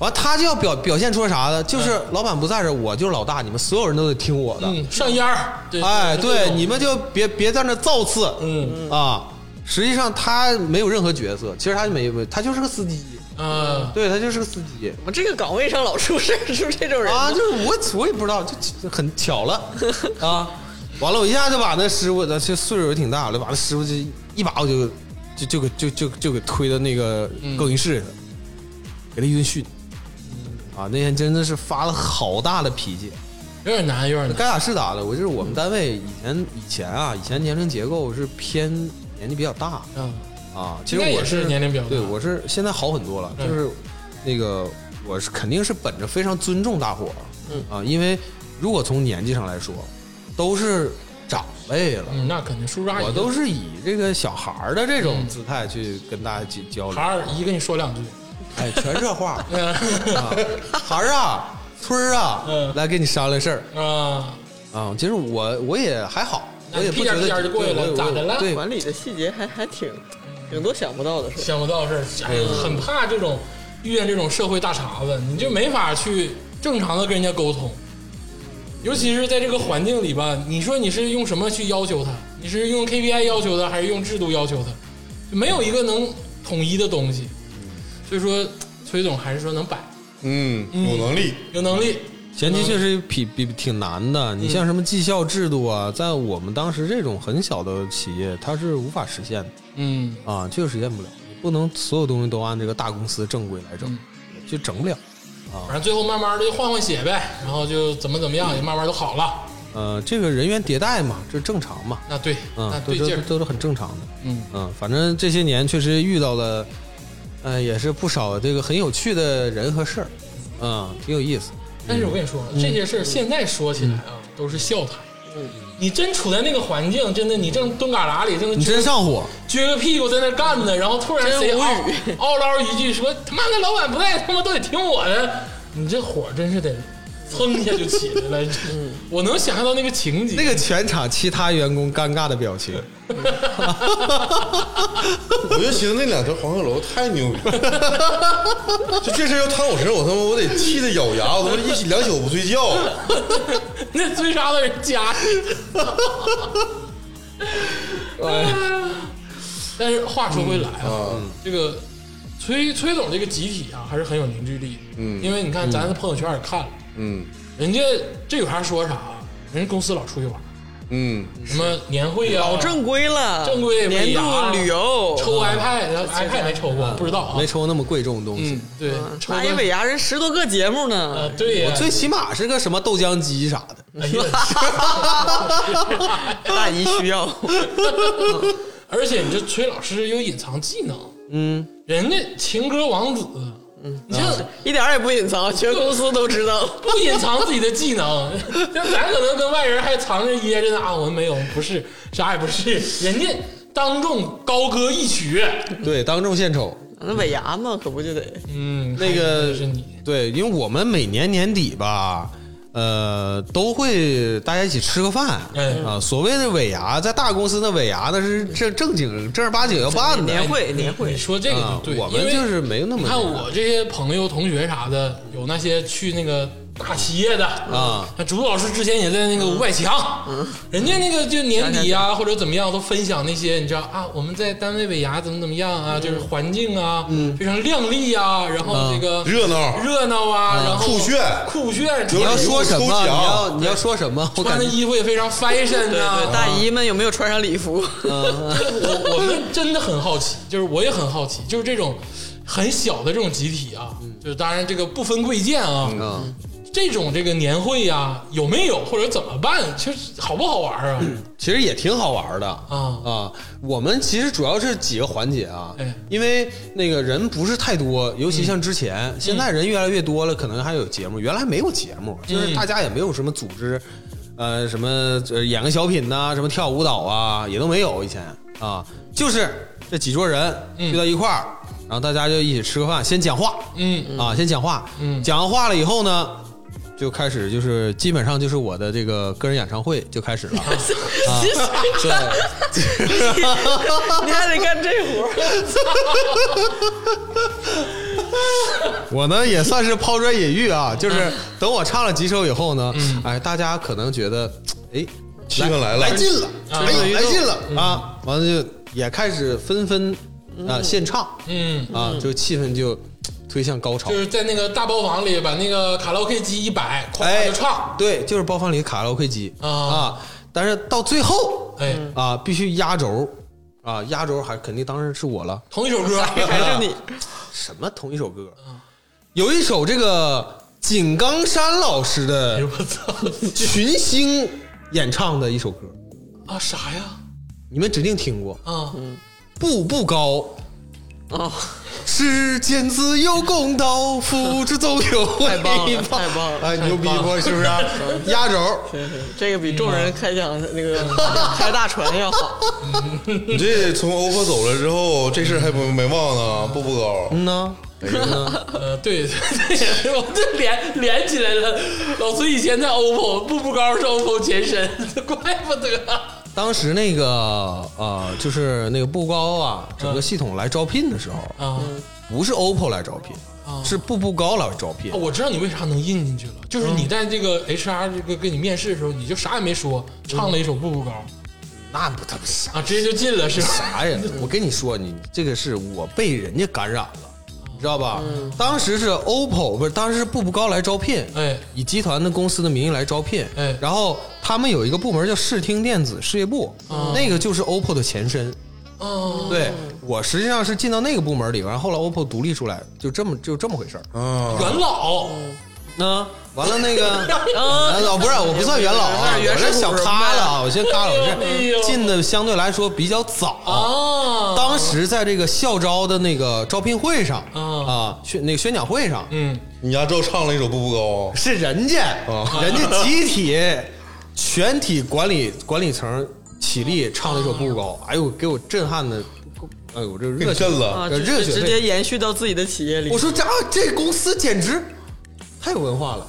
E: 完，他就要表表现出啥呢？就是老板不在这儿，我就是老大，你们所有人都得听我的。
B: 嗯，上烟儿，对
E: 哎，
B: 这
E: 对，
B: 种
E: 你们就别别在那造次，
B: 嗯
E: 啊，实际上他没有任何角色，其实他没没，他就是个司机，
B: 啊，
E: 对他就是个司机
C: 我们这个岗位上老出事儿，是不是 这种人
E: 啊，
C: 呢？
E: 就是我我也不知道，就就很巧 了啊，完了我一下就把那师傅，那这岁数也挺大了，把那师傅就一把我就就就给就就就给推到那个
B: 嗯
E: 更衣室去了，给他一顿训，
B: 嗯
E: 啊，那天真的是发了好大的脾气，
B: 有点难有点难，
E: 该打是打的，我就是我们单位以前以前啊，以前年龄结构是偏年纪比较大，
B: 嗯
E: 啊，其
B: 应
E: 实
B: 该
E: 我
B: 也是年龄比较大
E: 对，我是现在好很多了，
B: 嗯
E: 就是那个我是肯定是本着非常尊重大伙儿，
B: 嗯
E: 啊，因为如果从年纪上来说，都是长辈了，
B: 嗯，那肯定叔叔阿姨
E: 我都是以这个小孩儿的这种姿态去跟大家去交流
B: 嗯孩，儿姨跟你说两句，
E: 哎，全这话 啊，
B: 嗯
E: 孩儿啊，村儿啊
B: 嗯，
E: 来跟你商量事儿
B: 啊，
E: 啊，其实我我也还好，
B: 那
E: 我也
B: 你
E: 不
B: 屁
E: 觉
B: 颠
E: 得
B: 儿屁颠儿就过去了
E: 对我
B: 咋的了
E: 对，
C: 管理的细节还还挺挺多想不到的事。
B: 想不到是，哎呀，很怕这种遇见这种社会大碴子，你就没法去正常的跟人家沟通，尤其是在这个环境里吧，你说你是用什么去要求他？你是用 KPI 要求他，还是用制度要求他？就没有一个能统一的东西。所以说，崔总还是说能摆，
D: 嗯，有能 力，
B: 有能力，
E: 前期确实比比挺难的，你
B: 嗯
E: 像什么绩效制度啊，在我们当时这种很小的企业，它是无法实现的
B: 嗯，
E: 啊，确实实现不了。你不能所有东西都按这个大公司正规来
B: 嗯
E: 整，就整不了。
B: 反正最后慢慢的换换血呗，然后就怎么怎么样，也慢慢都好了。
E: 呃，这个人员迭代嘛，这正常嘛，
B: 那对，
E: 嗯
B: 那，
E: 都
B: 对
E: 都
B: 劲儿，
E: 都是很正常的。
B: 嗯
E: 嗯，反正这些年确实遇到了，呃，也是不少这个很有趣的人和事儿，嗯，挺有意思。
B: 但是我跟你
C: 嗯
B: 说，这些事儿现在说起来啊，都是笑谈。你真处在那个环境，真的，你正蹲旮旯里，正
E: 你
B: 撅
E: 真上火，
B: 撅个屁股在那干呢，然后突然谁
C: 嗯真无
B: 嗷
C: 语
B: 嗷唠一句说：“他妈的，老板不在，他妈都得听我的。”你这火真是得蹭一下就起来了。
C: 嗯
B: 我能想象到那个情景，
E: 那个全场其他员工尴尬的表情，
D: 我就寻思那两条黄鹤楼太牛逼了， 就这事儿要摊我身上，我他妈我得气得咬牙，我他妈一两宿不睡觉。
B: 那追杀的人夹你。但是话说回来啊，这个崔崔总这个集体啊，还是很有凝聚力的。嗯，因为你看咱的朋友圈也看了，
D: 嗯
B: 人家这有啥说啥，啊人家公司老出去玩，
D: 嗯，
B: 什么年会啊，
C: 老正规了，
B: 正规
C: 年
B: 尾牙啊
C: 度旅游，嗯
B: 抽 iPad，iPad 没抽过，不知道啊
E: 没。抽那么贵重的东西
B: 嗯，，对，抽
C: 那一尾
B: 个
C: 牙人十多个节目
B: 呃，
C: 呢，
B: 对呀，
E: 最起码是个什么豆浆机啥的。
B: 哎呀
C: 大姨需要，
B: 而且你这崔老师有隐藏技能，嗯，人家情歌王子，嗯，你这
C: 一点儿也不隐藏，全公司都知道。
B: 不隐藏自己的技能， 像咱可能跟外人还藏着掖着呢啊，我们没有，不是，啥也不是，人家当众高歌一曲，
E: 对，当众献丑。
C: 那尾牙嘛，可不就得
B: 嗯，
E: 那个
B: 是你，
E: 对，因为我们每年年底吧，呃，都会大家一起吃个饭。
B: 哎
E: 啊，所谓的尾牙，在大公司的尾牙那是正正经正儿八经要办的
C: 年会年
B: 哎你
C: 会，
B: 说这个就
E: 啊
B: 对，。
E: 我
B: 因
E: 们
B: 为
E: 就是没有那么
B: 你看我这些朋友、同学啥的，有那些去那个大企业的
E: 啊，
B: 那竹子老师之前也在那个五百强，人家那个就年底啊或者怎么样都分享那些，你知道啊，我们在单位尾牙怎么怎么样啊，就是环境啊，非常亮丽啊，然后这个
D: 热闹，
B: 热闹啊，然后
D: 酷炫
B: 酷炫，
E: 你
D: 有
E: 要说什么？
D: 抽
E: 你
D: 奖
E: 要你要说什么？我
B: 穿
E: 感
B: 的
E: 觉
B: 衣服也非常 fashion
C: 对
B: 啊，
C: 对，大姨们有没有穿上 礼服？
B: 我我们真的很好奇，就是我也很好奇，就是这种很小的这种集体啊，就是当然这个不分贵贱啊，
E: 嗯
B: 这种这个年会呀、有没有或者怎么办？其实好不好玩啊？
E: 其实也挺好玩的
B: 啊
E: 我们其实主要是几个环节啊
B: 哎，嗯
E: 因为那个人不是太多，尤其像之前，现在人越来越多了，可能还有节目，原来没有节目，
B: 嗯
E: 就是大家也没有什么组织，呃，什么呃演个小品呐、什么跳舞蹈啊，也都没有以前啊，就是这几桌人聚到一块儿，然后大家就一起吃个饭，先讲话，
B: 嗯
E: 啊，先讲话，
B: 嗯
E: 讲完话了以后呢，就开始就是基本上就是我的这个个人演唱会就开始了，
C: 你还得干这活儿，
E: 我呢也算是抛砖引玉
B: 嗯
E: 啊，就是等我唱了几首以后呢，哎，大家可能觉得，
B: 嗯
E: 哎，
D: 气氛来了，
E: 来劲了，
B: 啊
E: 哎，来劲了啊，完了就也开始纷纷啊献唱
B: 嗯，
E: 啊，就气氛就推向高潮
B: 就。是在那个大包房里把那个卡拉 OK 机一摆，咵
E: 哎，
B: 就唱，
E: 对，就是包房里的卡拉 OK 机
B: 啊
E: 啊，但是到最后
B: 哎，
E: 啊，必须压轴啊，压轴还肯定当然是我了。
B: 同一首歌，
C: 还是你
B: 啊
E: 什么同一首歌？
B: 嗯
E: 有一首这个井冈山老师的
B: 哎 我操
E: 群星演唱的一首歌，
B: 啊啥呀
E: 你们指定听过，《
B: 啊
E: 步步高》。
C: 哦，
E: 世间自有公道，付出总有回报。
C: 太棒了太棒了
E: 哎，牛逼不？是不是？压轴，
C: 对对 这个比众人开讲的那
B: 嗯
C: 个 开大船要好。
D: 你这从欧克走了之后，这事儿还没没忘呢，步步高。
E: 嗯呐，
B: 呃
E: 嗯
B: 对对对， 我这连连起来了。老崔以前在 OPPO，步步高是 OPPO 前身，怪不得。
E: 当时那个呃，就是那个步步高啊，整个系统来招聘的时候，
C: 嗯
B: 啊，
E: 不是 OPPO 来招聘，
C: 哦
E: 是步步高来招聘
B: 啊。我知道你为啥能印进去了，就是
E: 嗯
B: 你在这个 HR 这个跟你面试的时候，你就啥也没说，唱了一首《步步高
E: 嗯那不他妈啥》
B: 啊，直接就进了是吧？
E: 啥呀？我跟你说，你这个是我被人家感染了。知道吧？
B: 嗯
E: 当时是 OPPO 不是，当时是步步高来招聘，
B: 哎
E: 以集团的公司的名义来招聘，
B: 哎
E: 然后他们有一个部门叫视听电子事业部，那个就是 OPPO 的前身。
B: 哦，
E: 对我实际上是进到那个部门里，然后后来 OPPO 独立出来，就这么就这么回事儿。
D: 啊，
B: 元老，
E: 那完 了那个。
C: 啊
E: 啊，老不是，我不算元老啊，
C: 元
E: 我
C: 老
E: 是小咖了啊，我先咖了，我
B: 哎呦
E: 是进的相对来说比较早。
B: 哦，
E: 当时在这个校招的那个招聘会上
B: 啊
E: 啊，宣那个宣讲会上，
B: 嗯，
D: 你家照唱了一首《步步高
E: 是人家
D: 啊，
E: 人家集体全体管理管理层起立唱了一首《步步高》，哎呦，给我震撼的，哎呦，这》，
D: 给
E: 热
D: 你
E: 血
D: 震 了，
C: 啊，
E: 这
C: 直
E: 热血
C: 直接延续到自己的企业里
E: 我。说这啊这公司简直太有文化了，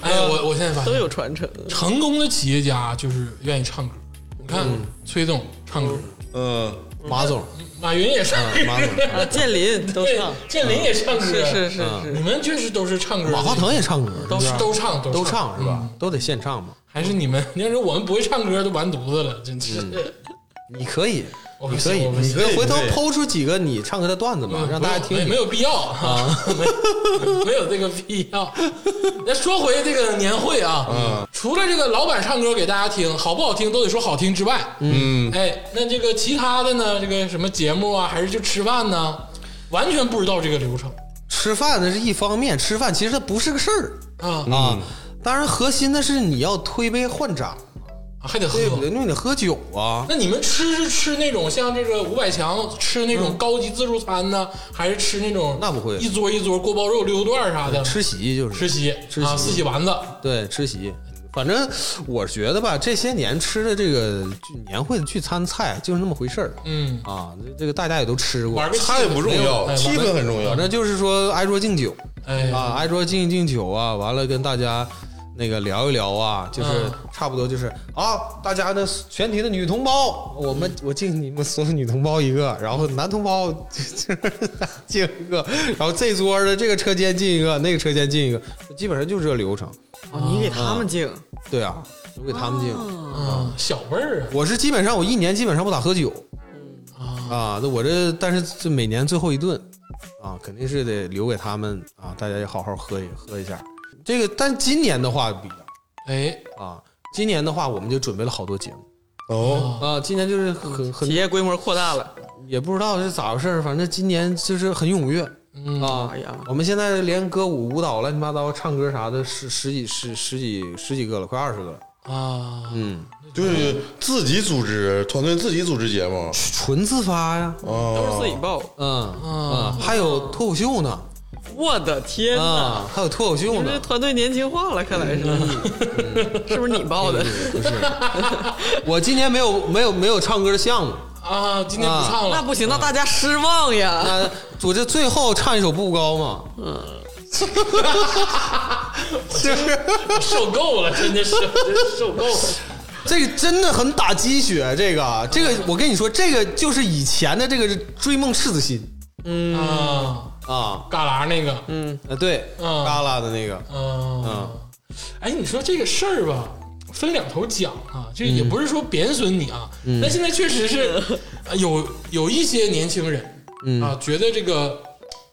B: 哎，我我现在发
C: 都
B: 现，
C: 有传承，
B: 成功的企业家就是愿意唱歌。你看，崔总唱歌，
D: 嗯，
E: 马总，
B: 马云也唱歌，
E: 马总，
C: 啊，建林都
B: 对
C: 唱，，
B: 建林也唱歌，
C: 是是是
B: 你
C: 是，
B: 们确实都是唱歌，
E: 马化腾也唱歌，
B: 都是都唱嗯
E: 都唱是吧？？都得现唱嘛。
B: 还是你们？ 你要是我们不会唱歌，都完犊子了，真是。
E: 你可以，
B: 我不
E: 你
B: 行
E: 可以，
B: 我不行
E: 可以回头
D: 你可以
E: 剖出几个你唱歌的段子
B: 嗯
E: 嘛，让大家
B: 啊
E: 听
B: 没
E: 听。
B: 没有必要啊，没没有这个必要。那说回这个年会啊，
E: 嗯
B: 除了这个老板唱歌给大家听，好不好听都得说好听之外，嗯，哎，那这个其他的呢，这个什么节目啊，还是就吃饭呢，完全不知道这个流程
E: 吃饭那是一方面，吃饭其实它不是个事儿
B: 啊，
E: 啊。当然，核心的是你要推杯换盏，
B: 还得喝。
E: 对不对？那你得喝酒 啊。
B: 那你们吃是吃那种像这个五百强吃那种高级自助餐呢，还是吃那种
E: 嗯那不会
B: 一桌一桌锅包肉、溜肉段儿啥的？
E: 吃席就是
B: 吃席
E: 吃
B: 啊，
E: 席
B: 四喜丸子，
E: 对吃席。反正我觉得吧，这些年吃的这个聚年会的聚餐菜就是那么回事儿
B: 嗯，
E: 啊。这个大家也都吃过
B: 玩，个
D: 菜嗯不重要，
B: 哎
D: 气氛很重要
E: 反。正就是说挨桌敬酒
B: 哎
E: 啊，挨桌敬一敬酒啊，完了跟大家那个聊一聊啊，就是
B: 嗯
E: 差不多就是啊，大家的全体的女同胞，我们我敬你们所有女同胞一个，然后男同胞 就是敬一个，然后这桌的这个车间敬一个，那个车间敬一个，基本上就是这流程。
C: 哦你给他们敬，
E: 对啊，我给他们敬。
B: 啊，小味儿啊，
E: 我是基本上我一年基本上不咋喝酒，啊，那我这但是这每年最后一顿啊，肯定是得留给他们啊，大家也好好喝一喝一下。这个，但今年的话不一样
B: 哎，
E: 啊，今年的话我们就准备了好多节目
D: 哦，
E: 啊，今年就是很
C: 企
E: 很
C: 业规模扩大了，
E: 也不知道是咋回事儿，反正今年就是很踊跃
B: 嗯
E: 啊。
C: 哎呀
E: 我们现在连歌舞、舞蹈、乱七八糟、唱歌啥的，十十几十十几十几个了，快二十个了。
B: 啊，
E: 嗯，
D: 就是自己组织团队自己组织节目
E: 纯自发呀，
C: 都
D: 啊
B: 哦
C: 是自己报。
E: 嗯嗯，还有脱口秀呢。
C: 我的天哪！
E: 啊，还有脱口
C: 你
E: 秀
C: 们这
E: 呢，
C: 团队年轻化了，看来是， 是不是你报的？
E: 嗯 不是，我今年没有没有没有唱歌的项目，
B: 啊，今天不唱
C: 那
B: 了，
C: 不行，那大家失望呀！
E: 那我这最后唱一首《步步高》嘛，
B: 受够了，真的是，真是受够了。
E: 这个真的很打鸡血，这个这个我跟你说，这个就是以前的这个追梦赤子心
B: 啊，
E: 啊，
B: 旮旯那个，嗯
E: 呃对，
B: 嗯
E: 嘎啦的那个，
B: 嗯，哎，你说这个事儿吧，分两头讲啊，这也不是说贬损你啊，但现在确实是 呃有有一些年轻人啊，觉得这个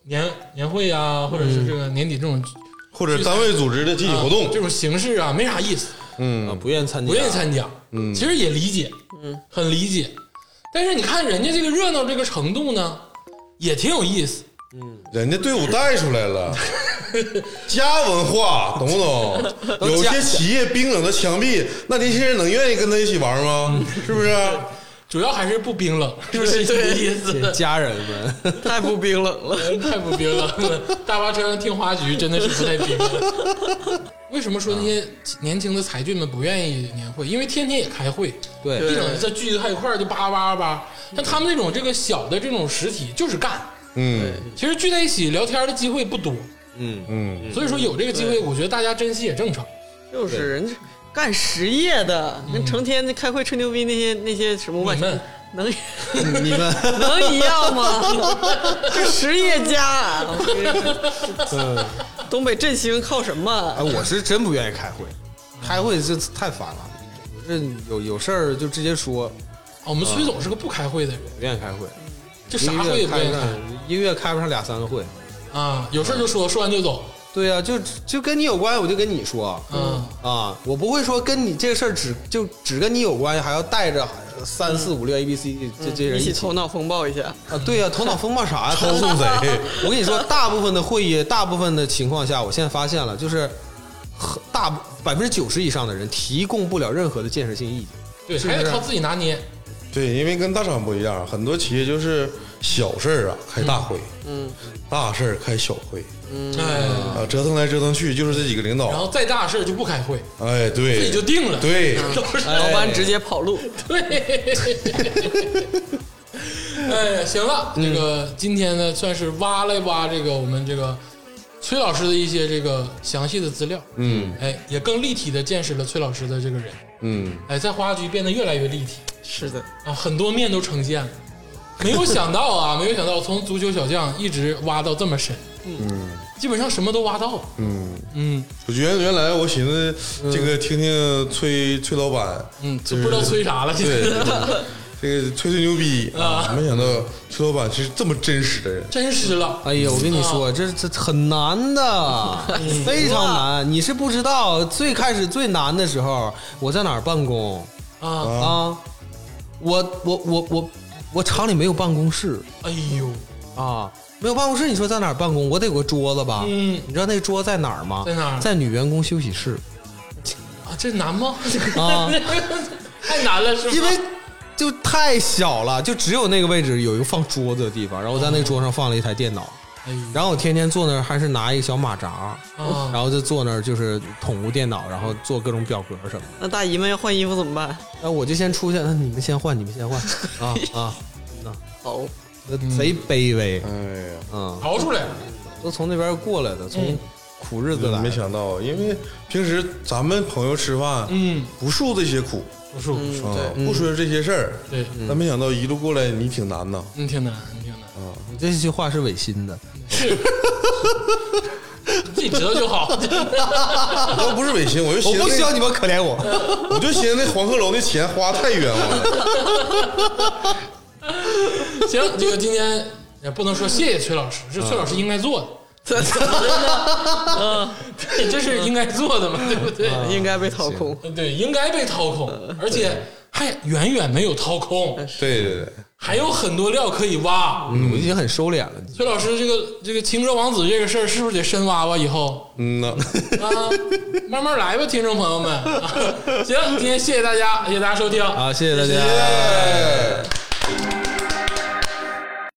B: 年年会啊，或者是这个年底这种
D: 或者单位组织的集体
B: 啊
D: 活动
B: 这，种形式啊，没啥意思。
E: 啊不愿意参加，
B: 不愿意参加，嗯，其实也理解，嗯，很理解。但是你看人家这个热闹这个程度呢，也挺有意思。
D: 人家队伍带出来了，家文化懂不懂？有些企业冰冷的墙壁，那年轻人能愿意跟他一起玩吗？是不是？啊
B: 主要还是不冰冷，是不是这个意思？
E: 家人们，
C: 太不冰冷了，
B: 太不冰冷了， 大巴车上听花菊真的是不太冰冷。为什么说那些年轻的才俊们不愿意年会？因为天天也开会，
E: 对
B: 一整在聚在一块儿就叭叭叭。像他们这种这个小的这种实体就是干，
D: 嗯
B: 其实聚在一起聊天的机会不多，
D: 嗯，
B: 所以说有这个机会，我觉得大家珍惜也正常。啊
C: 就是人家干实业的，
E: 嗯
C: 人成天那开会吹牛逼那些那些什么外
B: 你们
C: 能
E: 你们
C: 能一样吗？ 这实业家，啊
E: 嗯
C: 东北振兴靠什
E: 哎，
C: 么？啊
E: 我是真不愿意开会，开会这太烦了，我这有有事儿就直接说，
B: 啊，我们崔总是个不开会的人，
E: 不愿意开会，
B: 这
E: 音
B: 啥会
E: 乐
B: 也不
E: 开
B: 愿意
E: 不上
B: 看，
E: 音乐开不上俩三个会。
B: 啊，有事儿就说，说完就走。
E: 对呀、就就跟你有关系，我就跟你说。
B: 嗯
E: 啊，我不会说跟你这个事儿只就只跟你有关系，还要带着三四五六 A B C 这这些人
C: 嗯一
E: 一
C: 起
E: 起
C: 头脑风暴一下，
E: 啊，对呀、头脑风 暴啥呀？
D: 操纵贼，
E: 我跟你说，大部分的会议，大部分的情况下，我现在发现了，就是很大百分之九十以上的人提供不了任何的建设性意见。
B: 对，
E: 是不
B: 还得
E: 是
B: 靠自己拿捏。
D: 对，因为跟大厂不一样，很多企业就是小事儿啊开大会，
C: 嗯，
D: 大事儿开小会
B: 哎，
D: 啊，折腾来折腾去就是这几个
B: 然
D: 领导，
B: 后再大事儿就不开会，
D: 哎，对，
B: 自己就嗯定了。
D: 对，
B: 都是
E: 哎
C: 老板直接跑路，
B: 哎，行了，这个今天呢，算是挖了一挖这个我们这个崔老师的一些这个详细的资料，
D: 嗯
B: 哎，也更立体的见识了崔老师的这个人，
D: 嗯，
B: 哎，在花局变得越来越立体
E: 哎
C: 是的，
B: 啊，很多面都呈现了。没有想到啊， 没有想到从足球小将一直挖到这么深，嗯，基本上什么都挖到了，嗯嗯
D: 我觉得原来我寻思这个听听崔崔老板，
B: 嗯，就
D: 就是
B: 不知道崔啥了，现
D: 对
B: 在
D: 这个崔崔牛 逼啊，没想到崔老板是这么真实的人，
B: 真实了，
E: 哎呀，我跟你
C: 嗯
E: 说，这这很难的，
C: 哎
E: 非常难。你是不知道，最开始最难的时候，我在哪儿办公
B: 啊，
E: 啊？我我我我我厂里没有办公室
B: 哎呦，
E: 啊，没有办公室，你说在哪儿办公？我得有个桌子吧？
B: 嗯
E: 你知道那桌在哪儿吗？
B: 在哪儿
E: 在女员工休息室。
B: 啊，这难吗？
E: 啊
B: 太难了，是吗？
E: 因为就太小了，就只有那个位置有一个放桌子的地方，然后我在那
B: 哦
E: 个桌上放了一台电脑，
B: 哎呦
E: 然后我天天坐那儿，还是拿一个小马扎，
B: 啊
E: 然后就坐那儿就是捅咕电脑，然后做各种表格什么的。
C: 那大姨们要换衣服怎么办？
E: 那我就先出去，那你们先换，你们先换啊啊，
C: 好，
E: 那
B: 嗯
E: 贼卑微，
D: 哎呀。
E: 嗯，
B: 逃出来了。
E: 都从那边过来的，从
B: 嗯
E: 苦日子来
D: 没
E: 的。
D: 想到，因为平时咱们朋友吃饭，
B: 嗯，
D: 不受这些苦，
B: 不是，
C: 嗯，
D: 啊
C: 对，，
D: 不说这些事儿，
B: 嗯对，
D: 但没想到一路过来你挺难呐，
B: 你挺难，你挺难，
E: 你这句话是违心的，
B: 是，自己知道就 好。
D: 我要不是违心，我就
E: 我
D: 寻
E: 不需要
D: 思
E: 你们可怜我。
D: 那， 我就寻思那黄鹤楼那钱花太冤枉了，
B: 行，这个今天也不能说谢谢崔老师，
E: 嗯
B: 是崔老师应该做的，
E: 嗯
B: 这是应该做的嘛，对不对？
C: 应该被掏空，
E: 嗯
B: 对，应该被掏空，而且还远远没有掏空，
E: 嗯
D: 对对对，
B: 还有很多料可以挖。
D: 嗯
E: 我已经很收敛了，
B: 崔老师，这个这个情歌王子这个事儿，是不是得深挖挖？以后
D: 嗯 呐，
B: 啊，慢慢来吧，听众朋友们。啊行，今天谢谢大家，谢谢大家收听。
E: 啊，谢谢大家。
D: 哎